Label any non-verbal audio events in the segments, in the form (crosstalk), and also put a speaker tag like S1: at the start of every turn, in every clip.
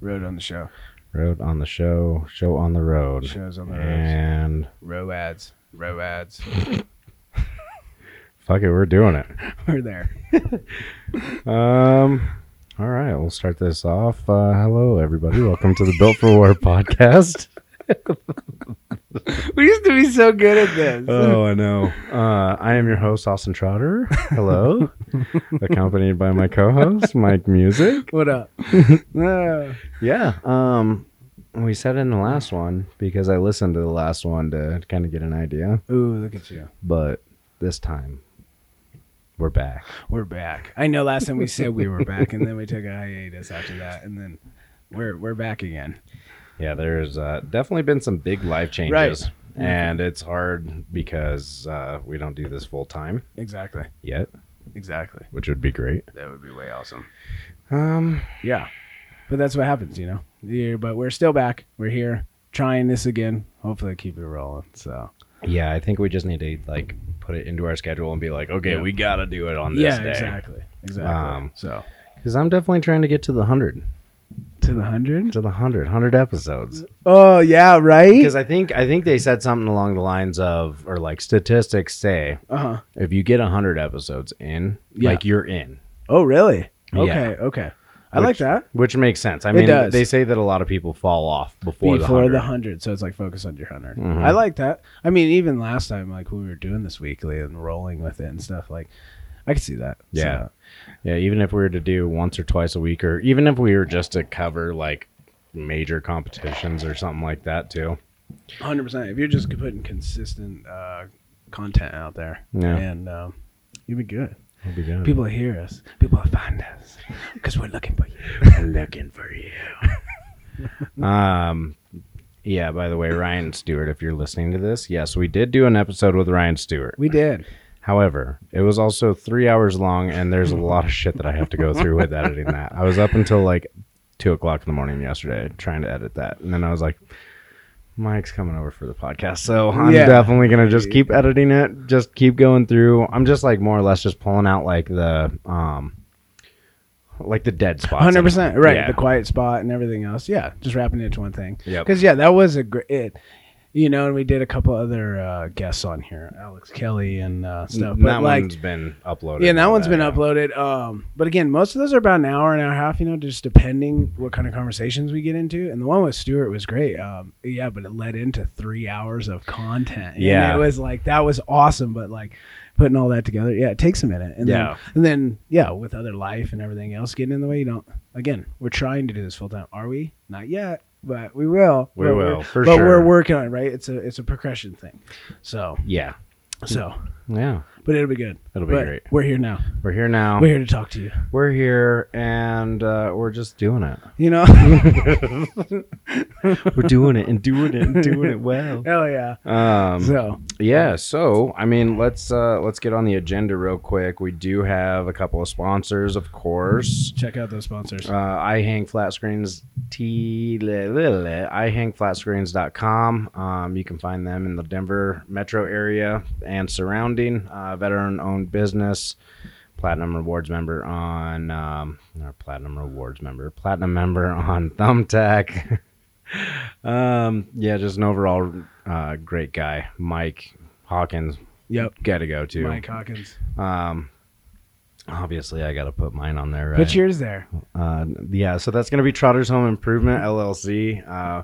S1: Road on the show.
S2: Road on the show, show on the road.
S1: Shows on the road.
S2: and
S1: Row ads. Row ads.
S2: fuck it, we're doing it.
S1: (laughs) We're there.
S2: Um, all right, we'll start this off. Uh, hello, everybody. Welcome to the Built for (laughs) War podcast.
S1: We used to be so good at (laughs) this.
S2: Oh, I know. Uh, I am your host, Austin Trotter. (laughs) Hello, accompanied by my co-host, Mike Music.
S1: what (laughs) up? Ah.
S2: Yeah. Um, we said in the last one because I listened to the last one to kind of get an idea,
S1: Ooh, look at you.
S2: but this time we're back.
S1: We're back. I know last time we said we were back and then we took a hiatus after that and then we're we're back again.
S2: Yeah, there's uh, definitely been some big life changes.
S1: Mm-hmm.
S2: And it's hard because uh, we don't do this full time
S1: Exactly.
S2: yet,
S1: Exactly.
S2: which would be great.
S1: That would be way awesome.
S2: Um,
S1: Yeah. But that's what happens, you know. Yeah, but we're still back. We're here trying this again. Hopefully keep it rolling. So
S2: yeah, I think we just need to like put it into our schedule and be like, okay,
S1: Yeah.
S2: we gotta do it on this
S1: yeah,
S2: day.
S1: exactly. Exactly.
S2: Um,
S1: so
S2: Because I'm definitely trying to get to the hundred,
S1: to the hundred?
S2: to the hundred, hundred episodes.
S1: Oh yeah, right.
S2: Because I think I think they said something along the lines of, or like statistics say,
S1: Uh huh.
S2: if you get hundred episodes in,
S1: Yeah.
S2: like you're in,
S1: Oh really?
S2: Yeah.
S1: Okay. Okay. I
S2: Which-
S1: like that.
S2: which makes sense. I
S1: It
S2: mean,
S1: does.
S2: they say that a lot of people fall off before,
S1: Before
S2: the
S1: the
S2: 100.
S1: hundred, so it's like focus on your 100
S2: Mhm.
S1: I like that. I mean, even last time, like when we were doing this weekly and rolling with it and stuff, like I could see that.
S2: Yeah.
S1: So,
S2: Yeah, even if we were to do once or twice a week, or even if we were just to cover like major competitions or something like that too.
S1: 100%. If you're just putting consistent uh, content out there,
S2: Yeah. Mm-hmm.
S1: and um, you'd be good.
S2: That'd be good.
S1: People will hear us. People will find us because we're looking for you.
S2: are looking for you. um, yeah. By the way, Ryan Stewart, if you're listening to this, yes, we did do an episode with Ryan Stewart.
S1: We did.
S2: However, it was also three hours long, and there's
S1: (laughs)
S2: a lot of shit that I have to go through with editing that. I was up until like two o'clock in the morning yesterday trying to edit that, and then I was like, "Mike's coming over for the podcast, so I'm
S1: Yeah.
S2: definitely gonna just keep editing it, just keep going through." I'm just like more or less just pulling out like the um, like the dead spots.
S1: Hundred percent, right?
S2: Yeah.
S1: The quiet spot and everything else. Yeah, just wrapping it into one thing.
S2: Yep.
S1: Because yeah, that was a great. It, you know, and we did a couple other uh, guests on here, Alex Kelly and uh, stuff. But
S2: that
S1: like,
S2: one's been uploaded.
S1: yeah, and that
S2: one's
S1: one's been uploaded. Um, but again, most of those are about an hour, an hour and a half. You know, just depending what kind of conversations we get into. And the one with Stuart was great. Um, yeah, but it led into three hours of content. And
S2: Yeah.
S1: it was like that was awesome. But like putting all that together, yeah, it takes a minute. And
S2: Yeah.
S1: then, and then yeah, with other life and everything else getting in the way, you don't. Again, we're trying to do this full time. Are we? Not yet. But we will.
S2: We
S1: But
S2: will,
S1: we're-
S2: for
S1: but
S2: sure.
S1: we're working on it, right. It's a it's a progression thing. So
S2: Yeah,
S1: so,
S2: yeah.
S1: but it'll be good.
S2: It'll be
S1: But
S2: great. Oh.
S1: We're here now.
S2: We're here now.
S1: We're here to talk to you.
S2: We're here, and uh, we're just doing it. (laughs)
S1: You know? (laughs)
S2: We're doing it and doing it and doing it
S1: (laughs)
S2: well.
S1: Hell yeah.
S2: Um,
S1: So,
S2: yeah. So I mean, let's uh, let's get on the agenda real quick. We do have a couple of sponsors, of course.
S1: check out those sponsors.
S2: Uh, I hang flat screens. T. I hang flat screens.com. Um, you can find them in the Denver metro area and surrounding. Uh, veteran owned business. Platinum Rewards member on um, or Platinum Rewards member. Platinum member (laughs) on Thumbtack. (laughs) um, yeah, just an overall uh, great guy, Mike Hawkins.
S1: Yep.
S2: Got to go to.
S1: Mike Hawkins.
S2: Um, obviously, I got to put mine on there. Right?
S1: Put yours there.
S2: Uh, yeah, so that's going to be Trotter's Home Improvement LLC. Uh,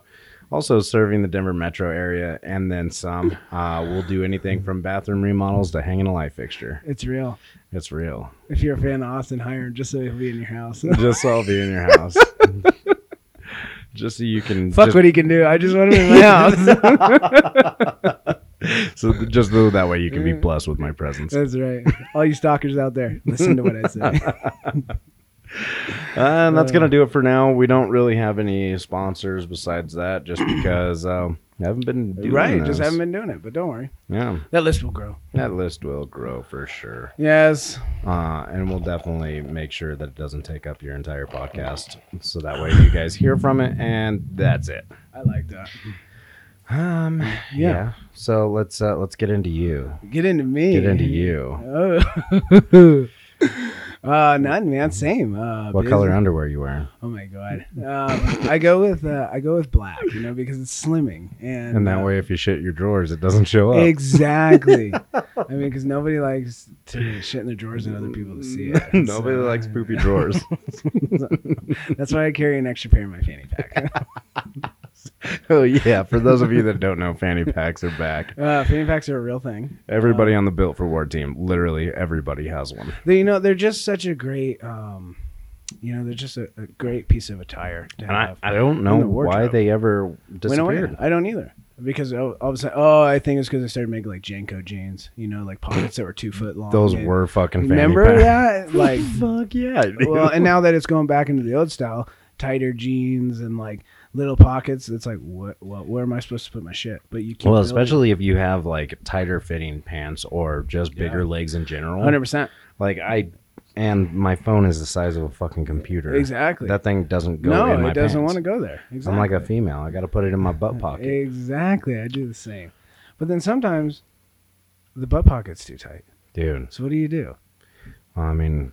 S2: also serving the Denver metro area and then some. Uh, we'll do anything from bathroom remodels to hanging a light fixture.
S1: It's real.
S2: It's real.
S1: If you're a fan of Austin, hire him just so he'll be in your house. (laughs)
S2: Just so I'll be in your house. (laughs) just so you can.
S1: Fuck
S2: just, (laughs)
S1: what he can do. I just want him in my house.
S2: so th- just so that way you can be blessed with my presence.
S1: That's right. All you stalkers out there, listen to what I say.
S2: Uh, and that's going to do it for now. We don't really have any sponsors besides that just because um, I haven't been doing
S1: right.
S2: this.
S1: Just haven't been doing it, but don't worry.
S2: Yeah.
S1: That list will grow.
S2: That list will grow for sure.
S1: Yes.
S2: Uh, and we'll definitely make sure that it doesn't take up your entire podcast. So that way you guys hear from it and that's it.
S1: I like that.
S2: Um yeah.
S1: yeah.
S2: So let's uh let's get into you.
S1: Get into me.
S2: Get into you.
S1: Oh. (laughs) Uh, none, man. Same. Uh,
S2: What
S1: biz-
S2: color underwear you wearing?
S1: Oh my god. Um, I go with uh, I go with black, you know, because it's slimming and
S2: And that
S1: uh,
S2: way, if you shit your drawers, it doesn't show up. (laughs)
S1: Exactly. I mean, because nobody likes to shit in their drawers and other people to (laughs) see it.
S2: (laughs) Nobody
S1: So, uh,
S2: likes poopy drawers.
S1: That's why I carry an extra pair in my fanny pack.
S2: (laughs) oh yeah, for those of you that don't know, fanny packs are back.
S1: Uh, fanny packs are a real thing.
S2: Everybody on the Built for War team, literally everybody has one.
S1: They, you know, they're just such a great, um, you know, they're just a, a great piece of attire to
S2: And I,
S1: have.
S2: I don't know
S1: In the
S2: why
S1: wardrobe.
S2: they ever
S1: When I wear it,
S2: disappeared.
S1: I don't either. Because all all of a sudden, oh, I think it's because I started making like Janko jeans, you know, like pockets that were two foot long.
S2: Those
S1: and-
S2: were fucking fanny
S1: Remember
S2: packs. (laughs)
S1: that? Like,
S2: Fuck yeah. dude.
S1: well, and now that it's going back into the old style, tighter jeans and like little pockets, it's like, what, what, where am I supposed to put my shit? But you
S2: (laughs)
S1: keep (laughs)
S2: well,
S1: building.
S2: especially if you have like tighter fitting pants or just
S1: Yeah.
S2: bigger legs in general.
S1: 100%.
S2: Like I and my phone is the size of a fucking computer.
S1: Exactly.
S2: That thing doesn't go
S1: no,
S2: in my
S1: it doesn't
S2: pants.
S1: want to go there. Exactly.
S2: I'm like a female. I got to put it in my
S1: (laughs)
S2: butt pocket.
S1: Exactly. I do the same. But then sometimes the butt pocket's too tight.
S2: Dude,
S1: So what do you do?
S2: I mean,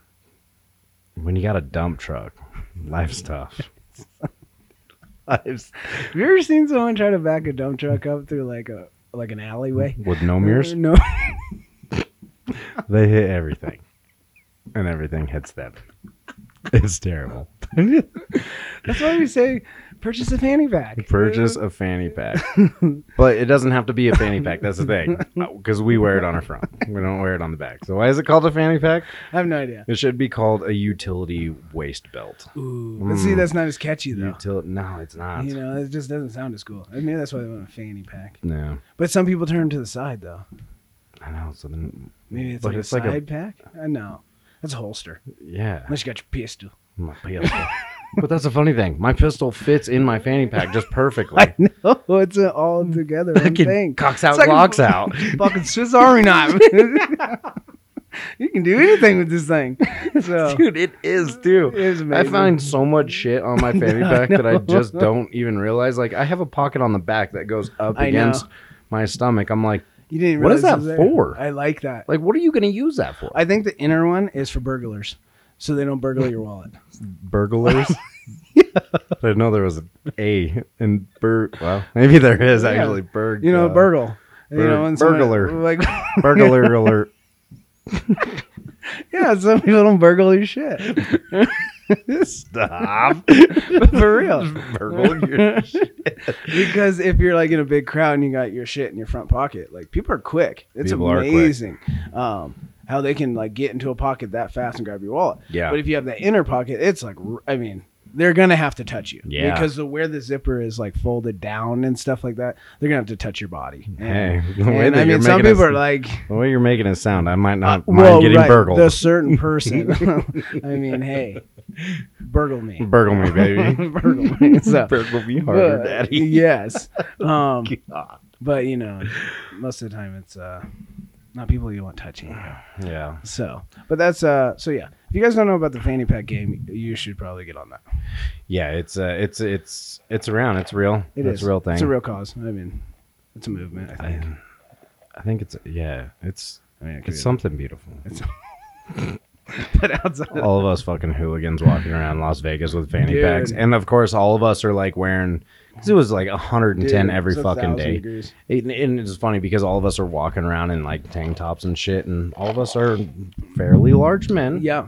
S2: when you got a dump truck, (laughs) life's tough.
S1: (laughs)
S2: life's
S1: Have you ever seen someone try to back a dump truck up through like a like an alleyway?
S2: with no mirrors,
S1: No.
S2: they hit everything, and everything hits them. (laughs) It's
S1: (laughs)
S2: terrible.
S1: That's why we say purchase a fanny pack.
S2: Purchase a fanny
S1: (laughs)
S2: pack, but it doesn't have to be a fanny pack. That's the thing, because we wear it on our front. We don't wear it on the back. So why is it called a fanny pack?
S1: I have no idea.
S2: It should be called a utility waist belt.
S1: Ooh. But see,
S2: Mm.
S1: that's not as catchy though.
S2: Util- no, it's not.
S1: You know, it just doesn't sound as cool. I mean, that's why they want a fanny pack.
S2: No,
S1: But some people turn to the side though.
S2: I know. So then,
S1: Maybe it's
S2: But
S1: like
S2: it's
S1: a
S2: like a-
S1: side pack. I know. That's a holster.
S2: yeah.
S1: Unless you got your pistol. (laughs)
S2: My pistol. but that's the funny thing. My pistol fits in my fanny pack
S1: (laughs)
S2: just perfectly.
S1: I know it's a all together one
S2: Fucking
S1: thing.
S2: Mm. Cocks out,
S1: It's like a
S2: blocks
S1: fu-
S2: out.
S1: Fucking Swiss Army knife. you can do anything with this thing. So
S2: (laughs) Dude, it is too.
S1: it's
S2: I
S1: amazing.
S2: find so much shit on my fanny
S1: (laughs) I
S2: pack that I
S1: know.
S2: just don't even realize. Like, I have a pocket on the back that goes up
S1: I know.
S2: against my stomach. I'm like,
S1: you didn't
S2: What is
S1: realize
S2: that
S1: it was there.
S2: for?
S1: I like that.
S2: like, what are you gonna use that for?
S1: I think the inner one is for burglars, so they don't burgle your wallet. (laughs)
S2: burglars. I didn't know there was an A in bur. Well, maybe there is
S1: Yeah.
S2: actually burg.
S1: You know,
S2: uh,
S1: (laughs) burgle. You
S2: bur-
S1: know, when someone-
S2: burglar.
S1: Like, (laughs)
S2: burglar alert.
S1: yeah, some people don't burgle your shit (laughs)
S2: Stop.
S1: for real.
S2: Burgle
S1: (laughs)
S2: your shit.
S1: because if you're like in a big crowd and you got your shit in your front pocket, like people are quick. It's
S2: People are quick.
S1: amazing um, how they can like get into a pocket that fast and grab your wallet.
S2: Yeah.
S1: But if you have that inner pocket, it's like r- I mean, they're gonna have to touch you.
S2: Yeah.
S1: Because the where the zipper is like folded down and stuff like that, they're gonna have to touch your body.
S2: Hey,
S1: And,
S2: the (laughs) way
S1: and
S2: that
S1: I
S2: you're
S1: mean, some
S2: making
S1: people
S2: us-
S1: are like. Uh,
S2: The way you're making it sound, I might not mind
S1: Well,
S2: getting
S1: right,
S2: burgled.
S1: The
S2: (laughs)
S1: certain person. (laughs) I mean, hey, burgle me.
S2: Burgle
S1: (laughs)
S2: me, baby.
S1: burgle
S2: (laughs)
S1: me. So,
S2: burgle me harder,
S1: but-
S2: daddy.
S1: (laughs) Yes.
S2: (laughs)
S1: Um,
S2: God.
S1: but you know, most of the time it's uh, not people you want touching. You.
S2: Yeah.
S1: So, but that's uh, so yeah. If you guys don't know about the fanny pack game, you should probably get on that.
S2: Yeah, it's uh it's it's it's around. It's real.
S1: It
S2: it's
S1: is.
S2: a real thing.
S1: It's a real cause. I mean, it's a movement. I think.
S2: I, I think it's yeah, it's
S1: I mean, it could
S2: it's
S1: be-
S2: something beautiful.
S1: It's, (laughs) but outside, of-
S2: all of us fucking hooligans walking around Las Vegas with fanny
S1: Dude.
S2: packs. And of course, all of us are like wearing, because it was like 110
S1: Dude,
S2: every
S1: it's a
S2: fucking
S1: thousand
S2: day.
S1: degrees.
S2: It, and it's funny because all of us are walking around in like tank tops and shit. And all of us are fairly large men.
S1: Yeah,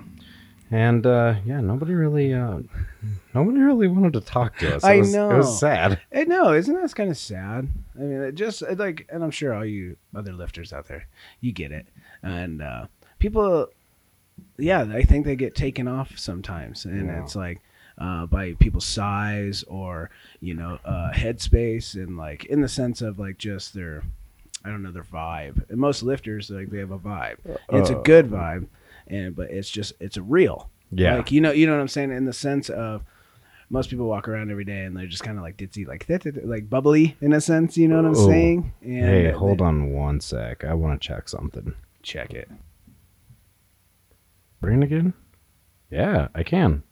S2: And uh, yeah, nobody really, uh, nobody really wanted to talk to us. It
S1: I
S2: was, It
S1: know.
S2: was sad.
S1: I know. Isn't that kind of sad? I mean, it just it like, and I'm sure all you other lifters out there, you get it. And uh, people, yeah, I think they get taken off sometimes, and
S2: Yeah.
S1: it's like uh, by people's size or you know uh, headspace, and like in the sense of like just their, I don't know, their vibe. And most lifters like they have a vibe. And it's a
S2: Uh,
S1: good vibe, and but it's just it's a real.
S2: Yeah.
S1: Like you know, you know what I'm saying in the sense of most people walk around every day and they're just kind of like ditzy, like that, that, that, like bubbly in a sense. You know what I'm
S2: Oh.
S1: saying? And
S2: hey, hold on one sec. I want to check something.
S1: Check it.
S2: Bring it again? Yeah, I can.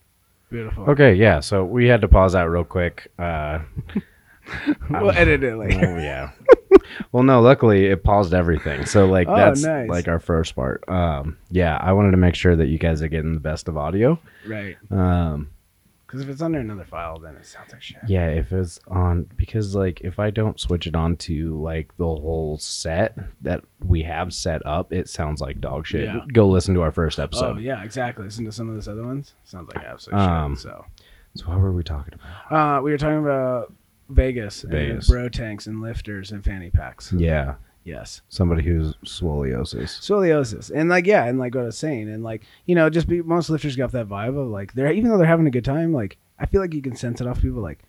S1: Beautiful. (laughs)
S2: Okay, yeah. So we had to pause that real quick. Uh, (laughs)
S1: We'll edit it later.
S2: Oh yeah. Well, no, luckily it paused everything. So like
S1: Oh,
S2: that's
S1: nice.
S2: like our first part. Um, yeah, I wanted to make sure that you guys are getting the best of audio.
S1: (laughs) Right.
S2: Um,
S1: Because if it's under another file, then it sounds like shit.
S2: yeah, if it's on because like if I don't switch it on to like the whole set that we have set up, it sounds like dog shit.
S1: Yeah.
S2: Go listen to our first episode.
S1: oh yeah, exactly. Listen to some of those other ones. Sounds like absolute
S2: Um,
S1: shit. So
S2: So what were we talking about?
S1: uh, we were talking about Vegas,
S2: Vegas. Hmm.
S1: and bro tanks and lifters and fanny packs.
S2: Yeah,
S1: Yes.
S2: somebody who's scoliosis.
S1: Scoliosis. And like yeah, and like what I was saying, and like, you know, just be most lifters got that vibe of like they're even though they're having a good time, like I feel like you can sense it off people like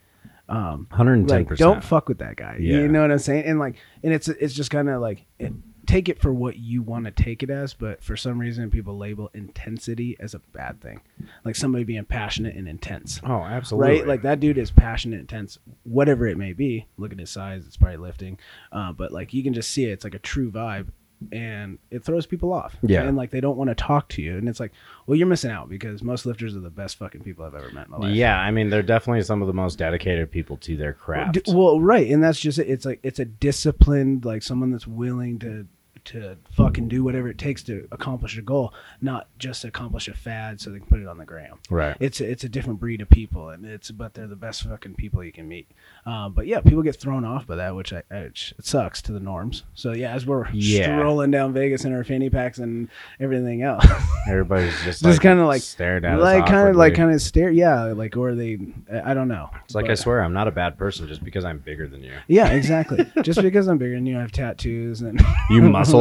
S1: um
S2: Hundred and ten
S1: like
S2: percent.
S1: don't fuck with that guy
S2: Yeah.
S1: you know what i'm saying and like and it's it's just kind of like it, take it for what you want to take it as but for some reason people label intensity as a bad thing like somebody being passionate and intense
S2: Oh, absolutely.
S1: right like that dude is passionate intense whatever it may be look at his size it's probably lifting uh, but like you can just see it it's like a true vibe and it throws people off
S2: Yeah.
S1: and like they don't want to talk to you and it's like well you're missing out because most lifters are the best fucking people i've ever met in my life
S2: Yeah, I mean they're definitely some of the most dedicated people to their craft.
S1: D- oh, well, right, and that's just it. It's like it's a disciplined, like someone that's willing to to fucking do whatever it takes to accomplish a goal, not just accomplish a fad so they can put it on the gram.
S2: right.
S1: It's a, it's a different breed of people, and it's but they're the best fucking people you can meet. Um, but yeah, people get thrown off by that, which I, which it sucks to the norms. So yeah, as we're
S2: Yeah.
S1: strolling down Vegas in our fanny packs and everything
S2: (laughs)
S1: else,
S2: Everybody's just
S1: Just kinda like-
S2: stared at
S1: like kind of like kind of stare, yeah, like or they, I I don't know.
S2: It's like I
S1: But-
S2: swear I'm not a bad person just because I'm bigger than
S1: (laughs)
S2: you.
S1: Yeah, exactly. Just because I'm bigger than you, I have tattoos and
S2: (laughs) You muscleist.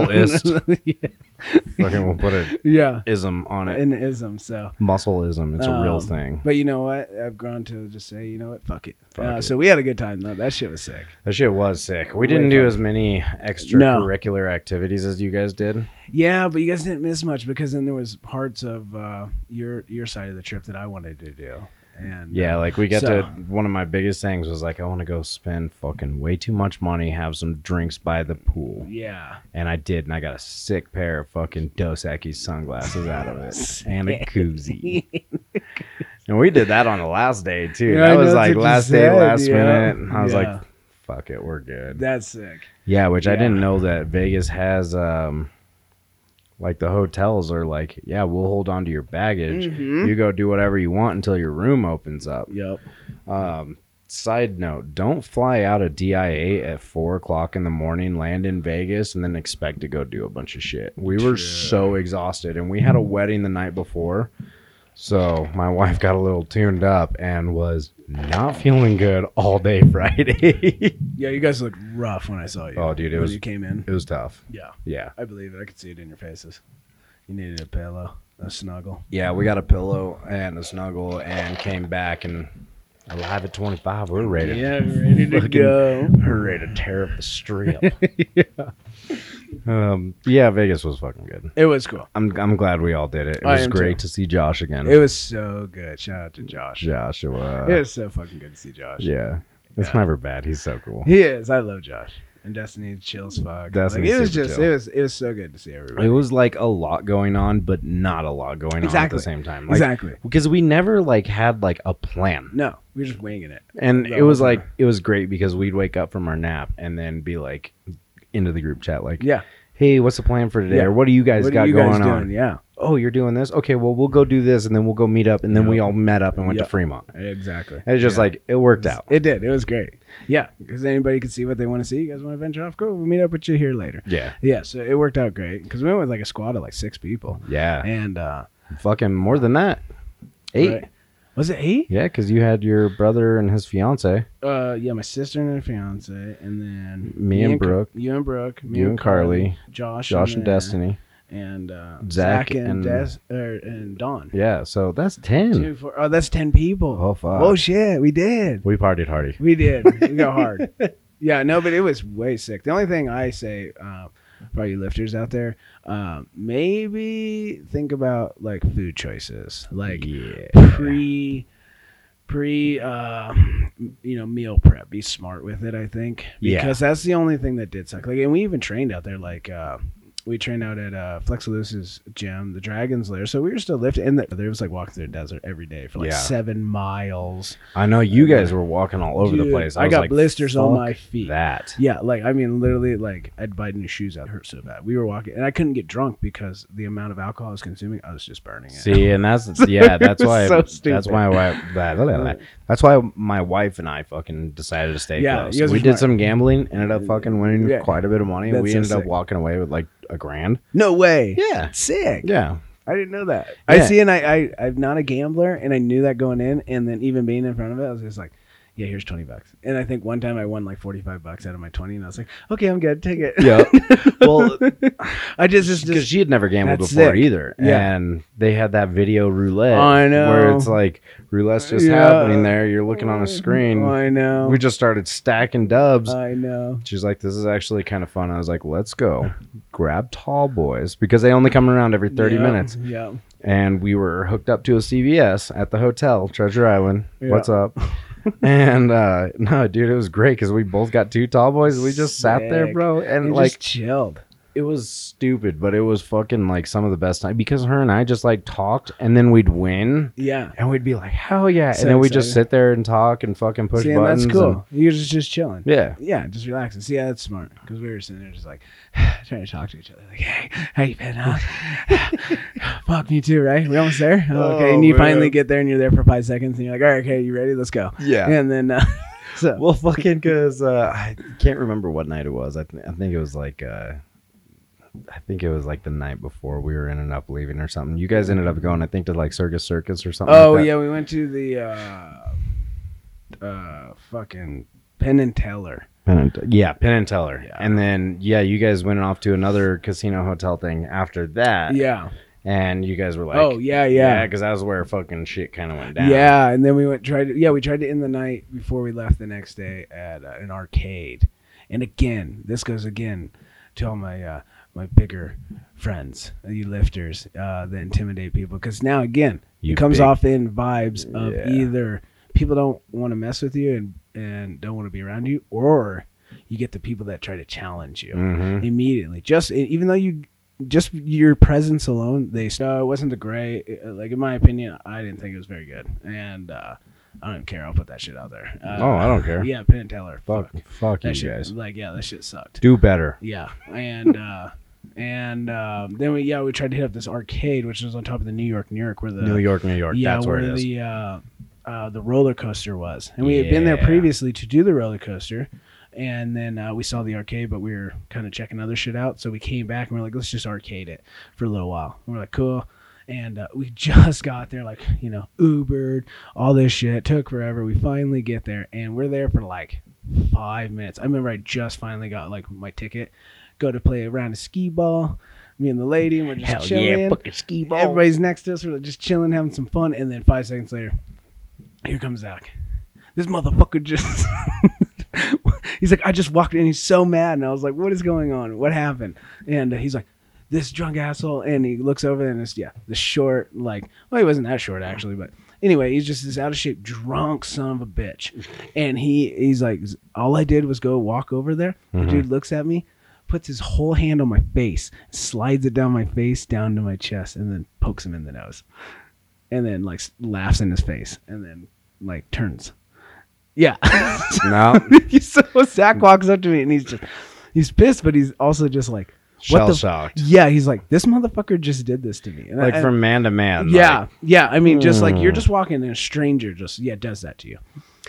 S1: (laughs) yeah.
S2: Fucking we'll put an
S1: yeah,
S2: ism on it.
S1: and ism. So,
S2: Muscleism. It's a real
S1: Um,
S2: thing.
S1: but you know what? I've grown to just say, you know what? Fuck it.
S2: Fuck
S1: uh,
S2: it.
S1: So we had a good time though. That shit was sick.
S2: That shit was sick. We
S1: Way
S2: didn't do
S1: fun.
S2: as many extracurricular activities as you guys did.
S1: Yeah, but you guys didn't miss much because then there was parts of uh, your your side of the trip that I wanted to do. And uh,
S2: Yeah, like we got
S1: So-
S2: to one of my biggest things was like I want to go spend fucking way too much money, have some drinks by the pool.
S1: yeah,
S2: And I did, and I got a sick pair of fucking Dos Equis sunglasses out of
S1: (laughs)
S2: it. And a koozie. and we did that on the last day too.
S1: Yeah, I
S2: that was
S1: know,
S2: like
S1: that's what you
S2: last day,
S1: said,
S2: last
S1: yeah.
S2: minute. And I was
S1: Yeah.
S2: like, fuck it, we're good.
S1: that's sick.
S2: yeah, which I
S1: yeah.
S2: didn't know that Vegas has um like the hotels are like, yeah, we'll hold on to your baggage.
S1: Mhm.
S2: You go do whatever you want until your room opens up.
S1: Yep.
S2: Um, side note: Don't fly out of DIA at four o'clock in the morning, land in Vegas, and then expect to go do a bunch of shit. We were
S1: True.
S2: so exhausted, and we had a wedding the night before, so my (laughs) wife got a little tuned up and was not feeling good all day (laughs) Friday.
S1: Yeah, you guys looked rough when I saw you.
S2: Oh, dude, it
S1: when
S2: was-
S1: you came in.
S2: it was tough.
S1: Yeah,
S2: Yeah,
S1: I believe it. I could see it in your faces. You needed a pillow, a snuggle.
S2: yeah, we got a pillow and a snuggle, and came back and alive at twenty five. We're ready.
S1: Yeah, ready
S2: (laughs)
S1: to
S2: Fucking-
S1: go.
S2: We're ready to tear up the
S1: (laughs)
S2: strip. yeah. Um, yeah, Vegas was fucking good.
S1: It was cool.
S2: I'm I'm glad we all did it. It
S1: I
S2: was
S1: am
S2: great to see Josh again.
S1: It was so good. Shout out to Josh.
S2: Joshua.
S1: It was so fucking good to see Josh.
S2: yeah. It's
S1: Yeah.
S2: never bad. He's so cool.
S1: He is. I love Josh. And Destiny chills fuck.
S2: Destiny's
S1: like, it was
S2: super
S1: just
S2: chill.
S1: it was it was so good to see everybody.
S2: It was like a lot going on, but not a lot going on at the
S1: Exactly.
S2: same time. Like,
S1: exactly.
S2: Because we never like had like a plan,
S1: No, we were just winging it.
S2: and
S1: No,
S2: it was
S1: no.
S2: like it was great because we'd wake up from our nap and then be like into the group chat, like,
S1: Yeah.
S2: "Hey, what's the plan for today?
S1: Yeah.
S2: Or what do you guys
S1: what
S2: got
S1: are you
S2: going
S1: guys
S2: on?"
S1: doing? Yeah.
S2: oh, you're doing this? Okay, well, we'll go do this and then we'll go meet up. And then we
S1: Yep.
S2: all met up and went to
S1: Yep.
S2: Fremont.
S1: Exactly.
S2: And it's just
S1: Yeah.
S2: like, it worked out.
S1: it did. It was great. Yeah, because anybody could see what they want to see. You guys want to venture off? Cool. We'll meet up with you here later.
S2: Yeah.
S1: Yeah, so it worked out great because we went with like a squad of like six people,
S2: Yeah.
S1: and uh
S2: Fucking more than that. Eight.
S1: right- was it eight?
S2: Yeah, because you had your brother and his fiance.
S1: Uh, yeah, my sister and her fiance, and then
S2: Me and
S1: Ca-
S2: Brooke.
S1: you and Brooke, me
S2: You and Carly.
S1: Josh,
S2: Josh and
S1: then-
S2: Destiny.
S1: and uh,
S2: Zach
S1: Zach, and
S2: and-
S1: Des- er, and Don.
S2: Yeah, so that's 10.
S1: Two, four, oh, that's ten people.
S2: Oh, fuck.
S1: Oh shit, we did,
S2: We partied hardy.
S1: we did, we
S2: (laughs)
S1: go hard. Yeah, no, but it was way sick. The only thing I say, uh, for all you lifters out there, um, maybe think about like food choices, like
S2: yeah.
S1: pre pre uh you know meal prep be smart with it i think
S2: Yeah.
S1: because that's the only thing that did suck like and we even trained out there like uh we trained out at uh, Flexaluce's gym, the Dragon's Lair. So we were still lifting, and the, they was like walking through the desert every day for like
S2: Yeah.
S1: seven miles.
S2: I know you guys were walking all over the
S1: Dude,
S2: place.
S1: I,
S2: was
S1: got
S2: like,
S1: blisters on
S2: "Fuck
S1: my feet.
S2: That.
S1: Yeah, like I mean, literally, like I'd buy new shoes out. It hurt so bad. We were walking, and I couldn't get drunk because the amount of alcohol I was consuming, I was just burning it.
S2: See, and that's
S1: (laughs)
S2: yeah, that's
S1: It was
S2: why
S1: so
S2: that's
S1: stupid.
S2: why why blah, blah, blah, blah. that's why my wife and I fucking decided to stay
S1: Yeah,
S2: close.
S1: you guys
S2: We
S1: were
S2: did
S1: smart.
S2: some gambling, ended up fucking winning
S1: Yeah.
S2: quite a bit of money.
S1: That's
S2: we
S1: so
S2: ended up
S1: sick.
S2: walking away with like a grand.
S1: No way.
S2: Yeah,
S1: Sick.
S2: yeah,
S1: I didn't know that. I
S2: Yeah.
S1: see, and I, I, I'm not a gambler, and I knew that going in, and then even being in front of it, I was just like, yeah, here's 20 bucks. And I think one time I won like 45 bucks out of my 20, and I was like, okay, I'm good, take it.
S2: (laughs) yeah. (laughs) well,
S1: (laughs) I just, it's
S2: because
S1: just,
S2: she had never gambled
S1: That's
S2: before
S1: sick.
S2: either,
S1: Yeah.
S2: and they had that video roulette.
S1: I know.
S2: where it's like roulette's just
S1: Yeah.
S2: happening there. You're looking on a screen.
S1: Oh, I know.
S2: We just started stacking dubs.
S1: I know.
S2: She's like, this is actually kind of fun. I was like, let's go grab tall boys because they only come around every 30
S1: Yeah,
S2: minutes.
S1: Yeah.
S2: And we were hooked up to a CVS at the hotel, Treasure Island.
S1: Yeah.
S2: What's
S1: (laughs)
S2: up? and uh, no, dude, it was great because we both got two tall boys. We just sat there,
S1: Sick.
S2: bro. And
S1: And
S2: like,
S1: like, chilled.
S2: it was stupid, but it was fucking like some of the best time because her and I just like talked and then we'd win.
S1: Yeah.
S2: And we'd be like, hell yeah.
S1: So
S2: and then we just
S1: excited.
S2: sit there and talk and fucking push
S1: See, and
S2: buttons.
S1: that's
S2: and-
S1: cool. You're just, just chilling.
S2: yeah.
S1: Yeah, just relaxing. See, yeah, that's smart. Because we were sitting there just like (sighs) trying to talk to each other. Like, hey, how you been? Huh? (laughs) (sighs) Fuck me too, right? We almost there. okay,
S2: Oh,
S1: and you
S2: man.
S1: finally get there, and you're there for five seconds, and you're like, all right, okay, you ready? Let's go.
S2: Yeah.
S1: And then, uh, so
S2: (laughs) well fucking because uh, i can't remember what night it was i, th- I think it was like uh, i think it was like the night before we were ended up leaving or something you guys ended up going i think to like circus circus or something
S1: oh
S2: like that.
S1: yeah, we went to the uh, uh, fucking Penn and Teller.
S2: Penn and T- yeah penn and teller
S1: Yeah.
S2: and then yeah you guys went off to another casino hotel thing after that
S1: yeah.
S2: and you guys were like
S1: oh yeah,
S2: yeah
S1: yeah.
S2: because that was where fucking shit kind of went
S1: Yeah,
S2: down
S1: and then we went tried to yeah we tried to end the night before we left the next day at uh, an arcade, and again this goes again to all my uh, my bigger friends, you lifters uh, that intimidate people because now again
S2: You
S1: it comes
S2: big-
S1: off in vibes of
S2: Yeah.
S1: either people don't want to mess with you and and don't want to be around you, or you get the people that try to challenge you
S2: Mhm.
S1: immediately. Just e, even though you, just your presence alone, they no, it wasn't the gray. uh, Like in my opinion, I didn't think it was very good, and uh, I don't care. I'll put that shit out there. Uh,
S2: oh i don't care
S1: Yeah, Penn and Teller.
S2: fuck fuck you
S1: that shit.
S2: guys
S1: Like yeah, that shit sucked.
S2: do better
S1: Yeah, and uh, and um, then we yeah we tried to hit up this arcade, which was on top of the New York, New York, where the
S2: new york new york
S1: Uh, yeah,
S2: that's where it is
S1: the uh, uh, the roller coaster was, and we had been there
S2: Yeah.
S1: previously to do the roller coaster, and then uh, we saw the arcade, but we were kind of checking other shit out, so we came back and we are like, let's just arcade it for a little while. And we're like, cool. And uh, we (laughs) just got there, like you know, Ubered, all this shit took forever. We finally get there, and we're there for like five minutes. I remember I just finally got like my ticket, go to play a round of skee ball. Me and the lady, and we're just chilling.
S2: fucking ski
S1: Everybody's next to us. We're just chilling, having some fun, and then five seconds later, here comes Zach. This motherfucker just. (laughs) he's like, I just walked in. He's so mad, and I was like, What is going on? What happened? And uh, he's like, This drunk asshole. And he looks over, and it's yeah, the short, like, well, he wasn't that short actually, but anyway, he's just this out of shape, drunk son of a bitch. And he he's like, All I did was go walk over there. The dude looks at me, puts his whole hand on my face, slides it down my face down to my chest, and then pokes him in the nose, and then like s- laughs in his face, and then like turns. Yeah,
S2: (laughs)
S1: (laughs)
S2: no
S1: so Zach walks up to me and he's just he's pissed, but he's also just like,
S2: shell
S1: the-
S2: shocked
S1: yeah, he's like, this motherfucker just did this to me, and
S2: like
S1: I-
S2: from man to man.
S1: yeah,
S2: like,
S1: yeah. I mean, just like you're
S2: Mm.
S1: just walking, and a stranger just yeah does that to you.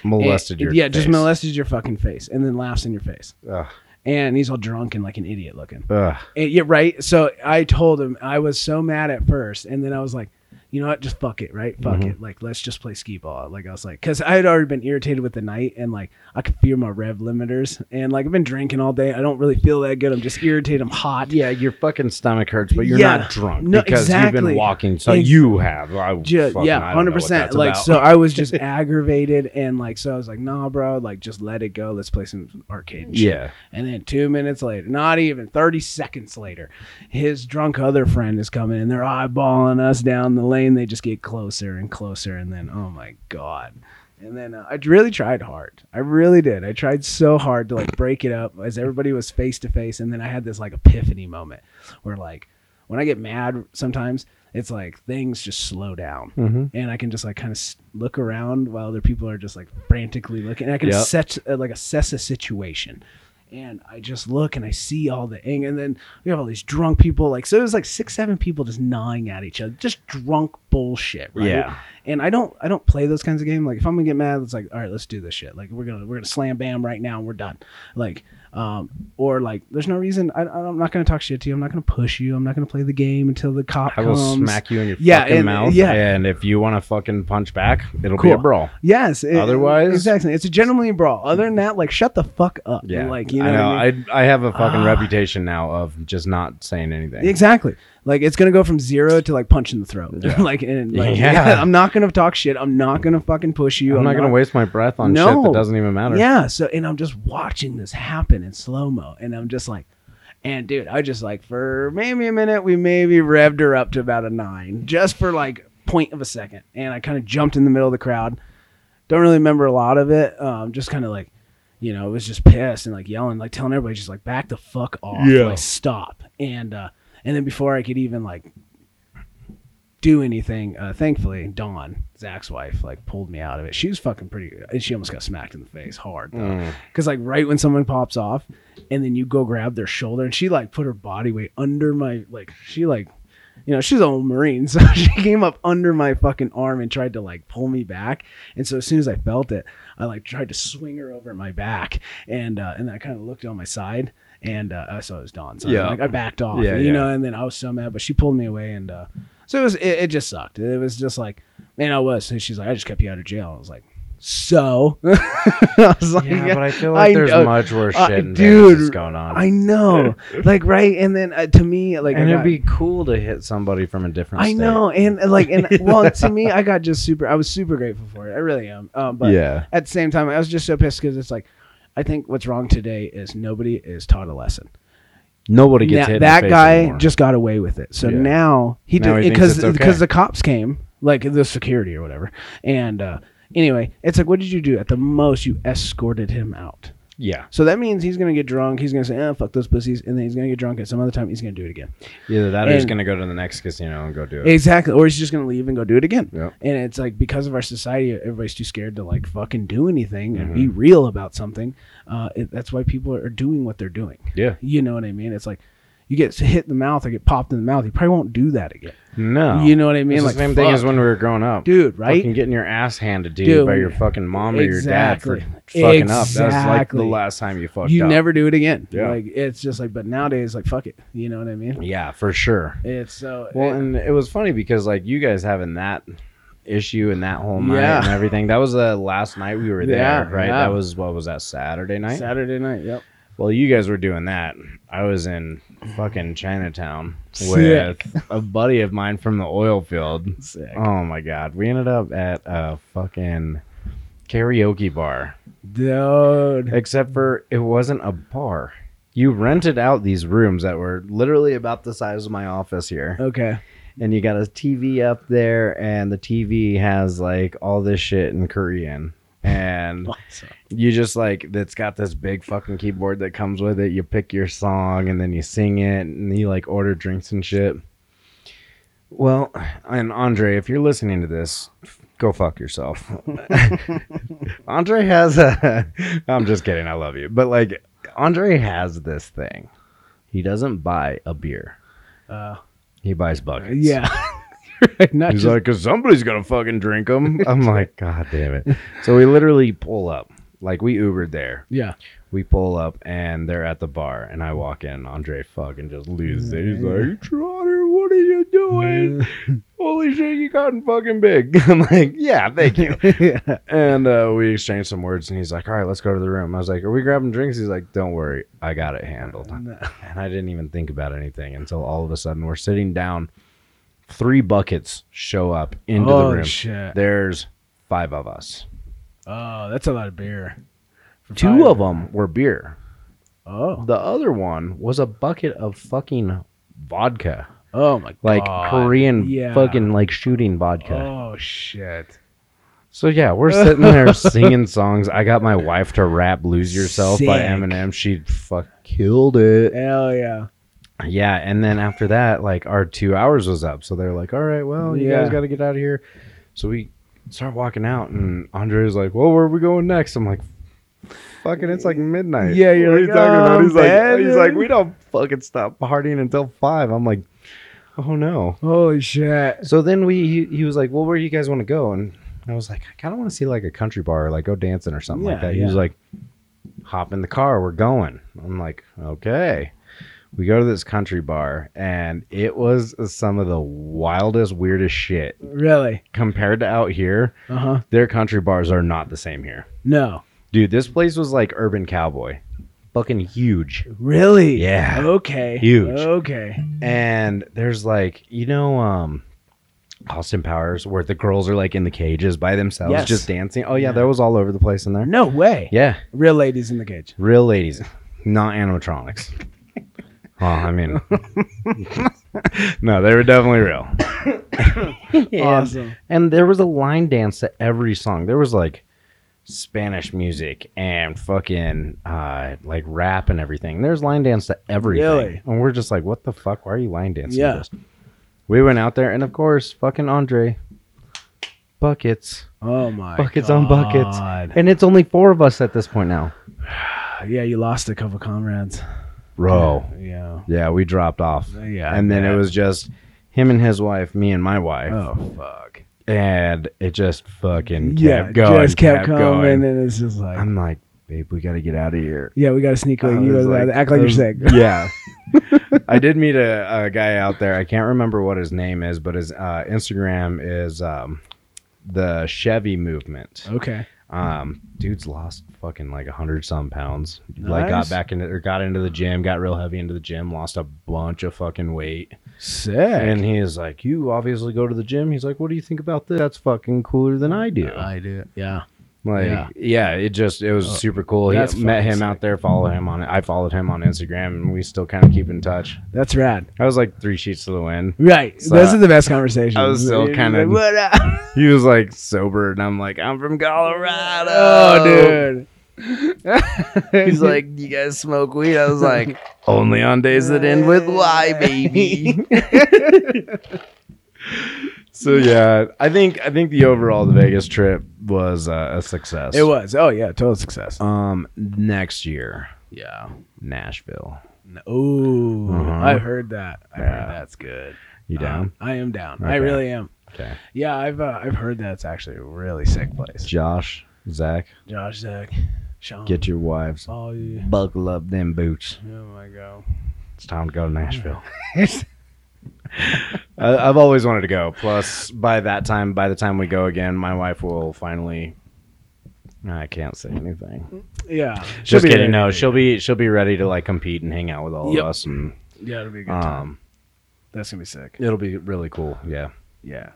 S2: molested
S1: And-
S2: your
S1: yeah, just
S2: face.
S1: molested your fucking face, and then laughs in your face,
S2: Ugh,
S1: and he's all drunk and like an idiot looking.
S2: ugh.
S1: And, yeah, right. So I told him I was so mad at first, and then I was like, you know what, just fuck it, right? Fuck
S2: Mm-hmm.
S1: it. Like, let's just play skee ball. Like I was like, because I had already been irritated with the night, and like I could feel my rev limiters, and like I've been drinking all day. I don't really feel that good. I'm just irritated. I'm hot.
S2: Yeah, your fucking stomach hurts, but you're
S1: Yeah.
S2: not drunk
S1: No,
S2: because you've
S1: exactly.
S2: been walking. So
S1: Ex-
S2: you have. I,
S1: Ju-
S2: fucking- I
S1: yeah,
S2: don't know what
S1: hundred percent.
S2: that's
S1: Like
S2: about.
S1: so, I
S2: (laughs)
S1: was just aggravated, and like so, I was like, "Nah, bro, like just let it go. Let's play some arcade." And shit."
S2: Yeah.
S1: And then two minutes later, not even thirty seconds later, his drunk other friend is coming, and they're eyeballing us down the lane. They just get closer and closer, and then oh my god, And then uh, I really tried hard. I really did. I tried so hard to like break it up as everybody was face to face. And then I had this like epiphany moment where like when I get mad sometimes, it's like things just slow down.
S2: Mm-hmm.
S1: And I can just like kind of s- look around while other people are just like frantically looking. And I can
S2: Yep.
S1: set uh, like assess a situation. And I just look and I see all the ing. And then we have all these drunk people. Like, so it was like six, seven people just gnawing at each other, just drunk bullshit. Right?
S2: Yeah.
S1: and I don't I don't play those kinds of games. Like if I'm gonna get mad, it's like all right, let's do this shit. Like we're gonna we're gonna slam bam right now and we're done. Like um or like there's no reason I, I'm not gonna talk shit to you. I'm not gonna push you. I'm not gonna play the game until the cop
S2: I will
S1: comes.
S2: smack you in your
S1: Yeah,
S2: fucking
S1: and-
S2: mouth.
S1: yeah.
S2: And if you want to fucking punch back, it'll be a
S1: Cool.
S2: brawl.
S1: Yes. it-
S2: Otherwise-
S1: exactly. It's a gentlemanly brawl. Other than that, like shut the fuck up. Like you know.
S2: I,
S1: what I
S2: know.
S1: mean?
S2: I, I have a fucking
S1: Ah.
S2: reputation now of just not saying anything.
S1: Exactly. Like it's gonna go from zero to like punch in the throat.
S2: Yeah.
S1: (laughs) like and
S2: (laughs)
S1: like,
S2: Yeah.
S1: (laughs) I'm not gonna talk shit. I'm not gonna fucking push you.
S2: I'm, not gonna waste my breath on shit
S1: No.
S2: that doesn't even matter.
S1: Yeah. So and I'm just watching this happen in slow mo, and I'm just like, and dude, I just like for maybe a minute we maybe revved her up to about a nine, just for like point of a second, and I kind of jumped in the middle of the crowd. Don't really remember a lot of it. Um, just kind of like, you know, it was just pissed and like yelling, like telling everybody just like back the fuck off,
S2: Yeah.
S1: like stop, and uh, and then before I could even like do anything. Uh, thankfully, Dawn, Zach's wife, like pulled me out of it. She was fucking pretty. and She almost got smacked in the face hard
S2: Mm.
S1: because like right when someone pops off, and then you go grab their shoulder, and she like put her body weight under my like she like. You know, she's an old Marine, (laughs) so she came up under my fucking arm and tried to like pull me back. And so as soon as I felt it, I like tried to swing her over my back, and uh, and I kind of looked on my side, and uh, I saw it was Dawn. So
S2: Yeah.
S1: like, I backed off,
S2: Yeah,
S1: you
S2: yeah.
S1: know. And then I was so mad, but she pulled me away, and uh, so it was it, it just sucked. It was just like, man, I was. And she's like, I just kept you out of jail. I was like, so (laughs) I was like,
S2: Yeah, but I Uh, feel (laughs) like
S1: I
S2: there's
S1: know-
S2: much worse
S1: I-
S2: shit in
S1: dude,
S2: Vegas that's going on.
S1: I know, like right, and then uh, to me, like, I
S2: and it'd
S1: got-
S2: be cool to hit somebody from a different
S1: I
S2: state.
S1: know, and uh,
S2: (laughs)
S1: like, and well, to me, I got just super. I was super grateful for it. I really am. Um, but
S2: yeah.
S1: at the same time, I was just so pissed because it's like, I think what's wrong today is nobody is taught a lesson.
S2: Nobody gets
S1: Now-
S2: hit. in the
S1: that
S2: face
S1: guy
S2: anymore.
S1: just got away with it. So
S2: Yeah.
S1: now he
S2: Now
S1: did
S2: he thinks
S1: because
S2: it's okay.
S1: because the cops came, like the security or whatever. And uh, anyway, it's like, what did you do? At the most, you escorted him out.
S2: yeah.
S1: So that means he's gonna get drunk. He's gonna say, "Ah, fuck those pussies," and then he's gonna get drunk at some other time. He's gonna do it again.
S2: Either that or he's
S1: And-
S2: gonna go to the next casino and go do it.
S1: Exactly. Or he's just gonna leave and go do it again.
S2: Yep.
S1: And it's like because of our society, everybody's too scared to like fucking do anything and be
S2: Mm-hmm.
S1: real about something. Uh, it, that's why people are doing what they're doing.
S2: Yeah.
S1: You know what I mean? It's like you get hit in the mouth or get popped in the mouth. You probably won't do that again.
S2: No.
S1: You know what I mean?
S2: It's
S1: like
S2: the same thing as
S1: fuck,
S2: when we were growing up.
S1: dude, right?
S2: Fucking getting your ass handed to you
S1: Dude.
S2: by your fucking mom or your dad for
S1: Exactly.
S2: fucking up. That's like the
S1: Exactly.
S2: last time you fucked
S1: you
S2: up.
S1: never do it again.
S2: Yeah.
S1: Like it's just like, but nowadays, like fuck it. You know what I mean?
S2: Yeah, for sure.
S1: It's so
S2: Well,
S1: it-
S2: and it was funny because like you guys having that issue and that whole night
S1: Yeah.
S2: and everything. That was the last night we were there,
S1: (laughs) Yeah,
S2: right?
S1: yeah.
S2: That was what was that Saturday night?
S1: Saturday night. Yep.
S2: Well, you guys were doing that. I was in fucking Chinatown
S1: Sick.
S2: with a buddy of mine from the oil field.
S1: Sick.
S2: Oh my god, we ended up at a fucking karaoke bar.
S1: Dude.
S2: Except for it wasn't a bar. You rented out these rooms that were literally about the size of my office here. (laughs)
S1: Okay.
S2: And you got a TV up there and the TV has like all this shit in Korean. And you just like that's got this big fucking keyboard that comes with it. You pick your song and then you sing it and you like order drinks and shit. Well, and Andre, if you're listening to this, go fuck
S1: (laughs)
S2: yourself. Andre has a (laughs) I'm just kidding, I love you. But like Andre has this thing. He doesn't buy a beer.
S1: Uh,
S2: He buys buckets.
S1: yeah. (laughs) Not
S2: He's
S1: just-
S2: like, because somebody's gonna fucking drink
S1: (laughs)
S2: them. I'm like, God damn it. So we literally pull up, like we Ubered there. (laughs)
S1: yeah.
S2: We pull up and they're at the bar, and I walk in. Andre fucking just loses it. He's like, Trotter, what are you (laughs) doing? Holy shit, you gotten fucking big. (laughs) I'm like, yeah, thank (laughs) you. And uh, we exchanged some words, and he's like, all right, let's go to the room. I was like, are we grabbing drinks? He's like, don't worry, I got it handled. And I didn't even think about anything until all of a sudden we're sitting down. Three buckets show up into
S1: oh,
S2: the room.
S1: shit.
S2: There's five of us.
S1: Oh, that's a lot of beer. For
S2: Two
S1: five-
S2: of them were beer.
S1: Oh.
S2: The other one was a bucket of fucking vodka,
S1: Oh my god.
S2: like Korean
S1: Yeah.
S2: fucking like shooting vodka.
S1: Oh shit.
S2: So yeah, we're sitting there (laughs) singing songs. I got my wife to rap "Lose Yourself" by
S1: Sick.
S2: Eminem. She fuck killed it.
S1: Hell yeah.
S2: Yeah, and then after that, like our two hours was up. So they're like, "All right, well, you
S1: Yeah.
S2: guys got to get out of here." So we start walking out, and Andre's like, "Well, where are we going next?" I'm like, "Fucking, it's like midnight."
S1: Yeah, you're
S2: What are you
S1: like, "Oh,
S2: talking about?
S1: "I'm
S2: He's like,
S1: bad,
S2: he's like,
S1: dude."
S2: we don't fucking stop partying until five. I'm like, oh no.
S1: Holy shit.
S2: So then we he, he was like, "Well, where do you guys want to go?" And I was like, "I kind of want to see like a country bar, like go dancing or something like
S1: Yeah,
S2: that." He was
S1: yeah.
S2: like, "Hop in the car, we're going." I'm like, "Okay." We go to this country bar, and it was some of the wildest, weirdest shit
S1: Really?
S2: compared to out here.
S1: Uh huh.
S2: Their country bars are not the same here,
S1: No.
S2: dude. This place was like urban cowboy, fucking huge.
S1: Really?
S2: Yeah.
S1: Okay.
S2: Huge.
S1: Okay.
S2: and there's like you know um Austin Powers where the girls are like in the cages by themselves
S1: Yes.
S2: just dancing. Oh yeah,
S1: Yeah.
S2: that was all over the place in there.
S1: No way.
S2: Yeah,
S1: Real ladies in the
S2: (laughs)
S1: cage.
S2: real ladies, not animatronics. Oh, I mean, (laughs) no, they were definitely real. and,
S1: Awesome.
S2: and there was a line dance to every song. There was like Spanish music and fucking uh, like rap and everything. There's line dance to everything.
S1: Really?
S2: And we're just like, what the fuck? Why are you line dancing? to
S1: Yeah.
S2: this? We went out there, and of course, fucking Andre, buckets.
S1: Oh my.
S2: Buckets
S1: God.
S2: on buckets. And it's only four of us at this point now.
S1: Yeah, you lost a couple comrades.
S2: Bro.
S1: Yeah.
S2: Yeah, we dropped off.
S1: Yeah.
S2: and then
S1: yeah.
S2: it was just him and his wife, me and my wife.
S1: Oh fuck.
S2: And it just fucking kept
S1: Yeah.
S2: going.
S1: just kept, coming,
S2: going.
S1: and it's just like,
S2: I'm like, babe, we got to get out of here.
S1: yeah, we got to sneak away.
S2: I
S1: You
S2: was um,
S1: gotta act like you're sick.
S2: (laughs)
S1: (laughs)
S2: Yeah. I did meet a, a guy out there. I can't remember what his name is, but his uh, Instagram is um, the Chevy Movement.
S1: Okay.
S2: Um, dude's lost fucking like a hundred some pounds. Like got
S1: Nice.
S2: back into or got into the gym, got real heavy into the gym, lost a bunch of fucking weight.
S1: Sick.
S2: And he is like, "You obviously go to the gym." He's like, "What do you think about this? That's fucking cooler than I do."
S1: I do. Yeah.
S2: Like, yeah.
S1: Yeah.
S2: it just it was
S1: Oh,
S2: super cool. He
S1: that's
S2: met
S1: fucking
S2: him
S1: sick.
S2: out there, follow him on I followed him on Instagram, and we still kind of keep in touch.
S1: That's rad.
S2: I was like three sheets to the wind.
S1: Right.
S2: So,
S1: Those are the best conversations.
S2: I was still
S1: You're
S2: kinda-
S1: like,
S2: (laughs)
S1: what up?
S2: He was like sober, and I'm like, "I'm from Colorado,
S1: Oh, dude.
S2: (laughs) He's like, "You guys smoke weed?" I was like, (laughs) "Only on days that end with Y, baby." (laughs) so yeah, I think I think the overall the Vegas trip was uh, a success.
S1: it was. Oh yeah, total success.
S2: Um, next year,
S1: Yeah.
S2: Nashville.
S1: Oh,
S2: Uh-huh.
S1: I heard that. I
S2: Yeah.
S1: heard that's good.
S2: You
S1: Uh,
S2: down?
S1: I am down.
S2: Okay.
S1: I really am.
S2: Okay.
S1: Yeah, I've uh, I've heard that's actually a really sick place.
S2: Josh, Zach,
S1: Josh, Zach, Sean,
S2: get your wives.
S1: all you.
S2: Buckle up them boots.
S1: Oh my god.
S2: It's time to go to Nashville. (laughs) I, I've always wanted to go. Plus, by that time, by the time we go again, my wife will finally. I can't say anything.
S1: Yeah.
S2: Just
S1: be
S2: kidding.
S1: ready.
S2: No, she'll be she'll be ready to like compete and hang out with all
S1: Yep.
S2: of us, and
S1: Yeah, it'll be a good time.
S2: um,
S1: That's gonna be sick.
S2: it'll be really cool. Yeah.
S1: Yeah,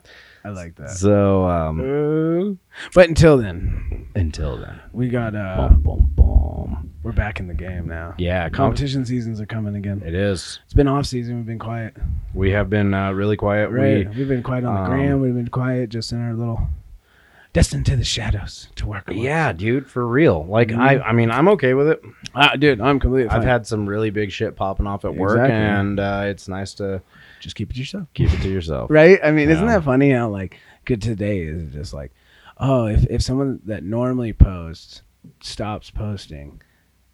S1: I like that.
S2: So um,
S1: Ooh. But until then,
S2: until then,
S1: we got uh,
S2: Bum, bum, bum.
S1: we're back in the game now.
S2: yeah, com-
S1: Competition seasons are coming again.
S2: it is.
S1: It's been off season. We've been quiet.
S2: We have been uh, really quiet.
S1: Right.
S2: We,
S1: We, have been quiet on the
S2: um,
S1: gram. We've been quiet just in our little destined to the shadows to work. on.
S2: yeah, dude, for real. Like I, I mean, I'm okay with it.
S1: Ah, dude, I'm completely.
S2: I've
S1: Mm-hmm. fine.
S2: had some really big shit popping off at work,
S1: Exactly.
S2: and uh, it's nice to
S1: just keep it to yourself.
S2: keep it to yourself.
S1: Right? I mean, isn't
S2: Yeah.
S1: that funny how like good today is just like, oh, if if someone that normally posts stops posting,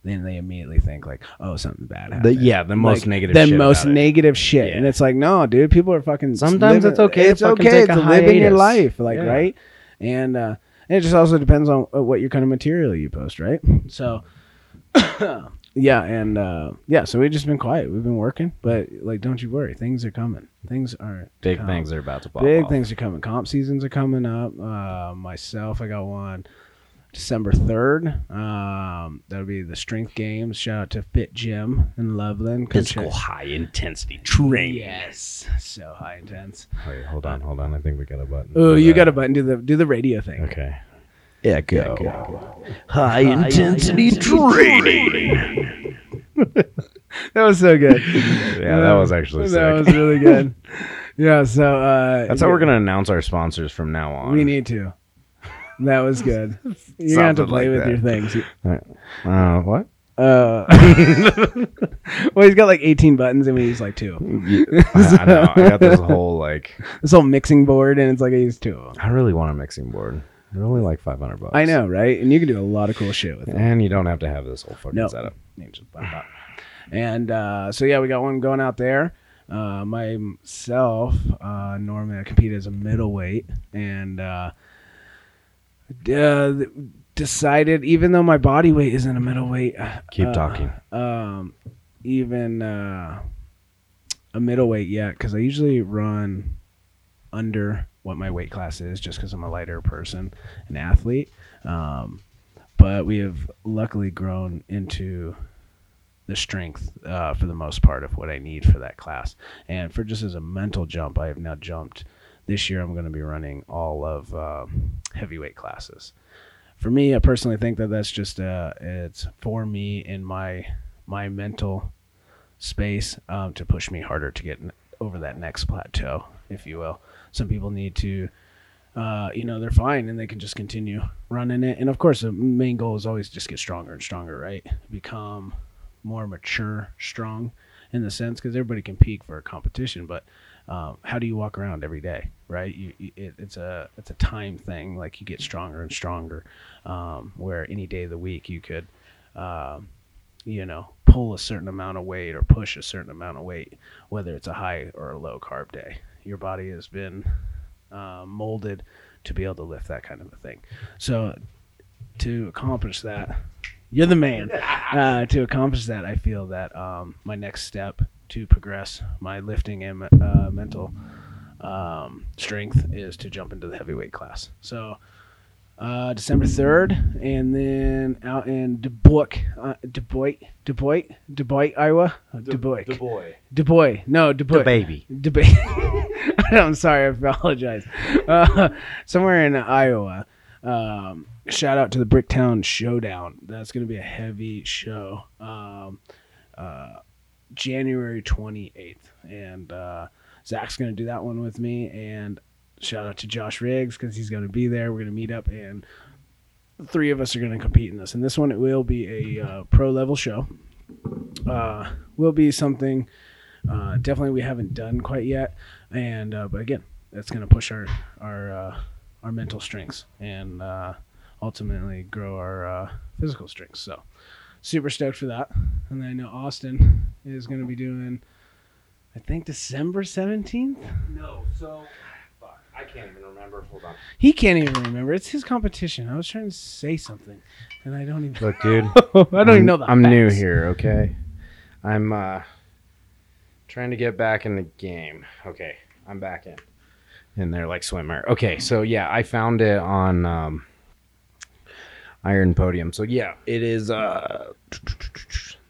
S1: then they immediately think like, oh, something bad
S2: The,
S1: happened.
S2: yeah, the most
S1: Like,
S2: negative.
S1: The
S2: shit
S1: most
S2: about it.
S1: negative shit,
S2: Yeah.
S1: and it's like, no, dude, people are fucking.
S2: Sometimes
S1: living-
S2: it's okay to
S1: It's
S2: fucking
S1: okay
S2: take
S1: to
S2: a
S1: live in your
S2: hiatus.
S1: life, like
S2: Yeah.
S1: right, and uh, and it just also depends on uh, what your kind of material you post, right? So, (coughs) yeah, and uh, yeah, so we've just been quiet. We've been working, but like, don't you worry, things are coming. Things are
S2: Big
S1: coming.
S2: things are about to pop.
S1: Oh. Big
S2: off.
S1: things are coming. Comp seasons are coming up. Uh, myself, I got one December 3rd. Um, that'll be the strength games. Shout out to Fit Gym in Loveland. Come
S2: Physical
S1: check-
S2: high intensity training.
S1: Yes. So high intense.
S2: Wait, hold on, hold on. I think we got a button.
S1: Oh,
S2: for
S1: you
S2: that.
S1: got a button. Do the do the radio thing.
S2: Okay.
S1: Yeah,
S2: go.
S1: High intensity training. that was
S2: (laughs)
S1: so good.
S2: Yeah, that was actually sick.
S1: That was
S2: (laughs)
S1: really good. yeah, so uh
S2: That's how we're gonna announce our sponsors from now on.
S1: We need to. That was good.
S2: (laughs)
S1: You're gonna have to
S3: Something
S1: play
S3: like
S1: with
S3: that.
S1: your things.
S2: Uh,
S1: (laughs)
S2: what?
S1: Uh, (laughs) well, he's got like 18 buttons, and we use like two.
S2: I, I know. I got this whole like.
S1: This whole mixing board, and it's like I use two of them.
S2: I really want a mixing board. They're only like five hundred bucks.
S1: I know, right? And you can do a lot of cool shit with it.
S2: And you don't have to have this whole fucking
S1: No.
S2: setup.
S1: names just pop up. And uh, so yeah, we got one going out there. Uh, myself, uh, normally I compete as a middleweight, and uh, d- uh, decided even though my body weight isn't a middleweight,
S2: Keep
S1: uh,
S2: talking.
S1: um, even uh, a middleweight yet because I usually run under what my weight class is just because I'm a lighter person, an athlete. Um, but we have luckily grown into the strength uh, for the most part of what I need for that class. And for just as a mental jump, I have now jumped. This year, I'm going to be running all of um, heavyweight classes. For me, I personally think that that's just uh, it's for me in my my mental space um, to push me harder to get n- over that next plateau, if you will. Some people need to, uh, you know, they're fine and they can just continue running it. And of course, the main goal is always just get stronger and stronger, right? Become more mature, strong in the sense because everybody can peak for a competition, but um, how do you walk around every day, right? You, you, it, it's a it's a time thing. Like you get stronger and stronger, um, where any day of the week you could. Um, you know, pull a certain amount of weight or push a certain amount of weight, whether it's a high or a low carb day. Your body has been uh, molded to be able to lift that kind of a thing. So, to accomplish that, you're the man. Uh, to accomplish that, I feel that um, my next step to progress my lifting and uh, mental um, strength is to jump into the heavyweight class. So, uh, December 3rd, and then out in Dubuque, uh, Dubuque, Dubuque, Dubuque, Iowa, Uh, Dubuque,
S3: boy.
S1: Dubuque, no, Dubuque,
S2: baby.
S1: Dubuque. (laughs) I'm sorry, I apologize. Uh, somewhere in Iowa. Um, shout out to the Bricktown Showdown. That's going to be a heavy show. Um, uh, January 28th, and uh, Zach's going to do that one with me. And shout out to Josh Riggs because he's going to be there. We're going to meet up, and three of us are going to compete in this. And this one, it will be a uh, pro level show. Uh, will be something uh, definitely we haven't done quite yet. And uh, but again, that's going to push our our uh, our mental strengths and uh, ultimately grow our uh, physical strengths. So super stoked for that. And then I know Austin is going to be doing. I think December 17th.
S2: No, so fuck, I can't even remember. Hold on.
S1: He can't even remember. It's his competition. I was trying to say something, and I don't even.
S2: Look, dude.
S1: (laughs) I don't even know the.
S2: I'm new
S1: facts.
S2: here, okay? I'm uh trying to get back in the game. Okay, I'm back in. And they're like swimmer. Okay, so yeah, I found it on um Iron Podium. So yeah, it is uh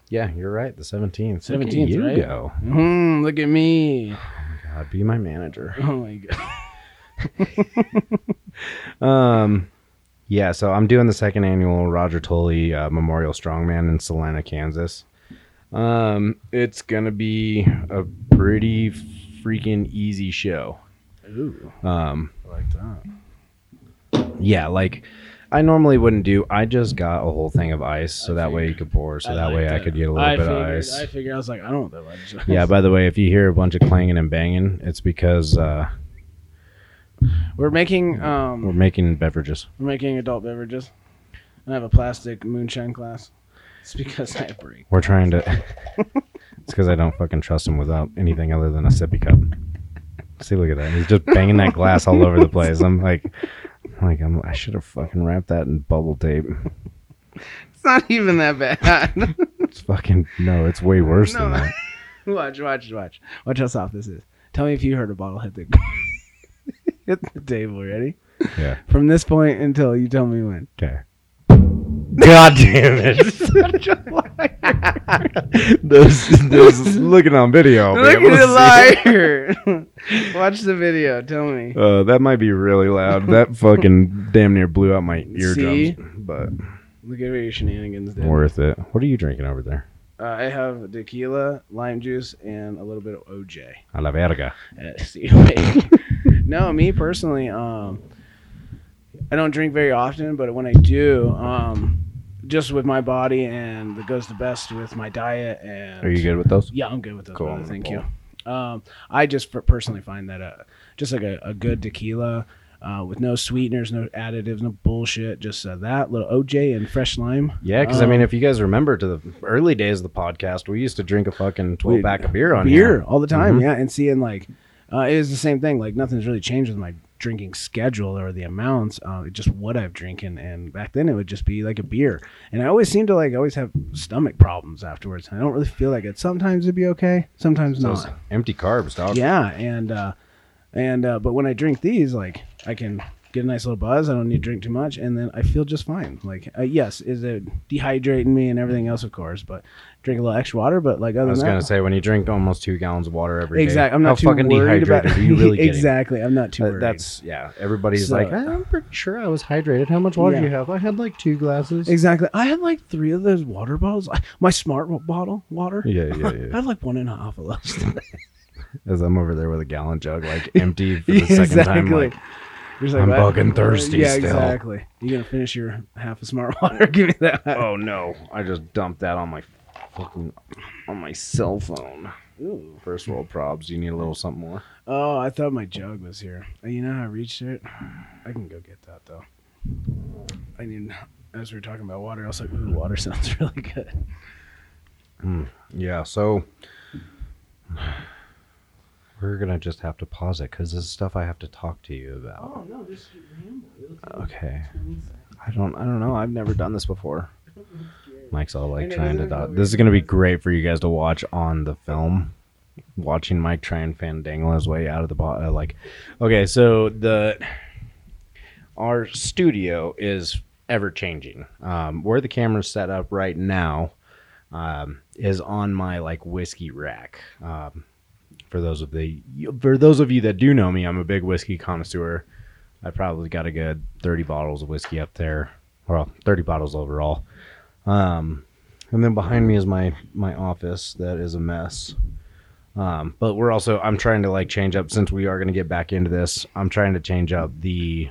S2: yeah, you're right. The 17th. Look at
S1: 17th,
S2: you
S1: right?
S2: go.
S1: Mm, look at me.
S2: God, be my manager.
S1: Oh my god.
S2: Um, yeah, so I'm doing the second annual Roger Tolley uh, Memorial Strongman in Salina, Kansas. Um, it's gonna be a pretty freaking easy show.
S1: Ooh,
S2: Um,
S1: I like that.
S2: yeah, like I normally wouldn't do. I just got a whole thing of ice, so
S1: I
S2: that way you
S1: figured-
S2: could pour, so that way I could get a little bit
S1: figured,
S2: of ice.
S1: I figured. I was like, I don't know. I just,
S2: yeah, by the way, if you hear a bunch of clanging and banging, it's because uh,
S1: (laughs) we're making um
S2: we're making beverages.
S1: we're making adult beverages. I have a plastic moonshine glass. It's because I break.
S2: We're trying to. (laughs) it's because I don't fucking trust him without anything other than a sippy cup. See, look at that. He's just banging that glass all over the place. I'm like, like I'm, I should have fucking wrapped that in bubble tape.
S1: It's not even
S2: (laughs)
S1: that bad.
S2: It's fucking no. It's way worse than
S1: No.
S2: that.
S1: (laughs) watch, watch, watch. Watch how soft this is. Tell me if you heard a bottle hit the (laughs) hit the table. Ready?
S2: Yeah.
S1: From this point until you tell
S2: (laughs)
S1: me when.
S2: Okay. God damn it! (laughs) those, those looking on video. I'll be
S1: Look
S2: able to see
S1: at the liar. (laughs) Watch the video. Tell me.
S2: it. Uh, that might be really loud. That fucking damn near blew out my
S1: See?
S2: eardrums, but
S1: Look at your shenanigans. Dude. Uh,
S2: worth it. What are you drinking over there?
S1: I have tequila, lime juice, and a little bit of OJ.
S2: A
S1: (laughs)
S2: la verga.
S1: Uh, see, wait. no, me personally, um, I don't drink very often, but when I do, um, just with my body and that goes the best with my diet. And
S3: Are you good with those?
S1: Yeah, I'm good with those.
S3: Cool,
S1: brother.
S3: I'm
S1: Thank
S3: gonna
S1: you. Um, I just per- personally find that uh, just like a, a good tequila uh, with no sweeteners, no additives, no bullshit, just uh, that little OJ and fresh lime.
S2: Yeah, because I mean,
S1: Um,
S2: if you guys remember to the early days of the podcast, we used to drink a fucking twelve pack of beer on
S1: beer
S2: here.
S1: all the time.
S2: Mhm.
S1: Yeah, and seeing like uh, it was the same thing. Like nothing's really changed with my drinking schedule or the amounts. Uh, it's just what I've drinking. And back then it would just be like a beer. And I always seem to like always have stomach problems afterwards. And I don't really feel like it. Sometimes it'd be okay. Sometimes
S2: So
S1: not.
S2: it's empty carbs, dog.
S1: Yeah, and uh, and uh, but when I drink these, like I can get a nice little buzz. I don't need to drink too much, and then I feel just fine. Like uh, yes, is it dehydrating me and everything else, of course, but drink a little extra water. But like
S2: I
S1: other
S2: was
S1: than
S2: gonna
S1: that,
S2: say when you drink almost two gallons of water every day.
S1: exactly. I'm not
S2: how
S1: too
S2: fucking
S1: worried
S2: dehydrated
S1: about
S2: are
S1: (laughs)
S2: you really getting?
S1: exactly. I'm not too
S2: That-
S1: worried.
S2: that's yeah. Everybody's
S1: So-
S2: like, I'm pretty sure I was hydrated. How much water do
S1: Yeah.
S2: you have? I had like two glasses.
S1: exactly. I had like three of those water bottles. I- My smart wa- bottle water.
S3: Yeah, yeah,
S1: (laughs) I had like one and a half of those.
S2: As I'm over there with a gallon jug,
S1: (laughs)
S2: like empty (laughs) for the
S1: Yeah,
S2: second time. Like,
S1: You're just like,
S2: I'm
S1: "What?"
S2: fucking thirsty
S1: Yeah,
S2: still.
S1: exactly. You're gonna finish your half a smart (laughs) water. Give me that.
S2: oh no, I just dumped that on my fucking on my cell phone.
S1: Ooh.
S2: First world probs. You need a little something more.
S1: Oh, I thought my jug was here. Uh, You know how I reached it? I can go get that though. I mean, as we were talking about water, I was like, ooh, water (laughs) sounds really good.
S2: Yeah, so we're gonna just have to pause it because this is stuff I have to talk to you about.
S1: Oh no, just ramble.
S2: Okay. I don't. I don't know. I've never done this
S1: (laughs)
S2: before. Mike's all like trying to. Dot. This is gonna be great for you guys to watch on the film. Watching Mike try and fandangle his way out of the bot. Uh, like, okay, so the our studio is ever changing. Um, where the camera's set up right now um, is on my like whiskey rack. Um, for those of the for those of you that do know me, I'm a big whiskey connoisseur. I probably got a good 30 bottles of whiskey up there, well, 30 bottles overall. Um, and then behind me is my my office that is a mess. Um, but we're also I'm trying to like change up since we are going to get back into this. I'm trying to change up the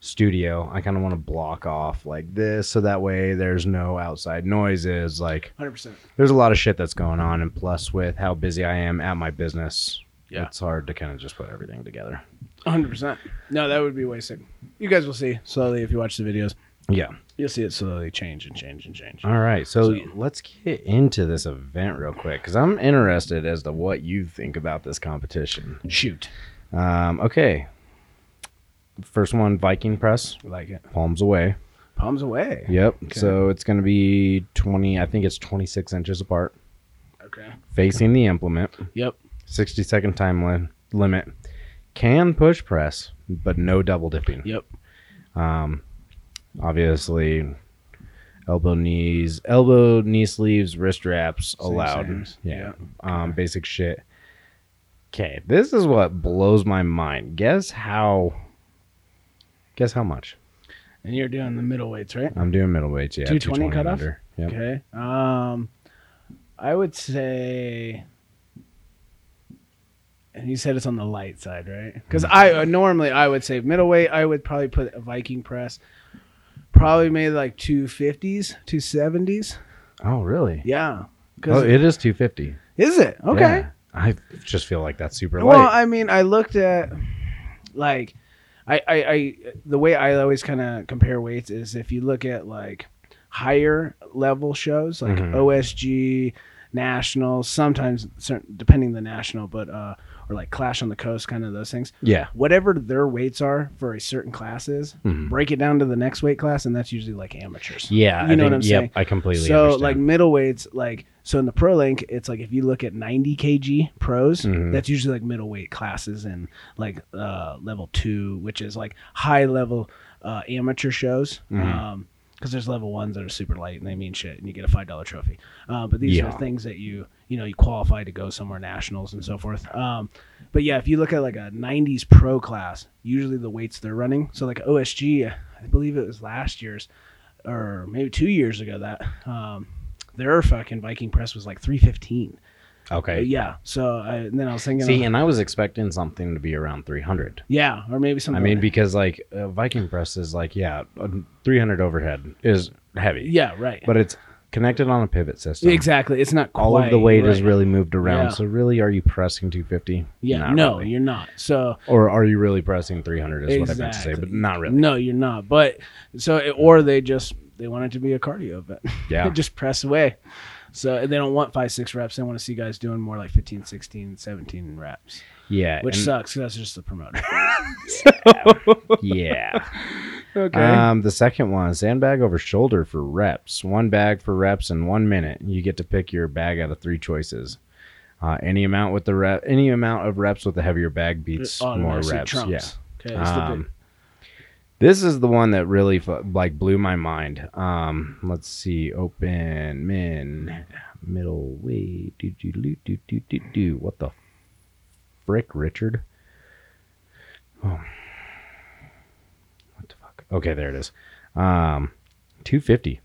S2: studio. I kind of want to block off like this so that way there's no outside noises like
S1: Hundred percent.
S2: there's a lot of shit that's going on and plus with how busy i am at my business
S1: Yeah.
S2: it's hard to kind of just put everything together
S1: hundred percent. No, that would be way sick. You guys will see slowly if you watch the videos.
S2: yeah Uh-huh.
S1: You'll see it slowly change and change and change.
S2: all right so,
S1: So-
S2: let's get into this event real quick because i'm interested as to what you think about this competition
S1: Shoot,
S2: um, okay first one viking press
S1: I like it.
S2: palms away
S1: Palms away.
S2: yep
S1: Okay.
S2: so it's going to be 20 i think it's 26 inches apart
S1: Okay.
S2: facing the implement
S1: Yep.
S2: 60 second time li- limit can push press but no double dipping
S1: Yep.
S2: Um, obviously, elbow knees, elbow knee sleeves, wrist wraps
S1: Same,
S2: allowed.
S1: same.
S2: Yeah. Um, basic shit. Okay, this is what blows my mind. Guess how? Guess how much?
S1: And you're doing the middleweights, right?
S2: I'm doing middleweights. Yeah,
S1: 220
S2: and
S1: cutoff?
S2: under. Yep.
S1: Okay. Um, I would say, and you said it's on the light side, right?
S2: Mm-hmm.
S1: Because I uh, normally I would say middleweight. I would probably put a Viking press, probably maybe like two fifties, two seventies.
S2: Oh, really?
S1: Yeah.
S2: Oh,
S1: Because
S2: it is 250.
S1: is it okay?
S2: Yeah. I just feel like that's super
S1: Well,
S2: light.
S1: I mean, I looked at like I, I, I the way I always kind of compare weights is if you look at like higher level shows like
S2: Mhm.
S1: OSG, national, sometimes certain depending the national, but uh or like Clash on the Coast, kind of those things.
S2: yeah.
S1: Whatever their weights are for a certain class is,
S2: Mhm.
S1: break it down to the next weight class, and that's usually like amateurs.
S2: Yeah.
S1: You know what I'm
S2: yep,
S1: saying?
S2: I completely
S1: so
S2: understand.
S1: like middleweights, like so in the pro link, it's like if you look at 90 kg pros,
S2: Mhm.
S1: that's usually like middleweight classes and like uh, level two, which is like high level uh, amateur shows.
S2: Mhm.
S1: Um, because there's level ones that are super light and they mean shit, and you get a five dollar trophy. Uh, but these
S2: Yeah.
S1: are things that you you know you qualify to go somewhere nationals and so forth. Um, but yeah, if you look at like a 90s pro class, usually the weights they're running. So like OSG, I believe it was last year's or maybe two years ago that um, their fucking Viking press was like 315.
S2: Okay.
S1: Yeah. So I, and then I was thinking,
S2: See, and I was expecting something to be around 300.
S1: yeah, or maybe something.
S2: I mean,
S1: like-
S2: because like a Viking press is like, yeah, a 300 overhead is heavy.
S1: yeah, right.
S2: But it's connected on a pivot system.
S1: exactly, it's not quite,
S2: All of the weight is
S1: right.
S2: really moved around.
S1: Yeah.
S2: So really, are you pressing 250?
S1: Yeah,
S2: Not
S1: no,
S2: really.
S1: you're not. So
S2: Or are you really pressing 300? Is what I meant to say,
S1: Exactly.
S2: but not really.
S1: no, you're not. But so it- or they just they want it to be a cardio event. (laughs)
S2: Yeah.
S1: just press away. So and they don't want five, six reps. They want to see guys doing more like 15, 16, 17 reps,
S2: Yeah.
S1: which
S2: and-
S1: sucks 'cause that's just
S2: (laughs)
S1: the promoter.
S2: yeah.
S1: okay.
S2: Um, the second one, sandbag over shoulder for reps. One bag for reps in one minute. You get to pick your bag out of three choices. Uh, any amount with the rep, any amount of reps with the heavier bag
S1: Uh,
S2: beats more reps. Yeah.
S1: Okay. It's the
S2: Um,
S1: big-
S2: This is the one that really fu- like blew my mind. Um, let's see, open men, middle weight. Do do do do do do do. What the frick, Richard? Oh, what the fuck? Okay, there it is. Um, two fifty.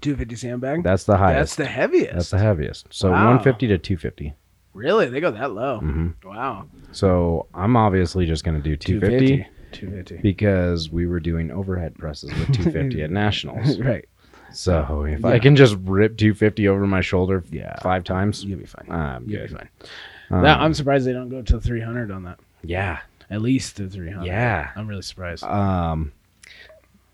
S1: 250 sandbag.
S2: That's the
S1: that's
S2: highest.
S1: the heaviest.
S2: That's the heaviest. So
S1: Wow.
S2: one fifty to two fifty.
S1: really? They go that low.
S2: Mhm.
S1: Wow.
S2: So I'm obviously just gonna do two fifty
S1: 250.
S2: because we were doing overhead presses
S1: (laughs)
S2: with two fifty at nationals.
S1: 250. (laughs) right.
S2: So if
S1: Yeah.
S2: I can just rip 250 over my shoulder
S1: Yeah.
S2: five times,
S1: You'll be fine.
S2: I'm
S1: You'll be
S2: good.
S1: fine.
S2: Um,
S1: Now, I'm surprised they don't go to 300 on that.
S2: yeah,
S1: At least to 300.
S2: yeah.
S1: I'm really surprised.
S2: Um,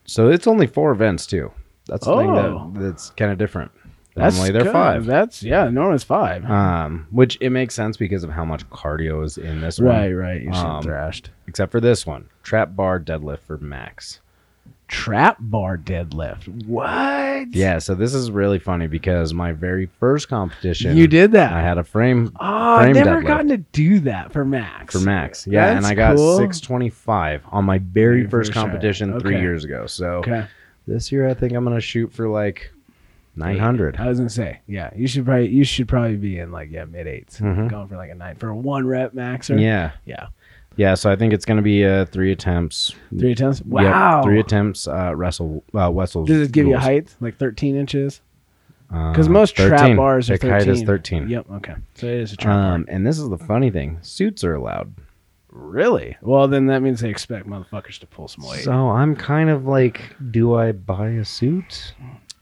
S2: so it's only four events too. That's the thing
S1: Oh.
S2: that, that's kind of different. Normally they're
S1: good.
S2: five.
S1: That's yeah. Normally it's five.
S2: Um, which it makes sense because of how much cardio is in this
S1: right,
S2: one,
S1: right. You're so
S2: um,
S1: thrashed.
S2: except for this one, trap bar deadlift for max.
S1: Trap bar deadlift. What?
S2: Yeah, so this is really funny because my very first competition,
S1: You did that.
S2: I had a frame
S1: oh, I've
S2: frame
S1: never
S2: deadlift.
S1: gotten to do that for Max.
S2: for max. Yeah, and
S1: That's
S2: I got
S1: cool.
S2: 625 on my very
S1: Your
S2: first
S1: first try.
S2: competition three
S1: Okay.
S2: years ago. So
S1: Okay.
S2: this year, I think I'm gonna shoot for like 900.
S1: I was gonna say, yeah, you should probably you should probably be in like yeah mid 8s
S2: Mhm.
S1: going for like a nine for a one rep max or
S2: Yeah,
S1: yeah
S2: yeah. So I think it's gonna be uh, three attempts.
S1: three attempts.
S2: Yep,
S1: Wow,
S2: three attempts. Uh, wrestle. Uh, Wessels.
S1: Does it give you a height like thirteen inches? Because
S2: Uh,
S1: most trap
S2: 13.
S1: bars are
S2: Pick height
S1: thirteen.
S2: is 13.
S1: Yep. Okay. So it is a trap bar.
S2: Um, and this is the funny thing: suits are allowed.
S1: Really? Well, then that means they expect motherfuckers to pull some weight.
S2: So I'm kind of like, do I buy a suit?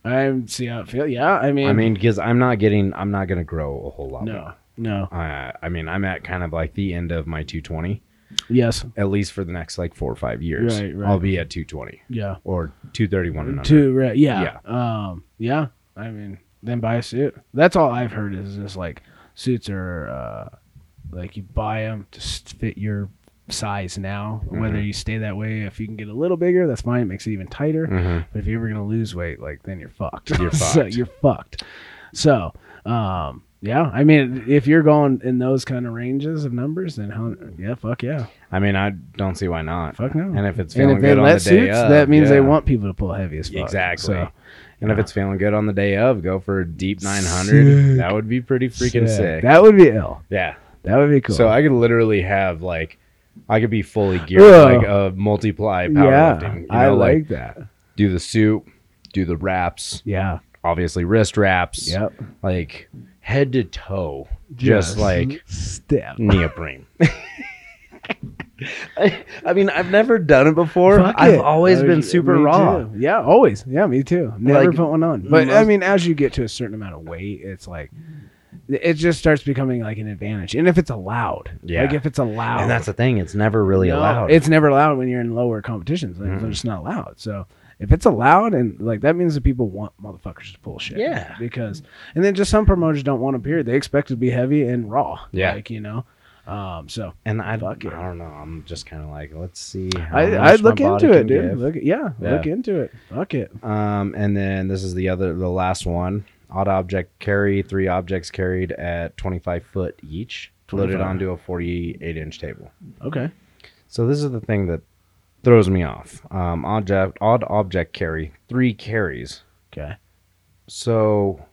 S1: I see how it feels. Yeah, I mean,
S2: I mean, because I'm not getting, I'm not gonna grow a whole lot.
S1: no, no,
S2: Uh, I mean, I'm at kind of like the end of my 220.
S1: yes,
S2: at least for the next like four or five years.
S1: Right, right.
S2: I'll be at 220
S1: yeah,
S2: or 231 and under.
S1: two, right, yeah, um, yeah. I mean, then buy a suit. That's all I've heard is just like suits are uh, like you buy them to s- fit your size now.
S2: Mm-hmm.
S1: Whether you stay that way, if you can get a little bigger, that's fine. It makes it even tighter.
S2: Mhm.
S1: But if you're ever gonna lose weight, like then you're fucked. (laughs)
S2: You're
S1: so
S2: fucked.
S1: you're fucked. So, um, yeah. I mean, if you're going in those kind of ranges of numbers, then how, yeah, fuck yeah,
S2: I mean, I don't see why not.
S1: fuck no.
S2: And if it's
S1: and
S2: feeling
S1: if they
S2: good on
S1: let
S2: the day
S1: suits,
S2: of,
S1: that means they
S2: yeah.
S1: want people to pull heavy as fuck.
S2: exactly.
S1: So,
S2: And if
S1: yeah.
S2: it's feeling good on the day of, go for a deep 900.
S1: Sick.
S2: That would be pretty freaking
S1: sick.
S2: sick.
S1: That would be ill.
S2: yeah.
S1: That would be cool.
S2: So I could literally have like. I could be fully geared
S1: Ugh.
S2: like a multiply
S1: yeah,
S2: powerlifting. you know,
S1: I like,
S2: like
S1: that.
S2: do the suit, do the wraps,
S1: Yeah.
S2: obviously wrist wraps,
S1: Yep.
S2: like head to toe, just (laughs) like
S1: step.
S2: neoprene. I, I mean, I've never done it before.
S1: Fuck
S2: I've
S1: it.
S2: always
S1: I-
S2: been super
S1: me
S2: raw.
S1: too. Yeah, always. Yeah, me too. Never
S2: Like,
S1: put one on. But I
S2: most-
S1: mean, as you get to a certain amount of weight, it's like it just starts becoming like an advantage. And if it's allowed,
S2: Yeah.
S1: like if it's allowed,
S2: And that's the thing; it's never really
S1: No,
S2: allowed. Mm-hmm.
S1: It's never allowed when you're in lower competitions. Like, It's just not allowed. So if it's allowed, and like that means that people want motherfuckers to pull shit.
S2: Yeah.
S1: Because, and then just some promoters don't want to period. They expect it to be heavy and raw.
S2: Yeah.
S1: Like you know. Um. So
S2: and I, I
S1: Fuck it.
S2: don't know. I'm just kind of like, let's see. how
S1: I
S2: much
S1: I'd
S2: my
S1: look
S2: body
S1: into it,
S2: can
S1: dude.
S2: give.
S1: Look, yeah,
S2: Yeah.
S1: look into it. Fuck it.
S2: Um, and then this is the other, the last one: odd object carry. Three objects carried at 25 foot each, loaded
S1: 25.
S2: onto a 48 inch table.
S1: Okay.
S2: So this is the thing that throws me off. Um, object, odd object carry, three carries.
S1: Okay.
S2: So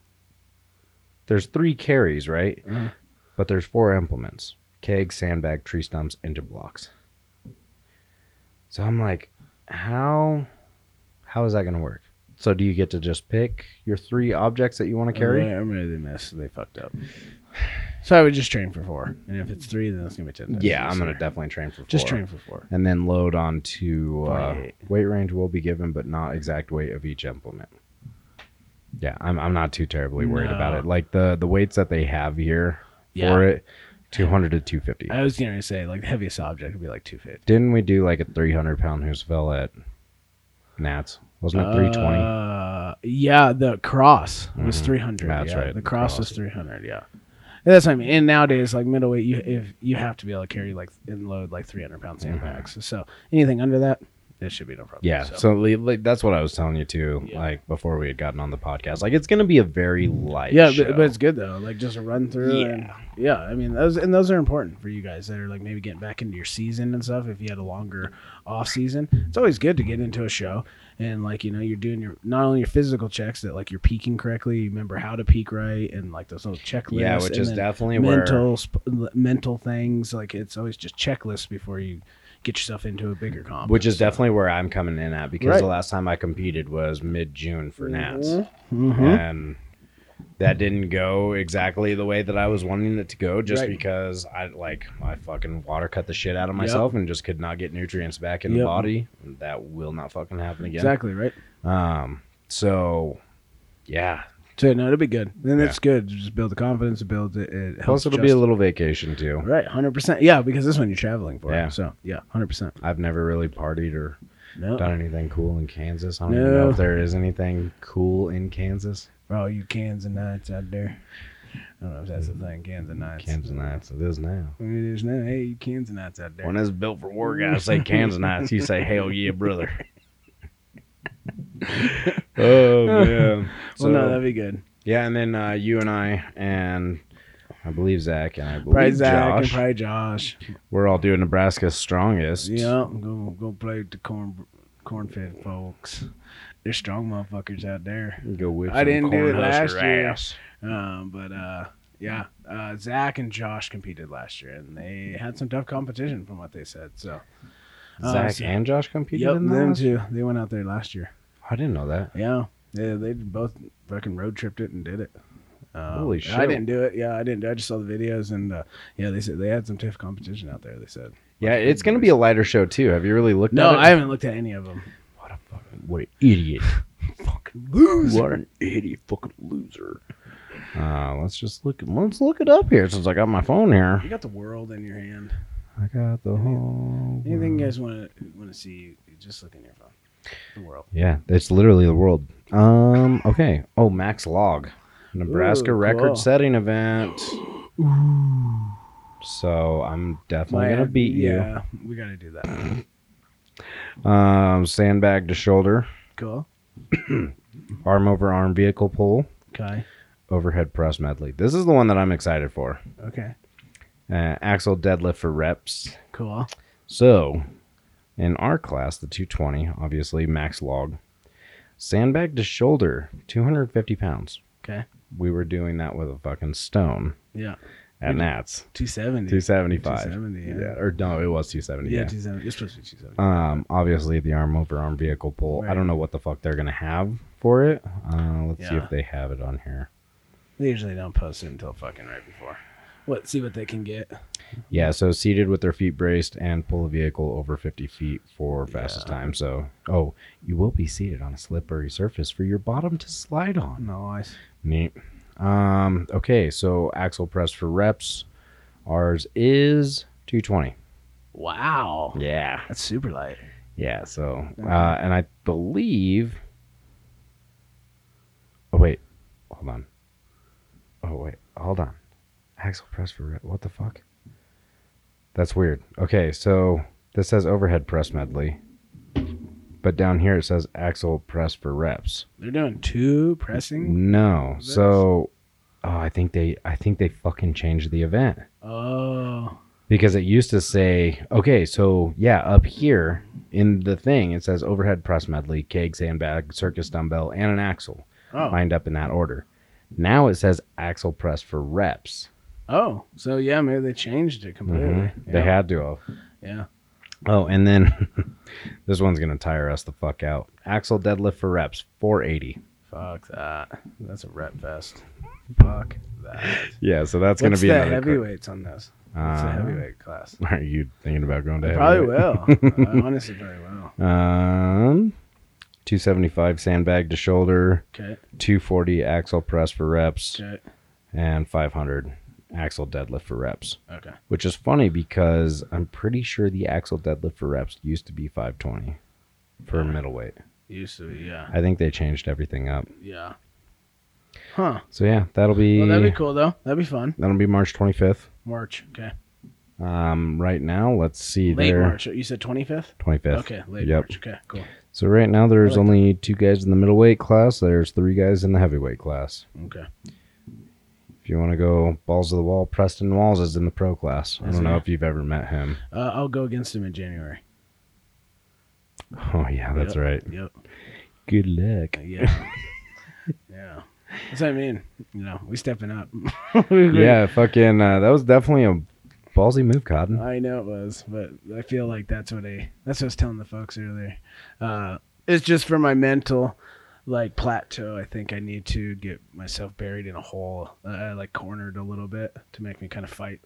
S2: there's three carries, right?
S1: Mhm.
S2: But there's four implements: keg, sandbag, tree stumps, interblocks. So I'm like, how how is that going to work? So do you get to just pick your three objects that you want to carry?
S1: I'm gonna do this. They fucked up. So I would just train for four, and if it's three, then it's gonna be ten. times
S2: Yeah, I'm gonna
S1: easier.
S2: definitely train for four.
S1: just train for four.
S2: and then load onto uh,
S1: 48.
S2: weight range will be given, but not exact weight of each implement. Yeah, I'm I'm not too terribly worried about
S1: No.
S2: it. Like the the weights that they have here
S1: Yeah.
S2: for it, 200 to 250.
S1: I was gonna say like the heaviest object would be like two fifty.
S2: Didn't we do like a 300 pound Hoosville at Nats? Wasn't it 320?
S1: Uh, yeah, the cross was
S2: Mhm.
S1: three hundred.
S2: That's
S1: yeah.
S2: right,
S1: The
S2: the
S1: cross, was
S2: cross.
S1: three hundred. Yeah. And that's what I mean. And nowadays, like middleweight, you if you have to be able to carry like and load like three hundred pound sandbags. So anything under that, it should be no problem.
S2: Mm-hmm. yeah, so, li- like, that's what I was telling you too.
S1: Yeah. Mm.
S2: Like before we had gotten on the podcast, like it's gonna be a very light.
S1: yeah,
S2: show.
S1: but, but it's good though. Like just a run through. Yeah. And, yeah. I mean, those and those are important for you guys that are like maybe getting back into your season and stuff. If you had a longer off season, it's always good to get into a show and like you know you're doing your not only your physical checks that like you're peaking correctly. You remember how to peak right and like those little checklists.
S2: yeah, which
S1: and
S2: is
S1: then
S2: definitely where
S1: mental sp- l- mental things. Like it's always just checklists before you get yourself into a bigger comp.
S2: which is definitely where I'm coming in at because
S1: Right.
S2: the last time I competed was mid June for Nats, Hmm?
S1: Mhm.
S2: and that didn't go exactly the way that I was wanting it to go, just
S1: Right.
S2: because I like I fucking water cut the shit out of myself and just could not get nutrients back in the
S1: Yep.
S2: body. That will not fucking happen again.
S1: exactly right.
S2: Um, so yeah,
S1: So no, it'll be good. Then
S2: Yeah.
S1: it's good. Just build the confidence, build it. it helps
S2: plus it'll be
S1: just-
S2: a little vacation too.
S1: Right, hundred percent. Yeah, because this one you're traveling for.
S2: Yeah.
S1: So yeah, hundred percent.
S2: I've never really partied or
S1: No,
S2: done anything cool in Kansas. I don't even
S1: No.
S2: know if there is anything cool in Kansas.
S1: for all you cans and nights out there. I don't know if that's the thing, cans and nights.
S2: Kansas nights, it is now.
S1: I mean, there's no hey you cans and nights out there.
S2: When it's built for war guys
S1: (laughs)
S2: say Kansas nights, you say hell yeah, brother. (laughs) oh man. So
S1: well, no, that'd be good.
S2: yeah, and then uh, you and I and I believe Zach and I believe
S1: Probably Zach
S2: Josh.
S1: and probably Josh.
S2: we're all doing Nebraska's strongest.
S1: Yeah, go go play with the corn cornfed folks. They're strong motherfuckers out there.
S2: Go whip
S1: I
S2: some
S1: didn't do it
S2: corn husk
S1: last
S2: your
S1: year.
S2: ass.
S1: Um, but uh, yeah, uh, Zach and Josh competed last year, and they had some tough competition from what they said. So Uh,
S2: Zach
S1: so-
S2: and Josh competed
S1: yep,
S2: in that.
S1: them
S2: last-
S1: too. They went out there last year.
S2: I didn't know that.
S1: Yeah, yeah, they both fucking road tripped it and did it. Um,
S2: Holy
S1: I
S2: shit.
S1: didn't do it. Yeah, I didn't. do I just saw the videos and uh, yeah, they said they had some tough competition out there. They said.
S2: Yeah, it's gonna be a lighter show too. Have you really looked
S1: No,
S2: at it?
S1: I haven't looked at any of them.
S2: What a fucking what an idiot.
S1: Fucking lose.
S2: What an idiot fucking loser. Uh, let's just look. Let's look it up here since I got my phone here.
S1: You got the world in your hand.
S2: I got the whole.
S1: Anything you guys want to want to see, you just look in your phone. The world.
S2: Yeah, it's literally the world. Um. Okay. Oh, Max Log, Nebraska
S1: Ooh, cool.
S2: record-setting event. So I'm definitely gonna beat
S1: Yeah, we gotta do that.
S2: you. Um, sandbag to shoulder,
S1: cool.
S2: arm over arm vehicle pull,
S1: Okay.
S2: overhead press medley. This is the one that I'm excited for.
S1: Okay.
S2: Uh, axle deadlift for reps.
S1: Cool.
S2: So, in our class, the 220, obviously max log, sandbag to shoulder, 250 pounds.
S1: Okay.
S2: We were doing that with a fucking stone
S1: Yeah.
S2: at Nats,
S1: Two seventy.
S2: 275.
S1: 270, yeah.
S2: Or no, it was 270.
S1: Yeah,
S2: Yeah.
S1: two seventy. It's supposed to be two seventy.
S2: um, obviously the arm over arm vehicle pull. I
S1: Right.
S2: don't know what the fuck they're gonna have for it. Uh, let's see
S1: Yeah.
S2: if they have it on here.
S1: They usually don't post it until fucking right before. What? See what they can get.
S2: Yeah, so seated with their feet braced and pull a vehicle over 50 feet for fastest time. So, oh, you will be seated on a slippery surface for your bottom to slide on.
S1: Nice.
S2: Neat. Um, okay, so axle press for reps. Ours is 220.
S1: Wow.
S2: Yeah.
S1: That's super light.
S2: Yeah, so uh, and I believe Oh wait. Hold on. Oh wait, hold on. Axle press for rep. What the fuck? That's weird. Okay, so this says overhead press medley. But down here it says axle press for reps.
S1: They're doing two pressing.
S2: No.
S1: This?
S2: So oh, I think they I think they fucking changed the event
S1: Oh.
S2: because it used to say, okay, so yeah, up here in the thing it says overhead press medley, keg sandbag, circus dumbbell and an axle
S1: Oh.
S2: lined up in that order. Now it says axle press for reps.
S1: Oh. So yeah, maybe they changed it completely.
S2: Mhm. They
S1: Yeah.
S2: had to have.
S1: Yeah.
S2: Oh, and then (laughs) this one's gonna tire us the fuck out. Axle deadlift for reps, 480.
S1: Fuck that. That's a rep fest. Fuck that.
S2: Yeah, so that's gonna
S1: What's
S2: be
S1: the
S2: another. cra-
S1: heavyweights on this? It's a
S2: Uh,
S1: heavyweight class.
S2: (laughs) Are you thinking about going to
S1: I
S2: heavyweight?
S1: probably
S2: (laughs)
S1: will. I honestly probably will.
S2: Um, 275 sandbag to shoulder,
S1: Okay.
S2: 240 axle press for reps,
S1: Okay.
S2: and 500 axle deadlift for reps.
S1: Okay.
S2: Which is funny because I'm pretty sure the axle deadlift for reps used to be 520 for middleweight.
S1: Used to be, yeah.
S2: I think they changed everything up.
S1: Yeah. Huh.
S2: So yeah, that'll be,
S1: Well, that'd be cool though. That'd be fun.
S2: that'll be March 25th.
S1: March. Okay.
S2: Um, right now, let's see
S1: Late
S2: there.
S1: March. You said 25th?
S2: 25th.
S1: Okay. Late
S2: Yep.
S1: March. Okay. Cool.
S2: So right now there's
S1: I like
S2: only two guys in the middleweight class. There's three guys in the heavyweight class.
S1: Okay.
S2: If you want to go balls to the wall, Preston Walls is in the pro class. I
S1: Is
S2: don't
S1: he?
S2: know if you've ever met him.
S1: Uh, I'll go against him in January.
S2: Oh yeah, that's
S1: Yep.
S2: right.
S1: Yep.
S2: Good luck.
S1: Yeah.
S2: (laughs)
S1: yeah. That's what I mean. You know, we stepping up. (laughs)
S2: Yeah, fucking. Uh, that was definitely a ballsy move, Cotton.
S1: I know it was, but I feel like that's what I that's what I was telling the folks earlier. Uh, it's just for my mental like plateau. I think I need to get myself buried in a hole, uh, like cornered a little bit to make me kind of fight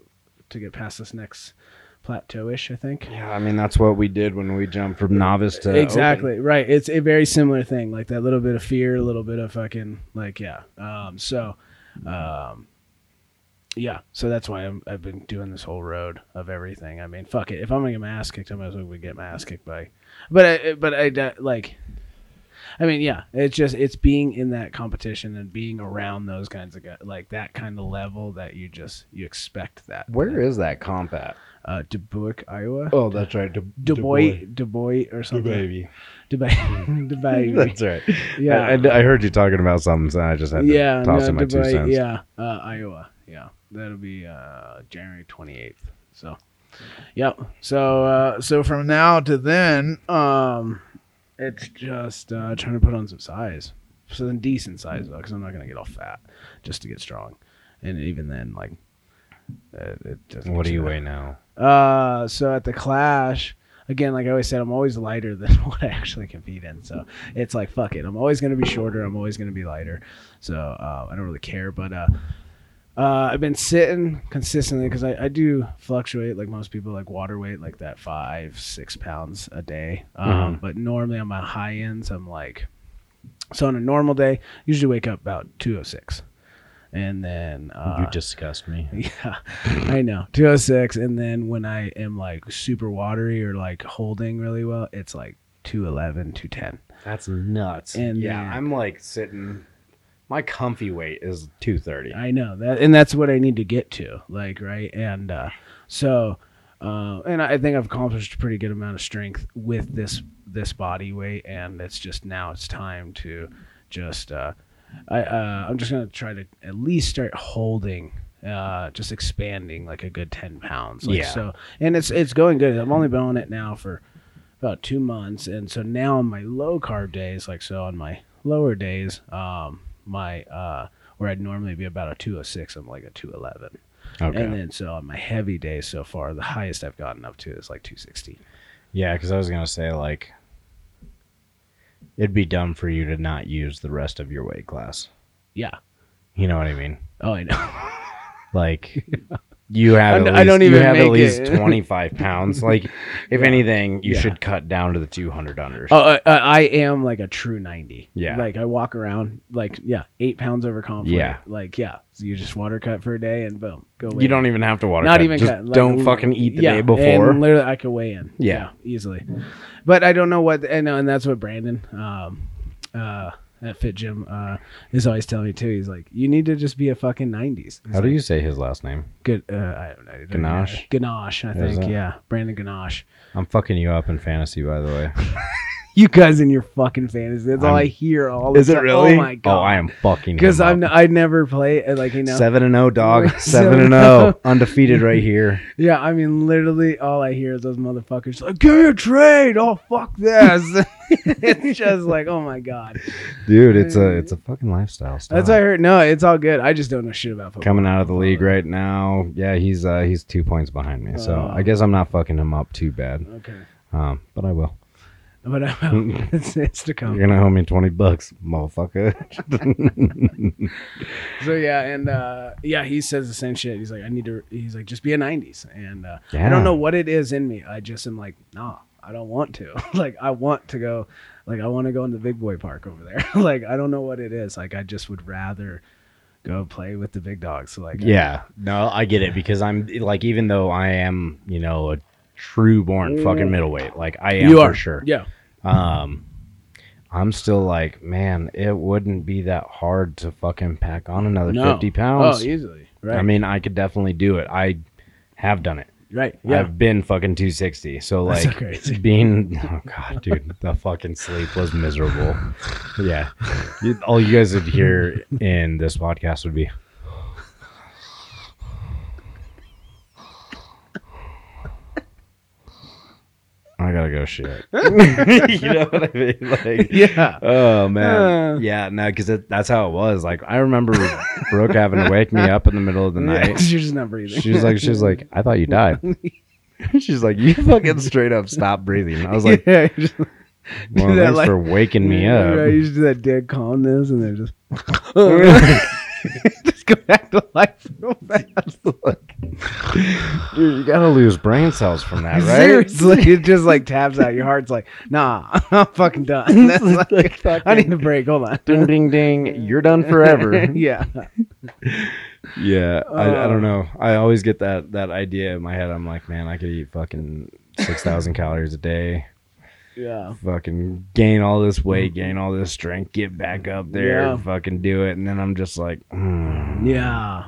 S1: to get past this next plateau-ish. I think.
S2: Yeah, I mean that's what we did when we jumped from novice to
S1: exactly right it's a very similar thing like that little bit of fear a little bit of fucking like yeah um so um yeah so that's why I'm, i've been doing this whole road of everything i mean fuck it if i'm gonna get my ass kicked i might as well get my ass kicked by but i but i don't- like i mean yeah it's just it's being in that competition and being around those kinds of guys like that kind of level that you just you expect that
S2: Open. Where is that comp at?
S1: uh dubuque iowa
S2: Oh, that's right. Du-
S1: dubois dubois or something
S2: baby. (laughs)
S1: (laughs) Dubai, Dubai.
S2: That's right.
S1: Yeah,
S2: I, I- I heard you talking about something, so I just had to
S1: yeah,
S2: toss
S1: no,
S2: in my two
S1: Dubai,
S2: cents.
S1: Yeah, uh, Iowa. Yeah, that'll be uh, January twenty eighth. So, yep. So, uh, so from now to then, um, it's just uh, trying to put on some size, some decent size though, because I'm not gonna get all fat just to get strong, and even then, like, it, it doesn't.
S2: What
S1: get
S2: do you
S1: that.
S2: weigh now?
S1: Uh, so at the Clash, again, like I always said, I'm always lighter than (laughs) what I actually compete in. So it's like fuck it, I'm always gonna be shorter. I'm always gonna be lighter. So uh, I don't really care. But uh, uh, I've been sitting consistently because I, I do fluctuate like most people, like water weight, like that five six pounds a day. Um,
S2: Mhm.
S1: But normally on my high ends, I'm like, so on a normal day, usually wake up about two oh six, and then uh,
S2: disgust me.
S1: (laughs) yeah, I know. 206. And then when I am like super watery or like holding really well, it's like 211, 210.
S2: That's nuts.
S1: And
S2: yeah,
S1: then-
S2: I'm like sitting. My comfy weight is 230.
S1: I know that. And that's what I need to get to. Like, right. And uh, so, uh, and I think I've accomplished a pretty good amount of strength with this, this body weight. And it's just now it's time to just, uh, I, uh, I'm just going to try to at least start holding. Uh, just expanding like a good ten pounds. Like,
S2: Yeah.
S1: So and it's it's going good. I've only been on it now for about two months and so now on my low carb days like so on my lower days um my uh where i'd normally be about a 206 i'm like a 211
S2: okay.
S1: and then so on my heavy days so far the highest i've gotten up to is like 216
S2: yeah, because I was gonna say like, it'd be dumb for you to not use the rest of your weight class.
S1: yeah
S2: You know what I mean?
S1: oh i know (laughs)
S2: Like, you have.
S1: I
S2: at
S1: d- I don't
S2: least- you
S1: even
S2: have at
S1: make
S2: least
S1: it.
S2: 25 pounds.
S1: (laughs)
S2: Like, if anything, you
S1: Yeah.
S2: should cut down to the 200 unders.
S1: (laughs) oh I, I I am like a true 90
S2: Yeah.
S1: like i walk around like yeah eight pounds over conflict
S2: Yeah.
S1: like yeah so you just water cut for a day and boom go
S2: you don't even have to water.
S1: not
S2: cut.
S1: even
S2: Just
S1: cut. Like,
S2: don't fucking eat the
S1: yeah,
S2: day before.
S1: And literally, I could weigh in.
S2: Yeah.
S1: easily. But I don't know what, and uh, and that's what Brandon, um, uh, at Fit Gym, uh, is always telling me too. He's like, you need to just be a fucking nineties.
S2: How do you say his last name?
S1: Good. Uh, I don't know.
S2: Ganache?
S1: Ganache, I
S2: Is
S1: think.
S2: it?
S1: Yeah, Brandon Ganache. (laughs)
S2: I'm fucking you up in fantasy, by the way.
S1: you guys in your fucking fantasy. That's all
S2: I'm-
S1: I hear all the time. Oh my god.
S2: Oh, I am fucking.
S1: Because
S2: him
S1: I'm
S2: up.
S1: n- I never play it, like you know.
S2: seven and zero,
S1: (laughs)
S2: dog.
S1: Seven
S2: Seven and
S1: and (laughs)
S2: zero, undefeated right here.
S1: Yeah, I mean, literally, all I hear is those motherfuckers like, "Give me a trade!" Oh fuck this! (laughs) it's just like, oh my god.
S2: Dude, it's a it's a fucking lifestyle. Style.
S1: That's what I heard. No, it's all good. I just don't know shit about football.
S2: coming out of the league right now. Yeah, he's uh, he's two points behind me, so
S1: Oh.
S2: I guess I'm not fucking him up too bad.
S1: Okay,
S2: Um, but I will.
S1: but I will. (laughs) it's, it's to come.
S2: You're gonna owe me twenty bucks,
S1: (laughs)
S2: motherfucker.
S1: So yeah, and uh, yeah, he says the same shit. He's like, I need to. He's like, just be a '90s, and uh, I
S2: Yeah.
S1: don't know what it is in me. I just am like, nah, I don't want to. (laughs) like, I want to go. Like, I want to go in the big boy park over there. (laughs) like, I don't know what it is. Like, I just would rather go play with the big dogs. Like,
S2: (laughs) yeah, no, I get it because I'm like, even though I am, you know, a true born fucking middleweight, like I am
S1: Mm. you
S2: for
S1: are
S2: sure.
S1: Yeah,
S2: Um, I'm still like, man, it wouldn't be that hard to fucking pack on another
S1: No.
S2: fifty pounds.
S1: Oh, easily. Right.
S2: I mean, I could definitely do it. I have done it.
S1: right. Yeah. (laughs)
S2: I've been fucking 260. So
S1: That's
S2: like (laughs)
S1: so crazy.
S2: being oh god, dude, the fucking sleep was miserable. Yeah. You- All you guys would hear in this podcast would be I gotta go shit. (laughs) you know what I mean? Like,
S1: (laughs) yeah.
S2: Oh man,
S1: Uh.
S2: yeah, no, because that's how it was. Like I remember Brooke having to wake me up in the middle of the
S1: (laughs) Yeah,
S2: night.
S1: 'cause You're just not breathing.
S2: She's like, she's like, I thought you died. (laughs) she's like, you fucking straight up stop breathing. I was like,
S1: (laughs) yeah, you just,
S2: well,
S1: that,
S2: thanks
S1: like-
S2: for waking me
S1: Right,
S2: up.
S1: you just do that dead calmness, and (laughs) then just just go back to life real fast.
S2: Dude, (laughs) you gotta lose brain cells from that, right?
S1: Seriously, it just (laughs) like taps out. Your heart's like, nah, (laughs) I'm fucking done. That's (laughs) like, I need a break. Hold (laughs) on.
S2: (laughs) Ding ding ding! You're done forever.
S1: (laughs) yeah.
S2: yeah, I, I
S1: Uh.
S2: don't know. I always get that that idea in my head. I'm like, man, I could eat fucking six thousand calories a day.
S1: Yeah.
S2: fucking gain all this weight, gain all this strength, get back up there,
S1: Yeah.
S2: fucking do it. And then I'm just like, mm,
S1: Yeah.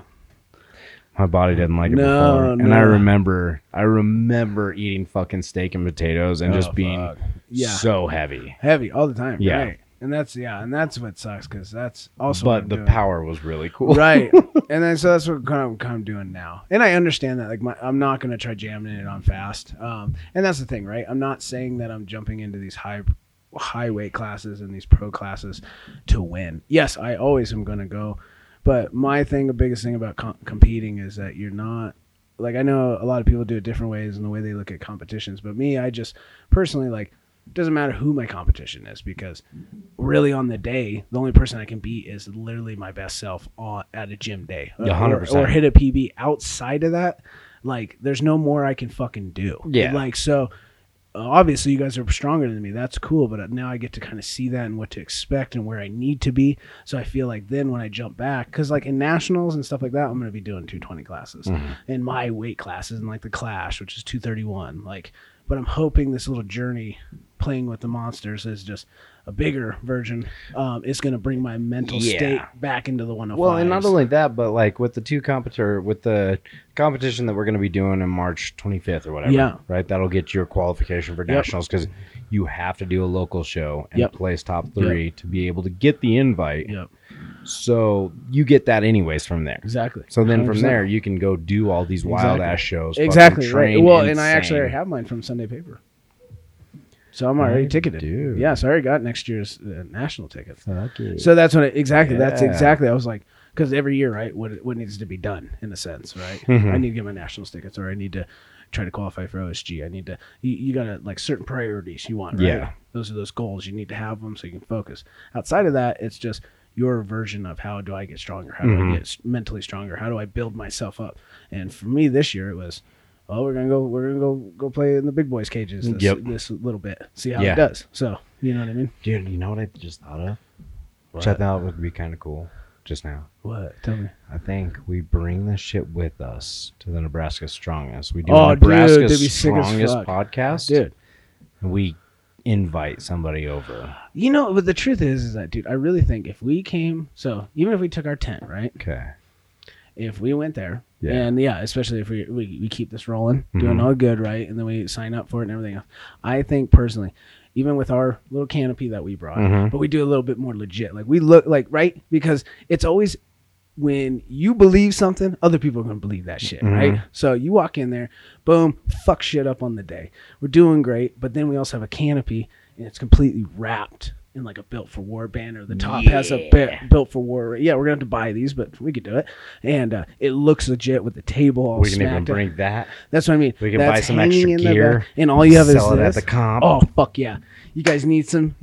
S2: my body didn't like it
S1: No,
S2: before. And I
S1: no.
S2: remember, I remember eating fucking steak and potatoes and
S1: Oh,
S2: just being
S1: fuck. Yeah.
S2: so heavy.
S1: Heavy all the time.
S2: Yeah.
S1: Right. And that's yeah, and that's what sucks because that's also what I'm
S2: but the
S1: doing.
S2: power was really cool.
S1: right and then so that's what I'm, kind of doing now and i understand that like my, i'm not going to try jamming it on fast um, and that's the thing right i'm not saying that i'm jumping into these high high weight classes and these pro classes to win yes i always am going to go but my thing the biggest thing about com- competing is that you're not like i know a lot of people do it different ways and the way they look at competitions but me i just personally like doesn't matter who my competition is because really on the day the only person i can beat is literally my best self on at a gym day
S2: Yeah,
S1: Or-
S2: 100%.
S1: or hit a pb outside of that like there's no more i can fucking do
S2: Yeah.
S1: like so uh, obviously you guys are stronger than me that's cool but now i get to kind of see that and what to expect and where i need to be so i feel like then when i jump back because like in nationals and stuff like that i'm going to be doing 220 classes
S2: Mm-hmm.
S1: in my weight classes and like the clash which is 231 like but i'm hoping this little journey playing with the monsters is just a bigger version um, is going to bring my mental
S2: Yeah.
S1: state back into the
S2: (laughs)
S1: 105
S2: Well, and not only that, but like with the two competitor with the competition that we're going to be doing in March 25th or whatever,
S1: Yeah.
S2: right? That'll get your qualification for nationals because you have to do a local show and
S1: Yep.
S2: place top three to be able to get the invite.
S1: yep
S2: So you get that anyways from there.
S1: exactly
S2: So then from
S1: 100%.
S2: there you can go do all these wild
S1: Exactly.
S2: ass shows. fucking
S1: Exactly. Right.
S2: train
S1: Well, and I
S2: insane.
S1: actually already have mine from Sunday Paper. So I'm already
S2: Nice,
S1: ticketed.
S2: dude.
S1: Yeah, so I already got next year's uh, national ticket.
S2: Fuck it.
S1: So that's when it, exactly. That's
S2: Yeah.
S1: exactly. I was like, because every year, right, what what needs to be done in a sense, right?
S2: Mhm.
S1: I need to get my nationals tickets, or I need to try to qualify for OSG. I need to. You, you gotta like certain priorities you want. Right?
S2: Yeah.
S1: Those are those goals you need to have them so you can focus. Outside of that, it's just your version of how do I get stronger? How do I
S2: Mhm.
S1: get s- mentally stronger? How do I build myself up? And for me this year, it was. Oh, we're gonna go. We're gonna go. Go play in the big boys' cages. This,
S2: Yep.
S1: this little bit. See how
S2: Yeah.
S1: it does. So you know what I mean.
S2: dude, you know what I just thought of? Which I thought would be kind of cool just now.
S1: What? Tell me.
S2: I think we bring this shit with us to the Nebraska Strongest. We do
S1: Oh, dude,
S2: Nebraska
S1: that'd be sick as
S2: Strongest
S1: fuck.
S2: podcast.
S1: Dude,
S2: And we invite somebody over.
S1: You know, but the truth is, is that, dude, I really think if we came, so even if we took our tent, right?
S2: Okay.
S1: If we went there,
S2: Yeah.
S1: and yeah, especially if we we, we keep this rolling, doing
S2: Mhm.
S1: all good, right? And then we sign up for it and everything else. I think personally, even with our little canopy that we brought.
S2: Mhm.
S1: But we do a little bit more legit. Like we look like right because it's always when you believe something, other people are gonna believe that shit,
S2: Mhm.
S1: right? So you walk in there, boom, fuck shit up on the day. We're doing great, but then we also have a canopy and it's completely wrapped in like a built for war banner. The top has a ba- built for war. Yeah, we're gonna have to buy these, but we could do it. And uh, it looks legit with the table all
S2: we can even
S1: smacked up.
S2: bring that. (laughs)
S1: That's what I mean.
S2: We can
S1: That's
S2: buy some
S1: hanging
S2: extra
S1: in the back,
S2: gear,
S1: and all you have
S2: sell
S1: is
S2: it at
S1: this.
S2: the comp.
S1: Oh fuck yeah! You guys need some.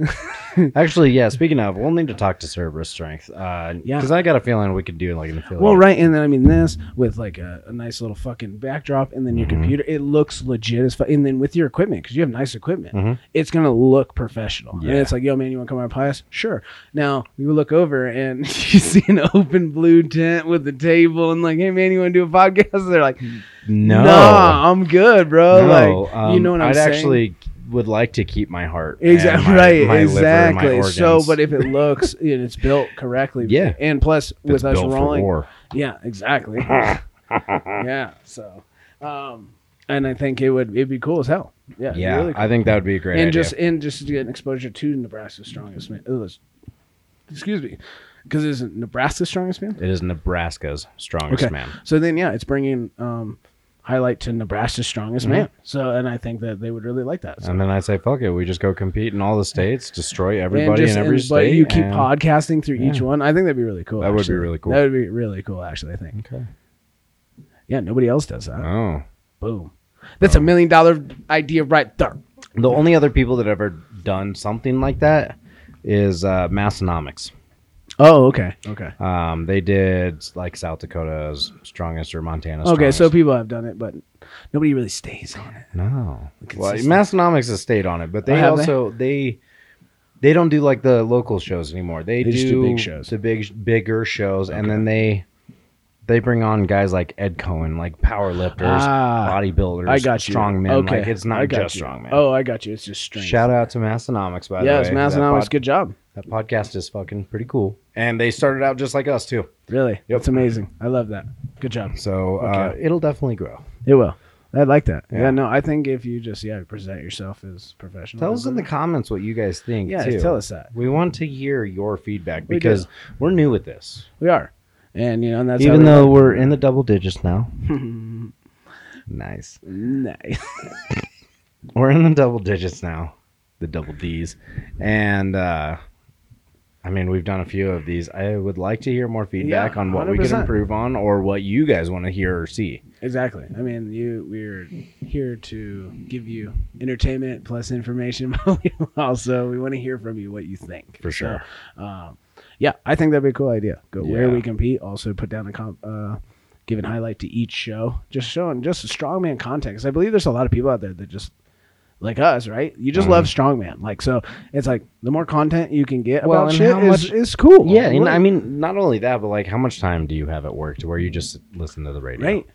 S2: Actually, yeah. Speaking of, we'll need to talk to Cerberus Strength. Uh,
S1: Yeah.
S2: Because I got a feeling we could do like an affiliate.
S1: well, right, and then I mean this with like a, a nice little fucking backdrop, and then your
S2: Mhm.
S1: computer. It looks legit as fuck, and then with your equipment because you have nice equipment,
S2: Mhm.
S1: it's gonna look professional.
S2: Yeah.
S1: And it's like, yo, man, you want to come out pie us? Sure. Now you look over and (laughs) you see an open blue tent with a table, and like, hey man, you want to do a podcast? They're like,
S2: No.
S1: no, nah, I'm good, bro.
S2: No,
S1: like, you
S2: um,
S1: know what I'm
S2: I'd
S1: saying?
S2: actually would like to keep my heart. and (laughs)
S1: Exactly
S2: my-
S1: right.
S2: my liver and my
S1: exactly. so,
S2: organs.
S1: but if it
S2: (laughs)
S1: looks and it's built correctly,
S2: Yeah.
S1: And plus,
S2: It's
S1: with us
S2: built for
S1: rolling,
S2: war.
S1: yeah, exactly. yeah. So, um, and I think it would it'd be cool as hell. Yeah. it'd be
S2: yeah,
S1: really cool.
S2: I think that would be a great
S1: and
S2: idea.
S1: just and just to get an exposure to Nebraska's strongest man. Ugh, excuse me, because isn't Nebraska's strongest man?
S2: it is Nebraska's strongest
S1: Okay.
S2: man.
S1: So then, yeah, it's bringing um, highlight to Nebraska's strongest
S2: Mhm.
S1: man. So, and I think that they would really like that. So.
S2: And then I say, fuck it, we just go compete in all the states, destroy everybody in every
S1: But
S2: state.
S1: you keep
S2: and-
S1: podcasting through each
S2: Yeah.
S1: one. I think that'd be really cool.
S2: That would be
S1: actually.
S2: really cool.
S1: That would be really cool, actually. I think.
S2: Okay.
S1: Yeah, nobody else does that.
S2: Oh.
S1: Boom.
S2: Uh-huh.
S1: That's a million dollar idea right there.
S2: The only other people that ever done something like that is uh, Massonomics.
S1: Oh, okay. Okay.
S2: Um, they did like South Dakota's strongest or Montana's
S1: Okay, so
S2: strongest.
S1: people have done it, but nobody really stays on it.
S2: no.
S1: The
S2: Well,
S1: consistent-
S2: Massonomics has stayed on it, but
S1: Oh,
S2: they
S1: have they?
S2: also they they don't do like the local shows anymore. They, do,
S1: They just do big shows.
S2: the big bigger shows, and
S1: Okay.
S2: then they they bring on guys like Ed Cohen, like power lifters,
S1: Ah,
S2: bodybuilders,
S1: I got you.
S2: strong men.
S1: Okay.
S2: Like it's
S1: I
S2: not
S1: got
S2: just
S1: you.
S2: strong men.
S1: Oh, I got you. It's just strength.
S2: Shout out to Massonomics, by
S1: Yes,
S2: the way. That
S1: Massonomics.
S2: pod-
S1: Good job.
S2: That podcast is fucking pretty cool. And they started out just like us too.
S1: Really. That's amazing. I love that. Good job.
S2: So uh,
S1: Okay.
S2: it'll definitely grow.
S1: It will. I like that. Yeah.
S2: Yeah.
S1: no, I think if you just yeah present yourself as professional,
S2: Tell us in the comments what you guys think.
S1: yeah,
S2: too.
S1: tell us that.
S2: We want to hear your feedback
S1: We do.
S2: because we're new with this.
S1: We are, and you know, and that's how
S2: Even
S1: we-
S2: though we're in the double digits now. nice.
S1: (laughs) nice.
S2: We're in the double digits now. The double D's. And uh I mean, we've done a few of these. I would like to hear more feedback
S1: Yeah,
S2: on what we could
S1: 100%.
S2: improve on or what you guys want to hear or see.
S1: Exactly. I mean, you we're here to give you entertainment plus information, (laughs) but we also we want to hear from you what you think.
S2: For sure.
S1: So, um, yeah, I think that'd be a cool idea. Go where
S2: Yeah.
S1: we compete. Also, put down a comp. Uh, Giving highlight to each show, just showing just a strongman context. I believe there's a lot of people out there that just like us, right? You just
S2: Mhm.
S1: love strongman, like so. It's like the more content you can get
S2: Well,
S1: about
S2: and
S1: shit
S2: how
S1: is,
S2: much-
S1: is cool.
S2: Yeah, and
S1: Like-
S2: I mean, not only that, but like, how much time do you have at work to where you just listen to the radio?
S1: right?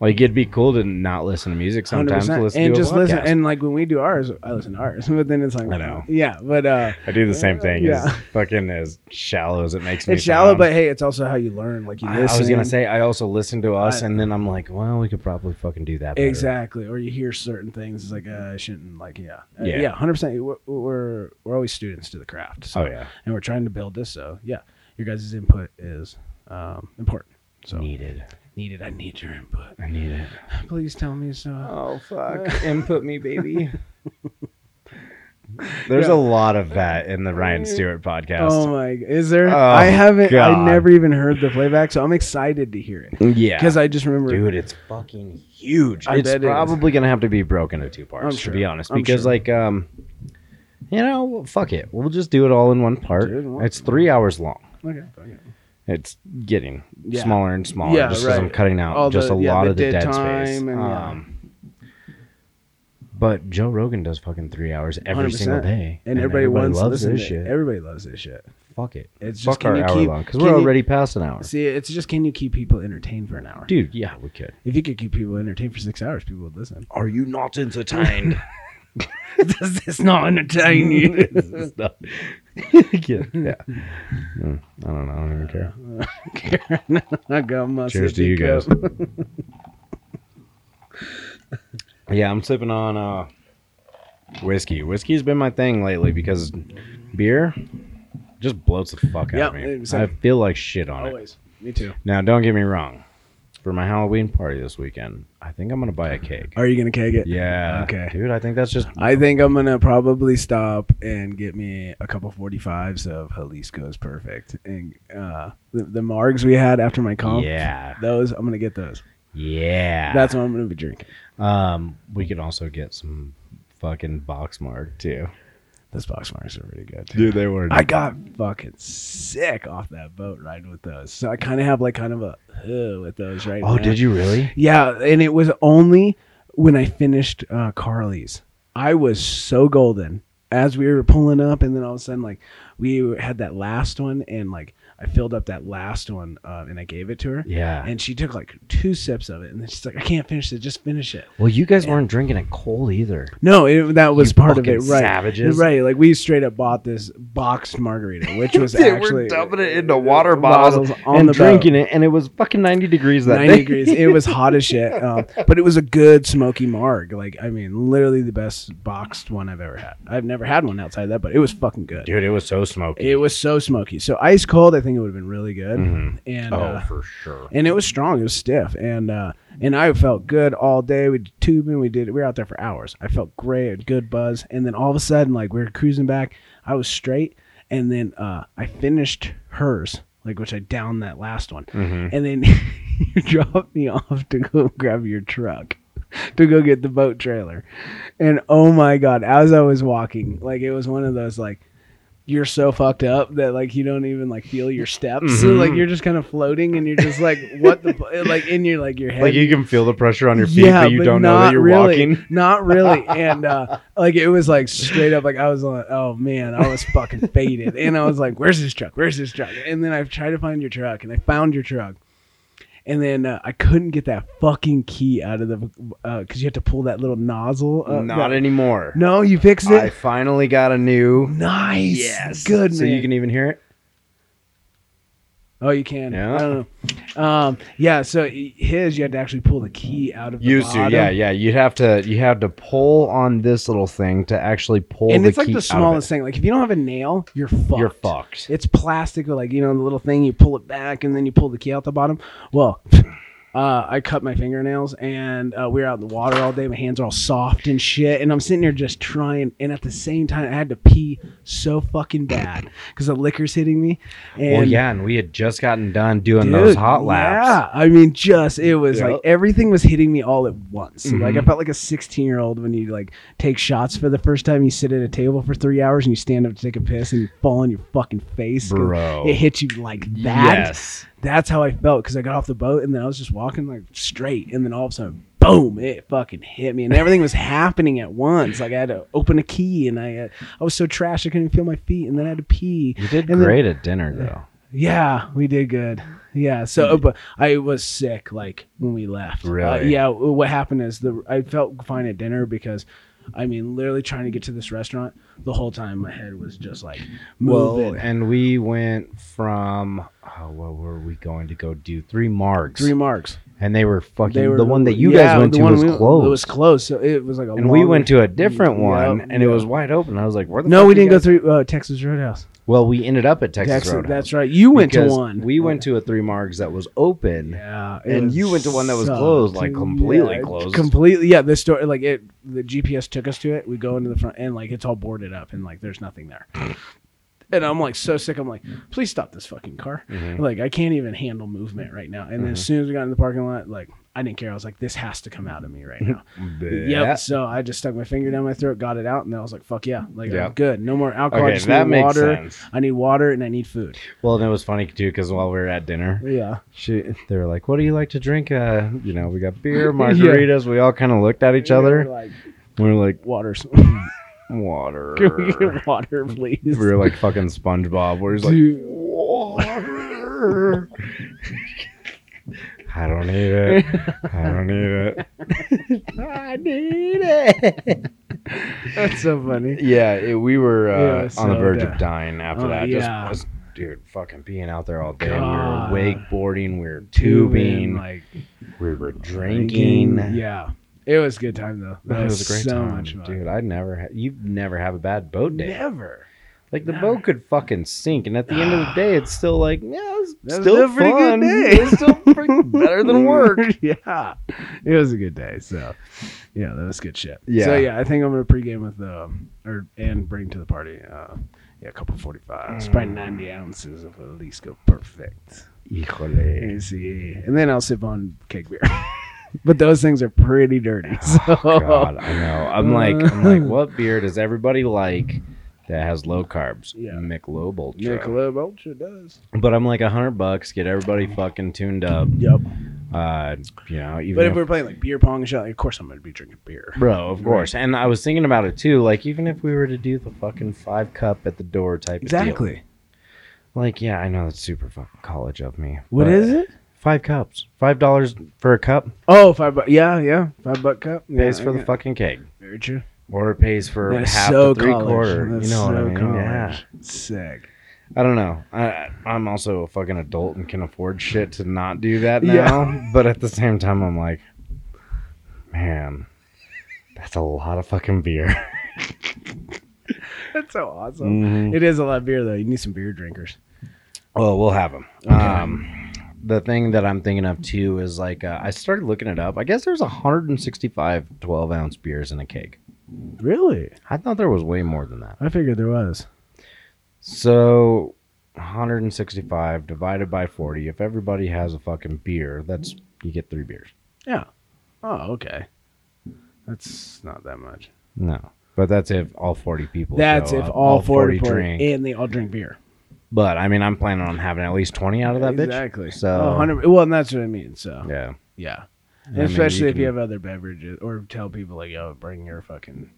S2: Like, it'd be cool to not listen to music sometimes. To
S1: 100%.
S2: listen
S1: and
S2: to a
S1: just listen
S2: podcast.
S1: and like when we do ours i listen to ours (laughs) but then it's like
S2: I know.
S1: yeah but uh
S2: I do the same thing.
S1: Yeah.
S2: As fucking as shallow as it makes me.
S1: it's shallow
S2: sound.
S1: but hey it's also how you learn like you
S2: I,
S1: listen
S2: I was gonna say I also listen to us,
S1: I-
S2: and then I'm like, well, we could probably fucking do that. Better.
S1: exactly or you hear certain things it's like uh, i shouldn't like yeah Uh,
S2: Yeah.
S1: yeah 100% we're, we're we're always students to the craft so
S2: Oh yeah.
S1: and we're trying to build this so yeah your guys' input is um important so
S2: Needed.
S1: needed i need
S2: (laughs)
S1: your input
S2: I need it.
S1: please tell me so
S2: Oh (laughs) fuck! Input me, baby. (laughs) There's a lot of that in the
S1: Mm-hmm.
S2: Ryan Stewart podcast.
S1: Oh my! Is there?
S2: Oh,
S1: I haven't. I
S2: God.
S1: never even heard the playback, so I'm excited to hear it
S2: yeah.
S1: because Oh, I just remember
S2: dude it's fucking huge
S1: I
S2: it's
S1: bet it is.
S2: probably gonna have to be broken into two parts
S1: I'm
S2: to be
S1: sure.
S2: honest
S1: I'm
S2: because
S1: sure.
S2: like um you know well, fuck it we'll just do it all in one part
S1: Do it in one-
S2: it's three hours long
S1: Okay. okay.
S2: it's getting
S1: Yeah.
S2: smaller and smaller
S1: Yeah,
S2: just because i'm
S1: right.
S2: cutting out
S1: All
S2: just
S1: the-
S2: a
S1: yeah,
S2: lot
S1: the
S2: of the dead,
S1: dead
S2: space
S1: time and, yeah.
S2: um but joe rogan does fucking three hours every
S1: 100%.
S2: single day
S1: And, everybody, wants
S2: loves
S1: to
S2: this
S1: listen to it.
S2: shit
S1: Everybody loves this shit.
S2: fuck it
S1: It's
S2: fuck
S1: just can
S2: our
S1: you
S2: hour
S1: keep
S2: long because
S1: can
S2: we're
S1: you-
S2: already past an hour
S1: see. It's just can you keep people entertained for an hour?
S2: dude yeah we
S1: (laughs)
S2: could
S1: If you could keep people entertained for six hours, people
S2: (laughs)
S1: would listen.
S2: are you not (laughs) entertained
S1: Does this not entertain (laughs)
S2: stuff. (laughs) yeah. Mm, I don't know. I don't even care.
S1: I got my
S2: Cheers to
S1: sippy
S2: you
S1: cup.
S2: guys. yeah, I'm sipping on uh Whiskey. Whiskey's been my thing lately because beer just bloats the fuck out of
S1: Yeah,
S2: me.
S1: same.
S2: I feel like shit on it.
S1: (laughs) Always. Me too.
S2: Now, don't get me wrong. For my Halloween party this weekend, I think I'm gonna buy a cake.
S1: Are you gonna keg it?
S2: Yeah.
S1: Okay.
S2: Dude, I think that's just
S1: I think I'm gonna probably stop and get me a couple 45s of Jalisco's Perfect and uh, the, the margs we had after my comp.
S2: Yeah.
S1: Those I'm gonna get those.
S2: Yeah.
S1: That's what I'm gonna be drinking.
S2: um we could also get some fucking box mark too.
S1: Those box marks are really good.
S2: Dude, they were
S1: I got fucking sick off that boat ride with those, so I kind of have like kind of a uh, with those right
S2: Oh,
S1: now.
S2: did you really?
S1: Yeah, and it was only when I finished uh, Carly's. I was so golden as we were pulling up, and then all of a sudden, like we had that last one, and like I filled up that last one, uh, and I gave it to her,
S2: Yeah.
S1: and she took like two sips of it, and then she's like, "I can't finish it. Just finish it."
S2: Well, you guys weren't drinking it cold either.
S1: No, it, that was
S2: You
S1: part of it,
S2: fucking
S1: right?
S2: savages.
S1: right? Like we straight up bought this boxed margarita,
S2: (laughs)
S1: which was
S2: They were
S1: actually
S2: dumping it into water bottles
S1: on
S2: and
S1: the boat.
S2: drinking it, and it was fucking 90 degrees that
S1: 90
S2: day.
S1: degrees. It was hot as shit.
S2: (laughs)
S1: Um, but it was a good smoky marg. Like, I mean, literally the best boxed one I've ever had. I've never had one outside that, but it was fucking good.
S2: Dude, it was so smoky.
S1: It was so smoky. So ice cold, I think it would have been really good.
S2: Mhm.
S1: And
S2: oh,
S1: uh,
S2: for sure.
S1: and it was strong. It was stiff. And uh, and I felt good all day. We did tubing. We did. We were out there for hours. I felt great. Had good buzz. And then all of a sudden, like we were cruising back. I was straight. And then uh, I finished hers, like which I downed that last one.
S2: Mhm.
S1: And then (laughs) you dropped me off to go (laughs) grab your truck. To go get the boat trailer. And oh my God, as I was walking, like it was one of those, like, you're so fucked up that like you don't even like feel your steps. So,
S2: Mhm.
S1: like you're just kind of floating and you're just like what the fu- like in your like your head.
S2: Like you can feel the pressure on your feet, but you don't know that
S1: not
S2: you're
S1: really,
S2: walking.
S1: Not really. And uh like it was like straight up like I was like, oh man, I was fucking faded. And I was like, where's this truck? Where's this truck? And then I tried to find your truck and I found your truck. And then uh, I couldn't get that fucking key out of the because you have to pull that little nozzle. Up.
S2: Not
S1: no,
S2: anymore.
S1: Uh, no, you fixed it.
S2: I finally got a new.
S1: nice, good
S2: So
S1: man.
S2: you can even hear it.
S1: Oh, you can.
S2: Yeah.
S1: I don't know. Um, yeah. So i- his, you had to actually pull the key out of the
S2: Used to,
S1: bottom.
S2: yeah, yeah. You'd have to, you have to pull on this little thing to actually pull.
S1: And
S2: the
S1: it's like
S2: key
S1: the
S2: out of it.
S1: smallest thing. Like if you don't have a nail, you're fucked.
S2: You're fucked.
S1: It's plastic, like you know the little thing. You pull it back, and then you pull the key out the bottom. Well, (laughs) uh, I cut my fingernails, and uh, we were out in the water all day. My hands are all soft and shit, and I'm sitting there just trying. And at the same time, I had to pee so fucking bad because the liquor's hitting me. And
S2: well, yeah, and we had just gotten done doing
S1: Dude,
S2: those hot laps.
S1: Yeah, I mean, just it was
S2: Yep.
S1: like everything was hitting me all at once. Like I
S2: Mhm.
S1: felt like a 16 year old when you like take shots for the first time. You sit at a table for three hours and you stand up to take a piss and you fall on your fucking face. 'cause
S2: Bro.
S1: it hits you like that.
S2: Yes.
S1: That's how I felt because I got off the boat and then I was just walking like straight and then all of a sudden. Boom! It fucking hit me, and everything was happening at once. Like I had to open a key, and I uh, I was so trash I couldn't feel my feet, and then I had to pee.
S2: You did
S1: And then-
S2: great at dinner though.
S1: yeah, we did good. Yeah, so uh, but I was sick like when we left. Uh,
S2: Mm. Really?
S1: yeah, w- what happened is the I felt fine at dinner because I mean, literally trying to get to this restaurant the whole time my head was just like moving.
S2: and we went from oh, what were we going to go do? Three marks,
S1: Three marks.
S2: and they were fucking.
S1: They were
S2: the one that you
S1: yeah,
S2: guys went
S1: the
S2: to
S1: one
S2: was
S1: we-
S2: closed.
S1: It was closed. So it was like a
S2: and we
S1: long-
S2: went to a different one,
S1: Yep,
S2: and it
S1: yep.
S2: was wide open. I was like, "Where the
S1: No,
S2: fuck
S1: we
S2: you
S1: didn't go
S2: guys-
S1: through uh, Texas Roadhouse.
S2: Well, we ended up at Texas,
S1: Texas,
S2: Roadhouse.
S1: That's right. You went to
S2: because
S1: one.
S2: We went to a Three Margs that was open.
S1: Yeah,
S2: And
S1: it
S2: you went to one that was closed, like,
S1: Yeah,
S2: completely
S1: it-
S2: closed.
S1: Completely, yeah. This store, like it, the GPS took us to it. We go into the front, and like it's all boarded up, and like there's nothing there. And I'm like so sick. I'm like, please stop this fucking car.
S2: Mhm.
S1: Like I can't even handle movement right now. And
S2: Mm-hmm.
S1: then as soon as we got in the parking lot, like I didn't care. I was like, this has to come out
S2: (laughs)
S1: of me right now.
S2: Yeah.
S1: Yep. So I just stuck my finger down my throat, got it out, and then I was like, fuck yeah, like I'm
S2: Yep.
S1: good. No more alcohol. I
S2: Okay,
S1: just
S2: that
S1: need
S2: makes
S1: water.
S2: sense.
S1: I need water and I need food.
S2: Well, and it was funny too because while we were at dinner,
S1: Yeah.
S2: she, they were like, "What do you like to drink?" Uh, you know, we got
S1: (laughs)
S2: beer, margaritas. We all kind of looked at each
S1: We're
S2: other.
S1: like
S2: We were like,
S1: (laughs) waters. Can we (laughs)
S2: "Water."
S1: get water, please?
S2: we were like fucking SpongeBob. We're just like,
S1: Dude.
S2: "Water." (laughs) I don't need it. I don't need
S1: (laughs)
S2: it. I need it.
S1: That's so funny.
S2: (laughs) Yeah, it, we were uh,
S1: Yeah,
S2: on the
S1: so
S2: verge
S1: dumb.
S2: of dying after
S1: Oh,
S2: that.
S1: yeah.
S2: Just was, dude, fucking being out there all day.
S1: God.
S2: We were wakeboarding. We were tubing.
S1: like
S2: we were drinking.
S1: Yeah. It was a good time though. That
S2: It was a great
S1: so
S2: time,
S1: much fun.
S2: dude. I never, ha- you never have a bad boat day.
S1: Never.
S2: Like the
S1: Never.
S2: boat could fucking sink, and at the end of the
S1: (sighs)
S2: day, it's still like, yeah, it's
S1: That was
S2: still
S1: a pretty
S2: fun. (laughs)
S1: good day.
S2: It's
S1: (laughs)
S2: still freaking better than work.
S1: yeah, it was a good day. So, yeah, that was good shit.
S2: Yeah.
S1: So yeah, I think I'm gonna pregame with um or and bring to the party. Uh, yeah, a couple 45s, probably
S2: Mm.
S1: 90 ounces of Jalisco Perfect.
S2: Híjole.
S1: Easy, and then I'll sip on keg beer. (laughs) but those things are pretty dirty. (laughs) So
S2: Oh, God, I know. I'm like, I'm like,
S1: (laughs)
S2: what beer does everybody like that has low carbs?
S1: Yeah.
S2: Michelob Ultra.
S1: Michelob Ultra does.
S2: But I'm like, a hundred bucks, get everybody fucking tuned up.
S1: Yep.
S2: Uh, you know, even
S1: But
S2: if
S1: if we're playing like beer pong and shit, like, of course I'm gonna be drinking beer.
S2: Bro, of course. And I was thinking about it too. Like, even if we were to do the fucking five cup at the door type of deal.
S1: Exactly.
S2: Like, yeah, I know that's super fucking college of me.
S1: What is it?
S2: Five cups. Five dollars for a cup
S1: Oh, five buck. Yeah, yeah, five buck cup. Yeah,
S2: pays for the
S1: yeah.
S2: fucking keg.
S1: Very true.
S2: Or it pays for
S1: That's
S2: half
S1: so
S2: the three
S1: college.
S2: quarter.
S1: That's
S2: you know what I
S1: so
S2: mean?
S1: college.
S2: Yeah.
S1: Sick.
S2: I don't know. I I'm also a fucking adult and can afford shit to not do that now. (laughs)
S1: Yeah.
S2: But at the same time I'm like, man, that's a lot of fucking beer. (laughs)
S1: That's so awesome.
S2: Mm-hmm. (laughs) Mm.
S1: It is a lot of beer though. You need some beer drinkers.
S2: Oh, Well, we'll have them.
S1: Okay.
S2: Um, the thing that I'm thinking of too is like uh, I started looking it up. I guess there's 165 12 ounce beers in a keg.
S1: Really?
S2: I thought there was way more than that.
S1: I figured there was.
S2: So 165 divided by 40. If everybody has a fucking beer, that's you get three beers.
S1: Oh, okay. That's not that much.
S2: No, but that's if all 40 people.
S1: That's
S2: show
S1: if
S2: up,
S1: all, four 40,
S2: drink.
S1: and they all drink beer.
S2: But I mean, I'm planning on having at least 20 out of that bitch.
S1: exactly.
S2: So-
S1: Oh, 100 well, and that's what I mean. So yeah,
S2: Yeah.
S1: And
S2: I mean,
S1: especially if
S2: can-
S1: you have other beverages, or tell people like, "Yo, bring your fucking,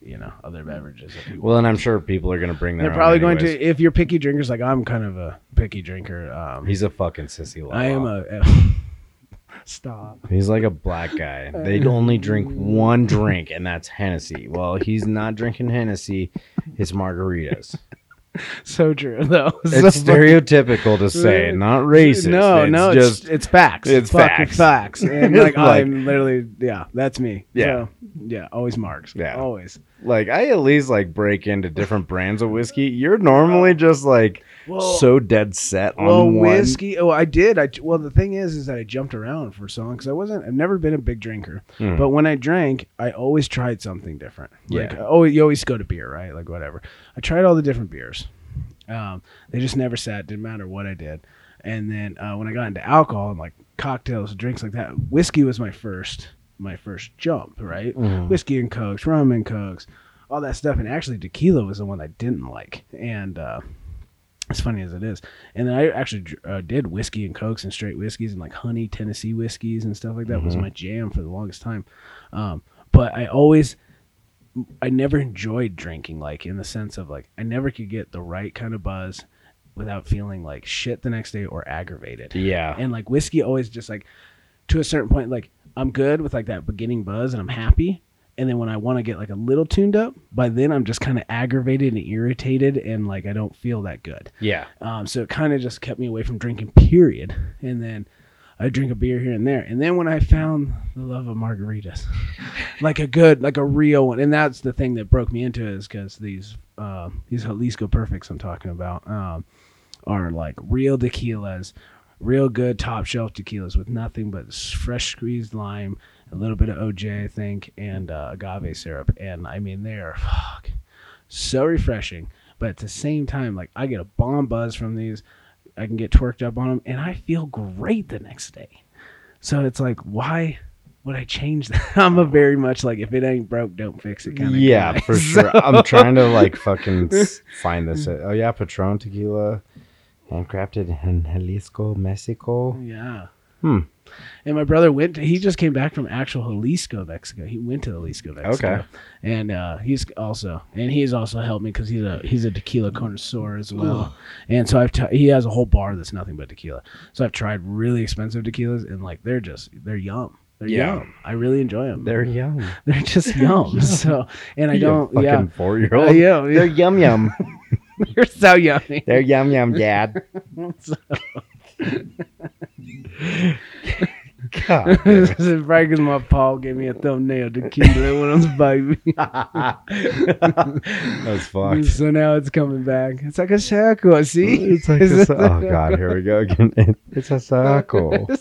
S1: you know, other beverages." If you
S2: Well, and I'm sure people are gonna bring their.
S1: They're
S2: own
S1: probably going
S2: anyways.
S1: to if you're picky drinkers like I'm kind of a picky drinker. Um
S2: He's a fucking sissy.
S1: I am
S2: Wawa.
S1: a (laughs) stop.
S2: He's like a black guy. They only drink one drink, and that's Hennessy. Well, he's not drinking Hennessy; it's margaritas.
S1: So true though. (laughs) So
S2: It's stereotypical to say, not racist.
S1: No,
S2: It's
S1: no,
S2: just
S1: it's, it's facts.
S2: it's
S1: fucking
S2: facts. (laughs)
S1: facts. And
S2: It's
S1: like,
S2: like-
S1: I'm literally yeah, that's me.
S2: Yeah.
S1: So, yeah, always marks.
S2: Yeah.
S1: Always.
S2: like I at least like break into different brands of whiskey. You're normally just like so dead set on
S1: well,
S2: one.
S1: whiskey. Oh, I did. I well, the thing is, is that I jumped around for so long because I wasn't. I've never been a big drinker,
S2: Mm.
S1: but when I drank, I always tried something different. Like,
S2: Yeah.
S1: oh, you always go to beer, right? Like whatever. I tried all the different beers. Um, they just never sat. Didn't matter what I did. And then uh, when I got into alcohol and like cocktails, drinks like that, whiskey was my first, my first jump, right?
S2: Mhm.
S1: Whiskey and cokes, rum and cokes, all that stuff. And actually, tequila was the one I didn't like. And uh, as funny as it is. And then I actually dr- uh, did whiskey and cokes and straight whiskeys and like honey Tennessee whiskeys and stuff like that was my jam for the longest time. Um, but I always, I never enjoyed drinking, like in the sense of like, I never could get the right kind of buzz without feeling like shit the next day or aggravated.
S2: Yeah.
S1: And like whiskey always just like, to a certain point, like I'm good with like that beginning buzz and I'm happy. And then when I want to get like a little tuned up, by then I'm just kind of aggravated and irritated and like I don't feel that good.
S2: yeah.
S1: Um, so it kind of just kept me away from drinking, period. And then I drink a beer here and there. And then when I found the love of margaritas, like a good, like a real one, and that's the thing that broke me into it is because these uh, these Jalisco Perfects I'm talking about um, are like real tequilas, real good top shelf tequilas with nothing but s- fresh squeezed lime, a little bit of OJ, I think, and uh, agave syrup. And I mean, they are fuck so refreshing. But at the same time, like I get a bomb buzz from these. I can get twerked up on them, and I feel great the next day. So it's like, why would I change (laughs) that? I'm a very much like, if it ain't broke, don't fix it kind of
S2: yeah,
S1: (laughs)
S2: for sure. I'm trying to like fucking s- find this. Oh yeah, Patron tequila, handcrafted in Jalisco, Mexico.
S1: Yeah.
S2: Hmm.
S1: And my brother went. To, he just came back from actual Jalisco, Mexico. He went to Jalisco, Mexico.
S2: Okay.
S1: And uh, he's also, and he's also helped me because he's a he's a tequila connoisseur as well. And so I've t- he has a whole bar that's nothing but tequila. So I've tried really expensive tequilas, and like they're just they're yum. They're
S2: Yeah.
S1: yum. I really enjoy them. They're
S2: They're young.
S1: (laughs) they're just
S2: (laughs)
S1: yum. So and I don't. Yeah.
S2: four year
S1: Uh,
S2: old.
S1: yeah,
S2: They're yum yum.
S1: (laughs) you're so yummy.
S2: They're yum (laughs) yum, Dad. God. damn (laughs)
S1: (laughs) This is probably because my paw gave me a thumbnail to kindle it when I was a baby.
S2: it. That's fucked.
S1: so now it's coming back. It's like a circle, see?
S2: (laughs) It's like a, sa- oh god, here we go again. (laughs) It- it's a circle.
S1: (laughs)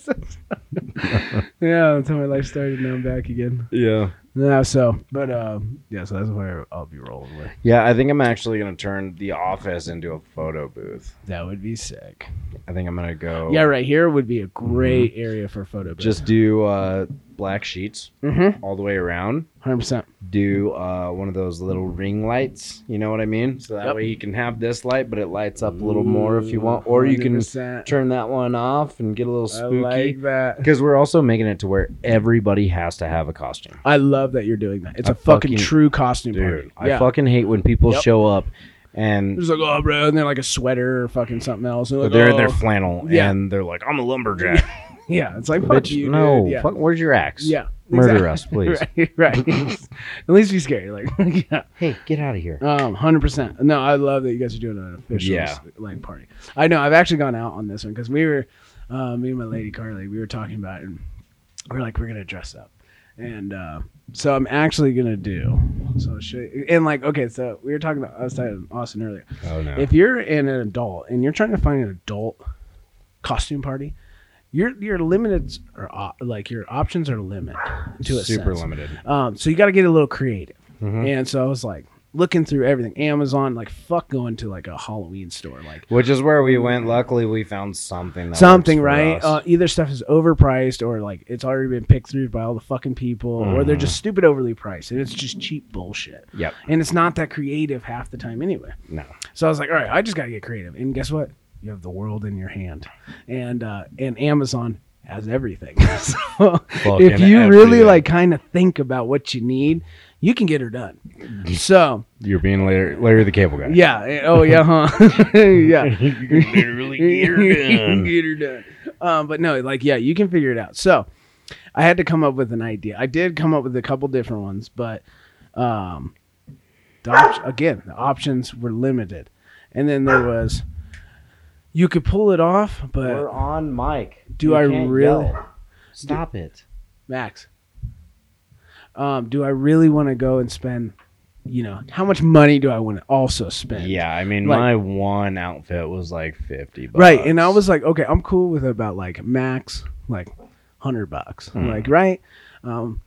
S1: yeah, that's how my life started. Now I'm back again.
S2: yeah.
S1: Yeah, so, but um, yeah, so that's where I'll be rolling with.
S2: Yeah, I think I'm actually gonna turn the office into a photo booth.
S1: That would be sick.
S2: I think I'm gonna go.
S1: Yeah, right here would be a great area for photo.
S2: Oh.
S1: booth.
S2: Mm-hmm. Just do uh, black sheets
S1: Mhm.
S2: all the way around.
S1: 100%.
S2: Do uh, one of those little ring lights. You know what I mean? So that
S1: Yep.
S2: way you can have this light, but it lights up a little more if you want, or you can
S1: 100%.
S2: turn that one off and get a little
S1: I
S2: spooky.
S1: like that.
S2: Because we're also making it to where everybody has to have a costume.
S1: I love that you're doing that. It's
S2: I
S1: a fucking,
S2: fucking-
S1: true costume
S2: Dude,
S1: party.
S2: I fucking hate when people
S1: Yep.
S2: show up and
S1: It's like, oh, bro, and then like a sweater or fucking something else. And
S2: but
S1: like,
S2: they're in their
S1: oh.
S2: flannel
S1: Yeah.
S2: and they're like, "I'm a lumberjack."
S1: yeah, it's like, (laughs) fuck
S2: Bitch,
S1: you,
S2: no,
S1: dude. Yeah,
S2: fuck, where's your axe?
S1: yeah,
S2: murder
S1: exactly.
S2: us, please.
S1: (laughs) right,
S2: (laughs)
S1: right. At least be scary, like, (laughs) yeah,
S2: Hey, get out of here.
S1: um, hundred percent. No, I love that you guys are doing an official
S2: Yeah.
S1: like party. I know I've actually gone out on this one because we were, uh, me and my lady Carly, we were talking about it, and we are like, we're gonna dress up, and uh, so I'm actually gonna do. So should, and like, okay, so we were talking about I was talking to Austin earlier.
S2: Oh no.
S1: If you're an adult and you're trying to find an adult costume party, your your limits are op- like your options are limited to a
S2: super
S1: sense.
S2: limited.
S1: Um, so you got to get a little creative.
S2: Mhm.
S1: And so I was like looking through everything, Amazon, like fuck going to like a Halloween store, like
S2: Which is where we went. Luckily, we found something. That
S1: something
S2: works for
S1: right.
S2: us.
S1: Uh, either stuff is overpriced or like it's already been picked through by all the fucking people, or they're
S2: Mhm.
S1: just stupid overly priced, and it's just cheap bullshit.
S2: yep.
S1: And it's not that creative half the time anyway.
S2: No.
S1: So I was like, all right, I just got to get creative. And guess what? You have the world in your hand, and uh, and Amazon has everything. (laughs) so if you really
S2: everything.
S1: like kind of think about what you need, you can get her done. So
S2: You're being Larry, Larry the Cable Guy.
S1: yeah, eh, oh yeah, huh? (laughs) yeah,
S2: you can
S1: (laughs)
S2: literally get
S1: You
S2: her
S1: can
S2: done.
S1: get her done. Um, but no, like yeah, you can figure it out. So I had to come up with an idea. I did come up with a couple different ones, but um, the op- again, the options were limited, and then there was you could pull it off, but
S2: We're on mic.
S1: Do
S2: You
S1: I
S2: can't
S1: really- (laughs)
S2: yell. Stop it.
S1: Max, um, do I really want to go and spend? You know, how much money do I want to also spend?
S2: Yeah, I mean,
S1: Like-
S2: my one outfit was like fifty. Bucks.
S1: right and i was like okay i'm cool with about like max like 100 bucks
S2: Hmm.
S1: like right um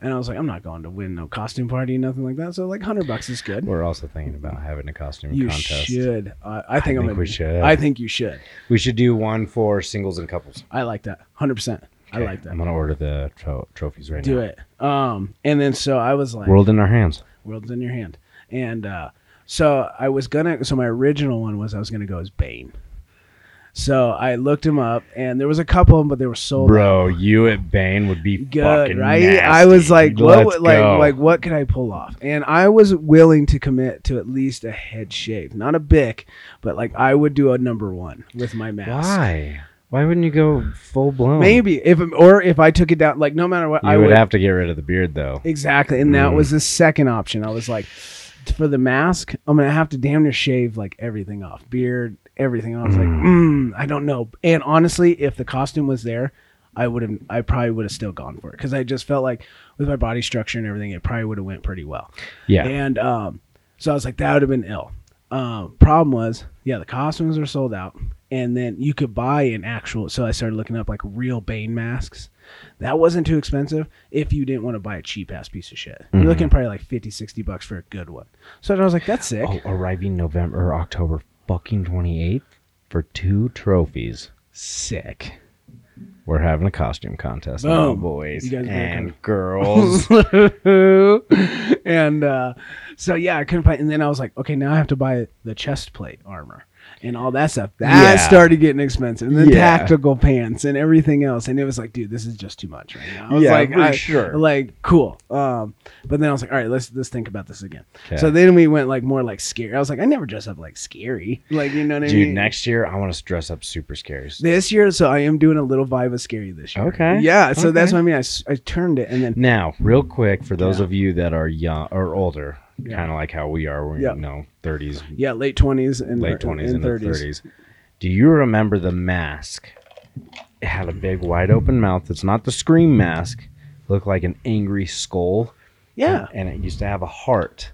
S1: and i was like i'm not going to win no costume party nothing like that so like 100 bucks is good
S2: We're also thinking about having a costume
S1: you
S2: contest.
S1: should uh, i think I am
S2: think
S1: gonna
S2: we
S1: do-
S2: should.
S1: i think you should
S2: We should do one for singles and couples.
S1: i like that 100% i like that
S2: I'm gonna order the tro- trophies right
S1: do
S2: now.
S1: it um and then so i was like
S2: World in our hands.
S1: world's in your hand and uh so i was gonna so my original one was i was gonna go as bane so i looked him up and there was a couple of them but they were sold out.
S2: Bro, you at Bane would be
S1: good,
S2: fucking
S1: right?
S2: nasty.
S1: I was like, what,
S2: Let's
S1: would- like,
S2: go.
S1: like, what could I pull off? And I was willing to commit to at least a head shave, not a bic, but like I would do a number one with my mask.
S2: why? Why wouldn't you go full blown?
S1: Maybe if or if I took it down, like no matter what,
S2: you
S1: I
S2: would,
S1: would
S2: have to get rid of the beard though.
S1: exactly. And that
S2: Mm.
S1: was the second option. I was like, for the mask, I'm gonna have to damn near shave like everything off, beard, everything. And I was like, mm, I don't know. And honestly, if the costume was there. I would have, I probably would have still gone for it because I just felt like with my body structure and everything, it probably would have went pretty well.
S2: Yeah,
S1: And um, so I was like, that would have been ill. Um, problem was, yeah, the costumes are sold out, and then you could buy an actual. So I started looking up like real Bane masks. That wasn't too expensive if you didn't want to buy a cheap ass piece of shit.
S2: Mhm.
S1: You're looking probably like 50, 60 bucks for a good one. So then I was like, that's sick.
S2: Oh, arriving November or October fucking 28th for two trophies.
S1: Sick.
S2: We're having a costume contest.
S1: Boom.
S2: now, boys
S1: You guys better
S2: and
S1: (laughs)
S2: girls.
S1: and uh, so yeah, I couldn't find. And then I was like, okay, now I have to buy the chest plate armor and all that stuff. That
S2: Yeah.
S1: started getting expensive, and then
S2: Yeah.
S1: tactical pants and everything else. And it was like, dude, this is just too much right now. I was
S2: Yeah,
S1: like,
S2: for
S1: I-
S2: sure.
S1: like cool. Um, but then I was like, all right, let's let's think about this again.
S2: Okay.
S1: So then we went like more like scary. I was like, I never dress up like scary. Like you know what I mean?
S2: Dude, next year I want us to dress up super scary.
S1: This year, so I am doing a little vibe of scary this year.
S2: Okay.
S1: Yeah. So that's
S2: Okay.
S1: what I mean. I, s- I turned it and then
S2: Now, real quick, for those
S1: Yeah.
S2: of you that are young or older,
S1: Yeah.
S2: kind of like how we are, we're
S1: Yeah.
S2: you know, 30s,
S1: Yeah, late twenties and
S2: late 20s and, 30s. Do you remember the mask It had a big, wide open mouth. It's not the scream mask. Looked like an angry skull.
S1: Yeah.
S2: And it used to have a heart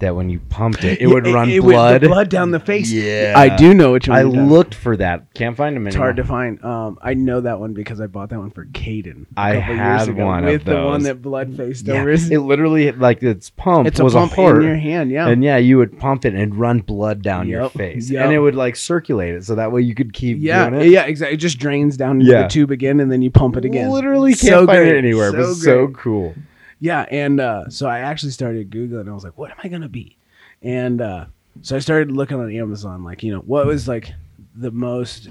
S2: that when you pumped it, it
S1: Yeah,
S2: would run
S1: it would- the
S2: blood.
S1: blood down the face.
S2: Yeah.
S1: I do know which one.
S2: I
S1: you're talking-
S2: looked for that. Can't find him anymore.
S1: It's hard to find. Um, I know that one because I bought that one for Caden. a
S2: I
S1: couple
S2: had one of
S1: with the one
S2: those.
S1: that blood faced
S2: yeah.
S1: over. His,
S2: It literally like its pump
S1: it's a
S2: was
S1: pump
S2: heart.
S1: in your hand. Yeah.
S2: And yeah, you would pump it and it'd run blood down your
S1: Yep,
S2: face.
S1: yep.
S2: And it would like circulate it so that way you could keep
S1: yeah.
S2: doing it.
S1: Yeah. Exactly. It just drains down into
S2: Yeah.
S1: the tube again, and then you pump it again.
S2: Literally can't
S1: So
S2: find
S1: great,
S2: it anywhere, but
S1: so
S2: so
S1: great.
S2: cool.
S1: Yeah, and uh, so I actually started googling. I was like, "What am I gonna be?" And uh, so I started looking on Amazon, like you know, what was like the most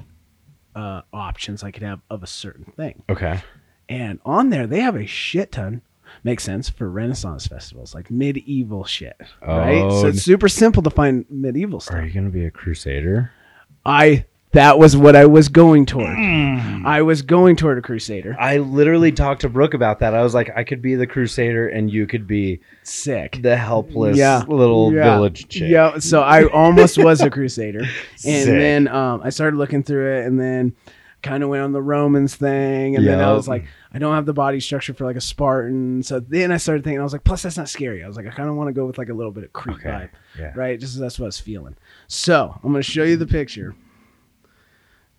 S1: uh, options I could have of a certain thing.
S2: Okay.
S1: And on there, they have a shit ton. Makes sense for Renaissance festivals, like medieval shit, right?
S2: Oh,
S1: So it's super simple to find medieval
S2: Are
S1: stuff.
S2: you gonna be a crusader?
S1: I that was what I was going toward.
S2: Mm.
S1: I was going toward a crusader.
S2: I literally talked to Brooke about that. I was like, I could be the crusader and you could be
S1: Sick.
S2: the helpless
S1: Yeah.
S2: little
S1: Yeah.
S2: village chick.
S1: Yeah, so I almost was
S2: (laughs)
S1: a crusader, and
S2: Sick.
S1: then um, I started looking through it, and then kind of went on the Romans thing, and then I
S2: Yup.
S1: was like, I don't have the body structure for like a Spartan. So then I started thinking, I was like, plus that's not scary. I was like, I kind of want to go with like a little bit of creep
S2: Okay.
S1: vibe,
S2: Yeah.
S1: right? Just that's what I was feeling. So I'm gonna show you the picture,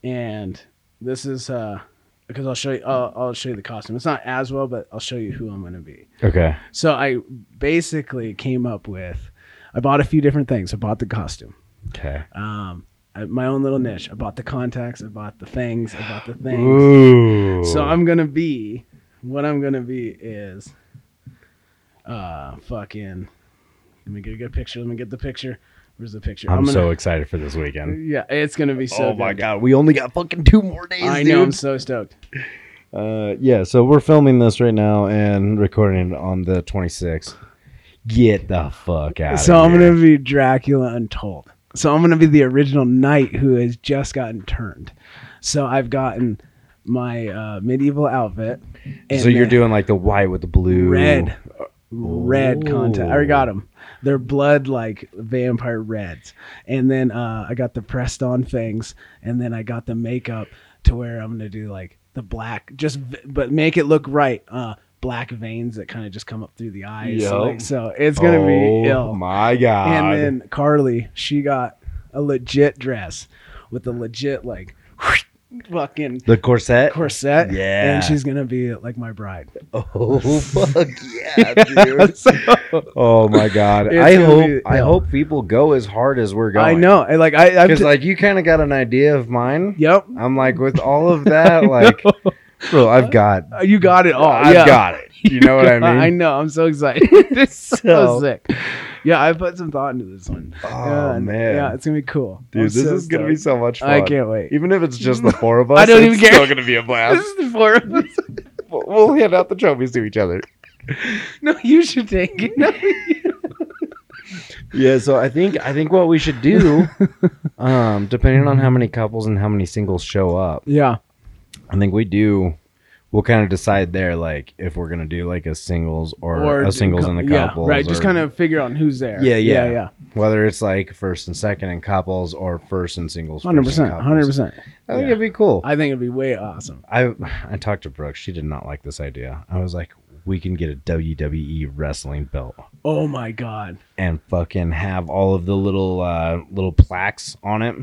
S1: and this is uh because I'll show you, I'll, I'll show you the costume. It's not as well, but I'll show you who I'm gonna be.
S2: Okay.
S1: So I basically came up with, I bought a few different things. I bought the costume,
S2: Okay.
S1: um, I, my own little niche. I bought the contacts. I bought the things. I bought the things.
S2: Ooh.
S1: So I'm gonna be, what I'm gonna be is, uh, fucking. Let me get a good picture. Let me get the picture. Where's the picture?
S2: I'm,
S1: gonna,
S2: so excited for this weekend.
S1: Yeah, it's gonna be so.
S2: oh my
S1: good.
S2: god, we only got fucking two more days.
S1: I
S2: dude.
S1: know. I'm so stoked.
S2: Uh, yeah, so we're filming this right now and recording it on the 26th. Get the fuck out.
S1: So I'm gonna be Dracula Untold. So I'm gonna be the original knight who has just gotten turned. So I've gotten my uh, medieval outfit. and
S2: So you're
S1: the
S2: doing like the white with the blue,
S1: red, red
S2: Ooh.
S1: contact. I already got them. They're blood like vampire reds. And then uh, I got the pressed on things, and then I got the makeup to where I'm gonna do like the black, just v- but make it look right. Uh, black veins that kind of just come up through the eyes. So,
S2: Yup.
S1: like- so it's gonna
S2: oh,
S1: be ill.
S2: My God.
S1: And then Carly, she got a legit dress with a legit like fucking
S2: the corset.
S1: corset.
S2: Yeah.
S1: And she's gonna be like my bride.
S2: (laughs)
S1: (laughs)
S2: Oh fuck yeah, dude. oh my God.
S1: It's
S2: I
S1: gonna
S2: hope
S1: be-
S2: I
S1: yeah.
S2: hope people go as hard as we're going.
S1: I know. I like I I'm
S2: because
S1: t-
S2: like you kind of got an idea of mine.
S1: Yep.
S2: I'm like with all of
S1: (laughs)
S2: that, (laughs) like, bro, I've got,
S1: Uh, You got it all.
S2: I've
S1: yeah.
S2: got it. You
S1: (laughs)
S2: know what I mean?
S1: I know. I'm
S2: (laughs)
S1: so excited. (laughs) it's so,
S2: So-
S1: sick. Yeah, I put some thought into this one.
S2: Oh
S1: And,
S2: man,
S1: Yeah, it's gonna be cool.
S2: dude,
S1: I'm
S2: this
S1: so
S2: is gonna be
S1: stoked.
S2: so much fun.
S1: I can't wait.
S2: Even if it's just the four of us,
S1: (laughs) I don't
S2: it's
S1: even care.
S2: Still gonna be a
S1: This
S2: blast.
S1: is the four of us. (laughs)
S2: We'll- (laughs) we'll hand out the trophies to each other.
S1: No, you should
S2: (laughs)
S1: take it. No,
S2: Yeah, so I think I think what we should do, (laughs) um, depending on how many couples and how many singles show up,
S1: (laughs) yeah.
S2: I think we do. We'll kind of decide there, like if we're gonna do like a singles or, a singles and a
S1: yeah,
S2: couple,
S1: right. Just kind of figure out who's there.
S2: Yeah,
S1: yeah.
S2: yeah.
S1: yeah.
S2: whether it's like first and second and couples or first and singles. first and
S1: Hundred percent,
S2: couples.
S1: hundred percent.
S2: I think
S1: Yeah.
S2: it'd be cool.
S1: I think it'd be way awesome.
S2: I (sighs) I talked to Brooke. She did not like this idea. I was like, we can get a WWE wrestling belt
S1: Oh my god!
S2: and fucking have all of the little uh, little plaques on it.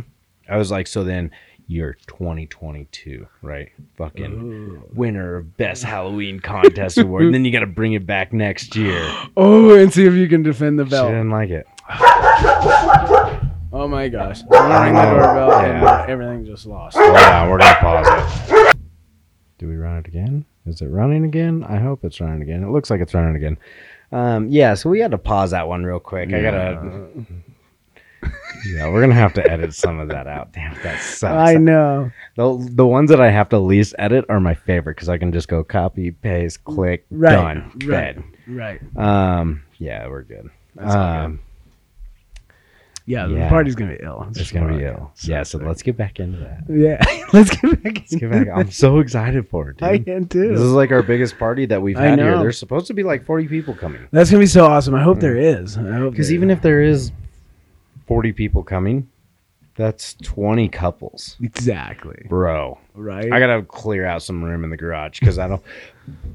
S2: I was like, so then you're 2022, right?
S1: Uh-huh.
S2: Fucking winner of best Halloween contest award. And then you got to bring it back next year.
S1: Oh, and see if you can defend the
S2: She
S1: belt.
S2: didn't like it.
S1: Oh my gosh! I'm gonna ring the
S2: know.
S1: doorbell, and
S2: Yeah.
S1: uh, everything just lost.
S2: Hold on, we're gonna pause it. Do we run it again? Is it running again? I hope it's running again. It looks like it's running again. Um, yeah, so we had to pause that one real quick. I gotta. yeah, we're gonna have to edit some of that out. Damn, that sucks.
S1: I know.
S2: The, the ones that I have to least edit are my favorite because I can just go copy, paste, click,
S1: Right.
S2: done,
S1: right. Right.
S2: fed. Um, yeah, we're good.
S1: That's all
S2: Um,
S1: Yeah,
S2: Yeah.
S1: The party's gonna be ill.
S2: it's gonna be
S1: Fuck.
S2: ill. Yeah, so let's get back into that.
S1: Yeah. (laughs) let's get back.
S2: Let's
S1: (laughs)
S2: get back. I'm so excited for it. Dude.
S1: I can
S2: This is
S1: too.
S2: like our biggest party that we've
S1: I
S2: had here.
S1: know.
S2: There's supposed to be like 40 people coming.
S1: That's gonna be so awesome. I hope there is. I hope
S2: Because
S1: there-
S2: even if there is 40 people coming, That's 20 couples.
S1: Exactly.
S2: Bro,
S1: Right.
S2: I gotta clear out some room in the garage because I don't,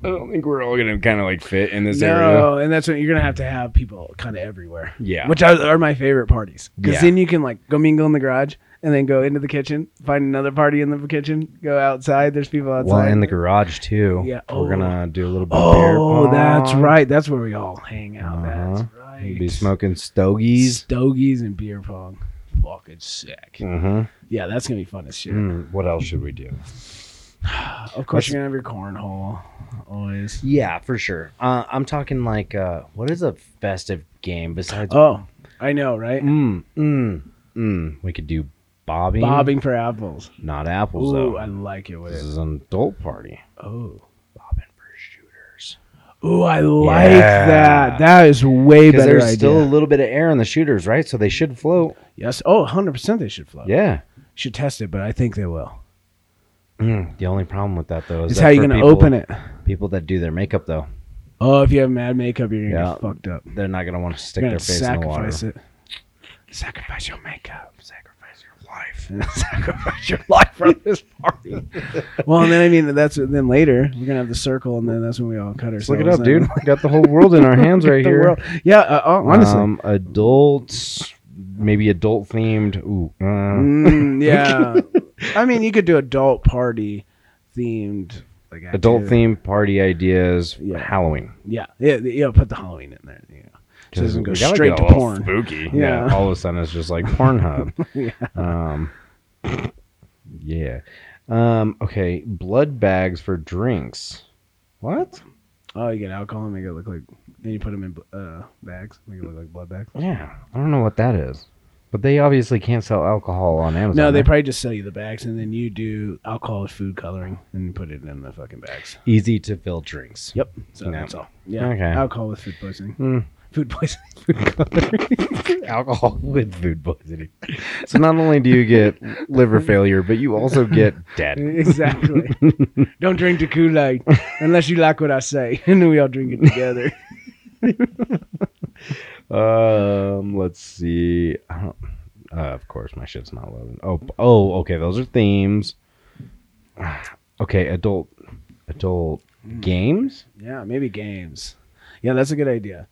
S2: I don't think we're all gonna kind of like fit in this area.
S1: no, and that's what you're gonna have to have people kind of everywhere,
S2: Yeah,
S1: which are, are my favorite parties because
S2: Yeah.
S1: then you can like go mingle in the garage and then go into the kitchen, find another party in the kitchen, go outside. There's people outside.
S2: well, in the garage too.
S1: Yeah,
S2: we're
S1: oh.
S2: gonna do a little bit. of beer
S1: oh, that's
S2: pong.
S1: right. That's where we all hang out.
S2: Uh-huh.
S1: That's right.
S2: We'll be smoking stogies.
S1: stogies and beer pong. Fucking sick.
S2: Mm-hmm. Hmm,
S1: Yeah, that's gonna be fun as shit.
S2: what else should we do?
S1: Of course,
S2: Let's-
S1: you're gonna have your cornhole always.
S2: Yeah, for sure. Uh, I'm talking like, uh, what is a festive game besides?
S1: Oh, I know, right?
S2: Mm, mm, mm. We could do bobbing.
S1: Bobbing for apples.
S2: not apples
S1: Ooh,
S2: though.
S1: I like it with
S2: this
S1: it.
S2: is an adult party.
S1: Oh.
S2: Bobbing for shooters.
S1: Ooh, I like
S2: Yeah.
S1: that. That is way
S2: Because
S1: better
S2: there's
S1: idea.
S2: still a little bit of air in the shooters, right? So they should float.
S1: yes. Oh, 100% they should float.
S2: Yeah.
S1: Should test it, but I think they will.
S2: Mm, The only problem with that though is
S1: It's
S2: that
S1: how you're
S2: for
S1: going to
S2: people-
S1: open it.
S2: People that do their makeup though,
S1: Oh, if you have mad makeup, you're going to
S2: Yeah.
S1: get fucked up.
S2: they're not gonna want to stick
S1: You're
S2: their
S1: going to
S2: face in the water.
S1: sacrifice it. Sacrifice your makeup. Sacrifice your
S2: (laughs)
S1: life. sacrifice your life for this party. well, and then I mean, that's then later we're gonna have the circle, and then that's when we all cut ourselves.
S2: Just look it up,
S1: I
S2: dude.
S1: don't know.
S2: We got the whole world
S1: (laughs)
S2: in our hands right
S1: The
S2: here.
S1: world- Yeah, uh, uh, honestly.
S2: um, adults, maybe adult themed. Ooh, uh, (laughs)
S1: Mm, yeah. I mean, you could do adult party themed. Like
S2: adult
S1: activity.
S2: themed party ideas.
S1: Yeah.
S2: Halloween.
S1: Yeah, yeah, yeah. Put the Halloween in there. Yeah. So it doesn't go
S2: We gotta
S1: straight
S2: get
S1: to
S2: all
S1: porn.
S2: Spooky.
S1: Yeah.
S2: Yeah. All of a sudden, it's (laughs) just like Pornhub.
S1: Yeah.
S2: Um, yeah. Um, okay. Blood bags for drinks. What?
S1: Oh, you get alcohol and make it look like, and you put them in uh, bags, make it look like blood bags.
S2: Yeah. I don't know what that is, but they obviously can't sell alcohol on Amazon.
S1: No, they
S2: right?
S1: probably just sell you the bags, and then you do alcohol with food coloring and you put it in the fucking bags.
S2: easy to fill (laughs) drinks.
S1: Yep. So
S2: No.
S1: that's all. Yeah.
S2: Okay.
S1: Alcohol with food poisoning.
S2: Mm.
S1: Food poisoning. (laughs)
S2: alcohol with food poisoning. So not only do you get (laughs) liver failure, but you also get (laughs) dead.
S1: exactly.
S2: (laughs)
S1: Don't drink the Kool Aid unless you like what I say, (laughs) and then we all drink it together.
S2: Um, let's see. I don't, uh, of course, my shit's not loading. Oh, p- oh, okay. Those are themes. (sighs) Okay, adult, adult
S1: Hmm.
S2: games.
S1: yeah, maybe games. Yeah, that's a good idea.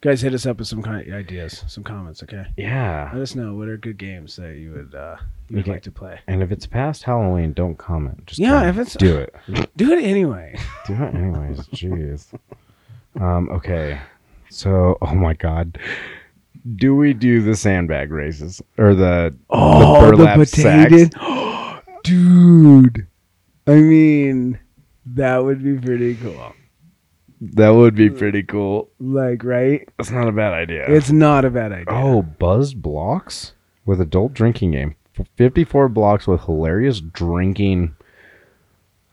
S1: Guys, hit us up with some kind of ideas, some comments. Okay.
S2: Yeah.
S1: Let us know what are good games that you would uh, you
S2: We
S1: would
S2: can-
S1: like to play.
S2: And if it's past Halloween, don't comment. Just
S1: Yeah,
S2: don't
S1: if it's-
S2: do it,
S1: Do it anyway.
S2: do it
S1: (laughs)
S2: anyways. Jeez. Um. Okay. So, oh my God, do we do the sandbag races or the
S1: Oh, the,
S2: burlap
S1: potato, (gasps) dude. I mean, that would be pretty cool.
S2: That would be pretty cool.
S1: Like, right?
S2: That's not a bad idea.
S1: It's not a bad idea.
S2: oh, Buzz Blocks with adult drinking game. F- 54 blocks with hilarious drinking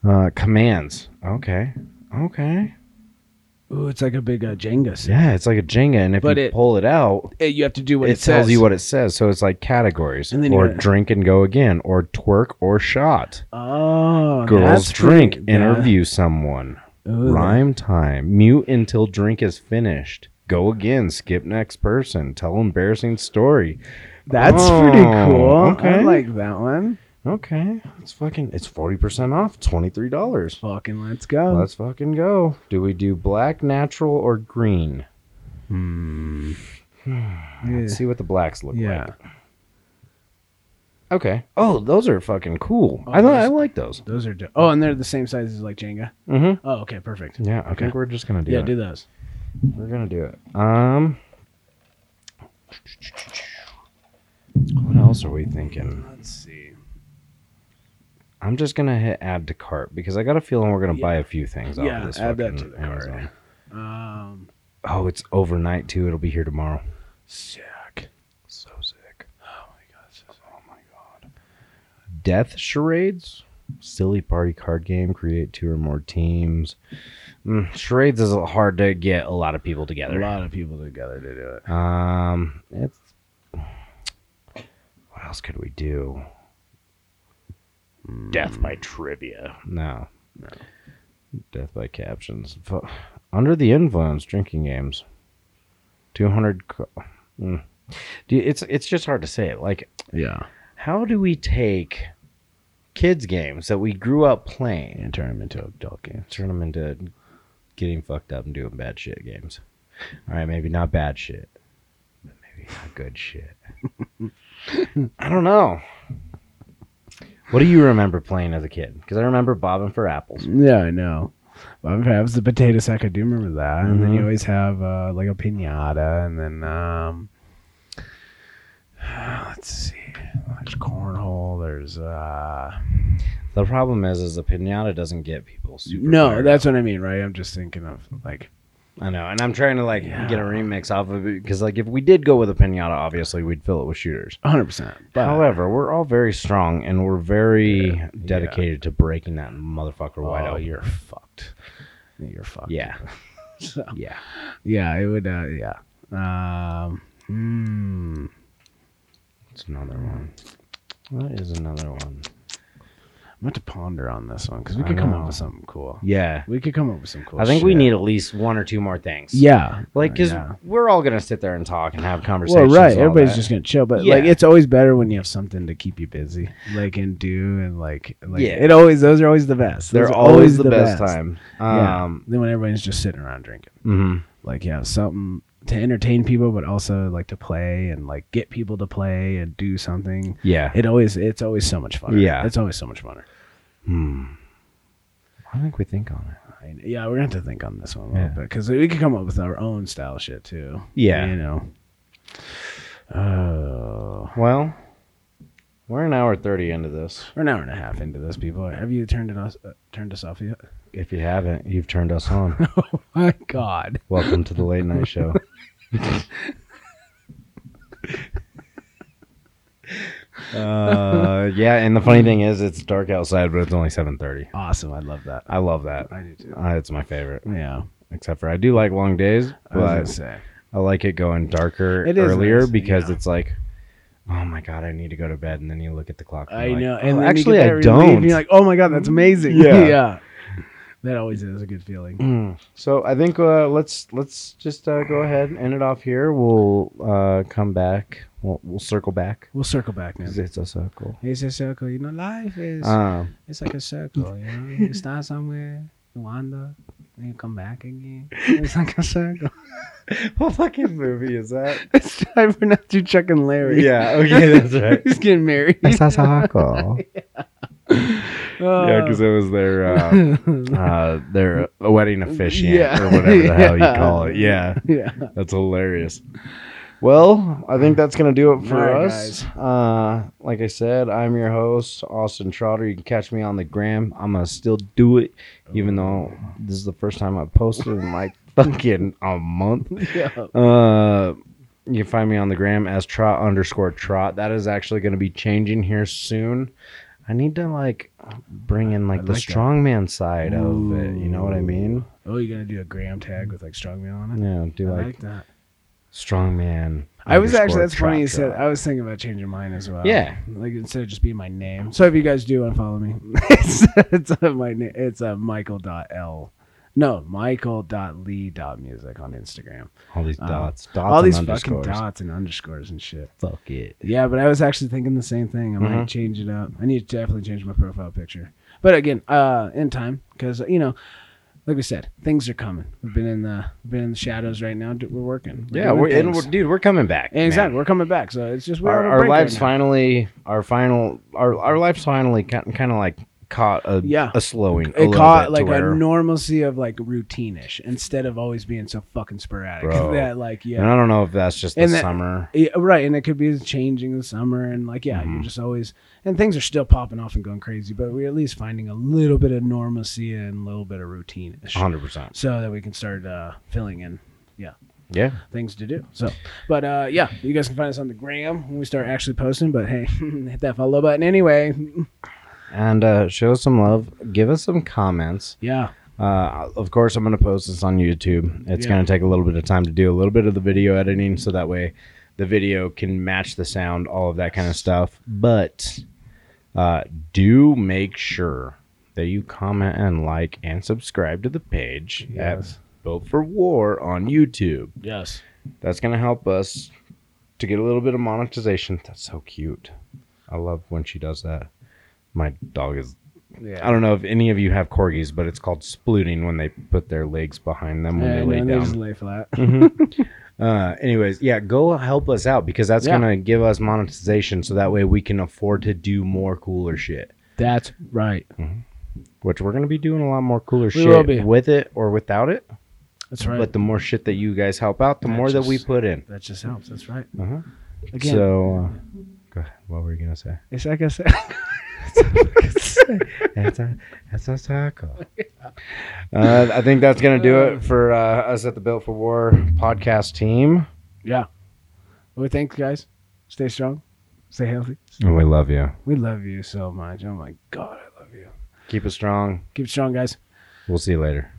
S2: uh, commands. Okay. Okay.
S1: Ooh, it's like a big uh, Jenga. set.
S2: Yeah, it's like a Jenga, and if
S1: But
S2: you
S1: it-
S2: pull it out,
S1: Eh, You have to do what
S2: it,
S1: it,
S2: tells
S1: says.
S2: you what it says. So it's like categories,
S1: And then
S2: or
S1: you're-
S2: drink and go again, or twerk or shot.
S1: Oh,
S2: Girls
S1: that's
S2: drink,
S1: pretty-
S2: interview someone.
S1: Yeah. Ooh,
S2: Rhyme time. Mute until drink is finished. Go again. Skip next person. Tell embarrassing story.
S1: That's pretty
S2: Oh,
S1: cool. I
S2: okay.
S1: like that one.
S2: Okay, it's fucking. It's forty percent off. Twenty three dollars.
S1: Fucking let's go.
S2: Let's fucking go. Do we do black, natural, or green?
S1: Hmm. yeah.
S2: Hmm. Let's see what the blacks look
S1: Yeah.
S2: like. Okay. Oh, those are fucking cool. I
S1: Oh,
S2: thought I
S1: those-
S2: like those.
S1: Those are. Do- oh, and they're the same size as like Jenga.
S2: Mm-hmm.
S1: Oh, okay, perfect.
S2: Yeah, I
S1: Okay.
S2: think we're just gonna do
S1: Yeah,
S2: it.
S1: do those.
S2: We're gonna do it. Um. What else are we thinking?
S1: Let's see.
S2: I'm just gonna hit add to cart because I got a feeling we're gonna
S1: Yeah.
S2: buy a few things. off
S1: Yeah,
S2: of this
S1: add that
S2: fucking
S1: to the cart.
S2: Amazon.
S1: Um,
S2: Oh, it's overnight too. It'll be here tomorrow.
S1: sick.
S2: So sick.
S1: Oh my god. so sick.
S2: Oh my god. Death charades, silly party card game. Create two or more teams. Mm, charades is hard to get a lot of people
S1: A
S2: together.
S1: lot of people together to do it.
S2: Um, it's what else could we do? Death by trivia. No.
S1: No.
S2: Death by captions. Fu- Under the influence drinking games. 200 co- mm. Dude, it's it's just hard to say it. Like
S1: Yeah.
S2: How do we take kids games that we grew up playing
S1: And turn them into adult games.
S2: and turn them into getting fucked up and doing bad shit games? All right, maybe not bad shit, but maybe not good shit.
S1: (laughs)
S2: I don't know. What do you remember playing as a kid? Because I remember bobbing for apples.
S1: Yeah, I know. Well, perhaps the potato sack. I do remember that. And then
S2: Mhm.
S1: you always have uh, like a pinata, and then um, (sighs) let's see. There's cornhole. There's uh,
S2: The problem is, is the pinata doesn't get people super.
S1: no.
S2: fired
S1: That's what I mean, right? I'm just thinking of like
S2: I know, and I'm trying to like
S1: Yeah.
S2: get a remix off of it because like if we did go with a pinata, obviously we'd fill it with shooters.
S1: 100. percent But
S2: However, we're all very strong and we're very
S1: Yeah,
S2: dedicated to breaking that motherfucker
S1: oh,
S2: wide open.
S1: you're fucked. You're fucked.
S2: Yeah,
S1: (laughs) So,
S2: yeah.
S1: yeah. It would. Uh, yeah. Um. mm.
S2: It's another one. That is another one.
S1: I'm going to ponder on this one because we
S2: I
S1: could come up
S2: know.
S1: with something cool.
S2: Yeah,
S1: We could come up with some cool.
S2: I think we
S1: shit.
S2: need at least one or two more things.
S1: Yeah, Uh,
S2: like because
S1: Yeah.
S2: we're all gonna sit there and talk and have
S1: Well,
S2: conversations.
S1: right.
S2: and all
S1: Everybody's
S2: that.
S1: just gonna chill, but
S2: Yeah.
S1: like it's always better when you have something to keep you busy, like and do, and like, like
S2: Yeah.
S1: it always. Those are always the best.
S2: they're
S1: Those are
S2: always the, best, time.
S1: Yeah.
S2: Um,
S1: then when everybody's just sitting around drinking,
S2: mhm.
S1: like yeah, something to entertain people, but also like to play and like get people to play and do something.
S2: yeah.
S1: It always, it's always so much fun.
S2: Yeah.
S1: it's always so much fun.
S2: Hmm. I think we think on it.
S1: Yeah, we're gonna have to think on this one a little
S2: Yeah.
S1: bit because we could come up with our own style shit too.
S2: Yeah.
S1: you know. Oh.
S2: Well, we're an hour thirty into this.
S1: We're an hour and a half into this, people. Have you turned it us uh, turned us off yet?
S2: If you haven't, you've turned us (laughs) on.
S1: Oh my god!
S2: Welcome to the late night show. uh, yeah, and the funny thing is, it's dark outside, but it's only seven thirty.
S1: Awesome, I love that.
S2: I love that.
S1: I do too.
S2: Uh, it's my favorite,
S1: Yeah,
S2: except for I do like long days,
S1: I was gonna
S2: but
S1: say.
S2: I like it going darker
S1: It is
S2: earlier
S1: nice,
S2: because
S1: yeah.
S2: it's like, oh my god, I need to go to bed, and then you look at the clock. and
S1: I
S2: you're like,
S1: know,
S2: "Oh,
S1: and then you
S2: actually,
S1: get
S2: I
S1: that relief,
S2: don't.
S1: and You're like, oh my god, that's amazing. (laughs)
S2: Yeah.
S1: yeah. That always is a good feeling.
S2: Mm. So I think uh, let's let's just uh, go ahead and end it off here. We'll uh, come back. We'll, we'll circle back.
S1: We'll circle back,
S2: 'Cause
S1: man.
S2: It's a circle.
S1: It's a circle, you know. Life is
S2: Um,
S1: it's like a circle, you know. You start somewhere, you wander, then you come back again. It's like a circle.
S2: (laughs)
S1: (laughs)
S2: what fucking movie is that?
S1: It's time for not to Chuck and
S2: (laughs)
S1: Larry.
S2: yeah. (laughs) Okay, that's right.
S1: (laughs) He's getting married.
S2: It's a circle. (laughs) yeah,
S1: Oh.
S2: because it was their (laughs) uh, uh, their wedding officiant
S1: Yeah.
S2: or whatever the hell
S1: Yeah.
S2: you call it. (laughs) Yeah,
S1: (laughs) yeah.
S2: that's hilarious. Well, I think that's gonna do it for
S1: All right,
S2: us. Uh, like I said, I'm your host, Austin Trotter. You can catch me on the gram. I'm gonna still do it, even though this is the first time I've posted in like (laughs) fucking a month.
S1: Yeah.
S2: Uh, you can find me on the gram as trot underscore trot. That is actually gonna be changing here soon. I need to like bring in like
S1: I
S2: the
S1: like that.
S2: strongman side of it. You know what I mean?
S1: Oh, you're gonna do a gram tag with like strongman on it.
S2: Yeah, do
S1: I
S2: like,
S1: like that.
S2: strongman.
S1: I was
S2: underscore
S1: actually that's funny you
S2: trot
S1: said.
S2: trot.
S1: I was thinking about changing mine as well.
S2: Yeah.
S1: like instead of just being my name. So if you guys do want to follow me, (laughs) it's it's uh, my name. It's uh, Michael dot L. No, Michael dot Lee dot music on Instagram.
S2: All these
S1: Uh,
S2: dots, dots,
S1: All these
S2: and
S1: fucking
S2: underscores.
S1: dots and underscores and shit.
S2: Fuck it.
S1: Yeah, but I was actually thinking the same thing. I might
S2: Mhm.
S1: change it up. I need to definitely change my profile picture. But again, uh, in time, because you know, like we said, things are coming. We've been in the we've been in the shadows right now. We're working.
S2: Yeah,
S1: doing
S2: we're, and
S1: things.
S2: we're, dude, we're coming back.
S1: And exactly.
S2: man.
S1: We're coming back. So it's just we're
S2: Our,
S1: on a
S2: our
S1: break
S2: lives
S1: right now.
S2: finally, our final, our our lives finally kind kind of like caught a
S1: Yeah.
S2: a slowing. a
S1: It
S2: little
S1: caught
S2: bit
S1: like
S2: to where,
S1: a normalcy of like routine-ish instead of always being so fucking sporadic.
S2: Bro.
S1: (laughs) That like yeah.
S2: And I don't know if that's just the
S1: And that-
S2: summer.
S1: Yeah, right, and it could be changing in the summer, and like, yeah, you're
S2: Mhm.
S1: just always, and things are still popping off and going crazy, but we're at least finding a little bit of normalcy and a little bit of routine,
S2: Hundred percent.
S1: so that we can start uh, filling in
S2: Yeah.
S1: things to do. So, but uh, yeah, you guys can find us on the gram when we start actually posting. But hey, (laughs) hit that follow button anyway. (laughs)
S2: And uh, show us some love. Give us some comments.
S1: Yeah,
S2: Uh, of course, I'm going to post this on YouTube. It's
S1: Yeah.
S2: going to take a little bit of time to do a little bit of the video editing, so that way the video can match the sound, all of that kind of stuff. But uh, do make sure that you comment and like and subscribe to the page at
S1: Yes.
S2: Built for War on YouTube.
S1: yes,
S2: That's going to help us to get a little bit of monetization. That's so cute. I love when she does that. My dog is.
S1: Yeah.
S2: I don't know if any of you have corgis, but it's called splooting when they put their legs behind them when
S1: Yeah,
S2: they
S1: and
S2: lay
S1: then they
S2: down.
S1: just lay flat. (laughs)
S2: Mhm. (laughs) uh, anyways, yeah, go help us out because that's
S1: Yeah.
S2: gonna give us monetization, so that way we can afford to do more cooler shit.
S1: That's right.
S2: Which we're gonna be doing a lot more cooler
S1: We
S2: shit
S1: will be.
S2: with it or without it.
S1: That's right.
S2: But the more shit that you guys help out, the
S1: That
S2: more that we
S1: just-
S2: put in.
S1: that just helps. That's right.
S2: Uh-huh.
S1: Again,
S2: So, uh, go ahead. What were you gonna say?
S1: it's like I said. (laughs)
S2: That's a that's a taco. Uh, I think that's gonna do it for uh, us at the Built for War podcast team.
S1: yeah. Well, thanks, guys. Stay strong. Stay healthy.
S2: And Oh, we love you.
S1: We love you so much. Oh my God, I love you.
S2: Keep it strong.
S1: Keep it strong, guys.
S2: We'll see you later.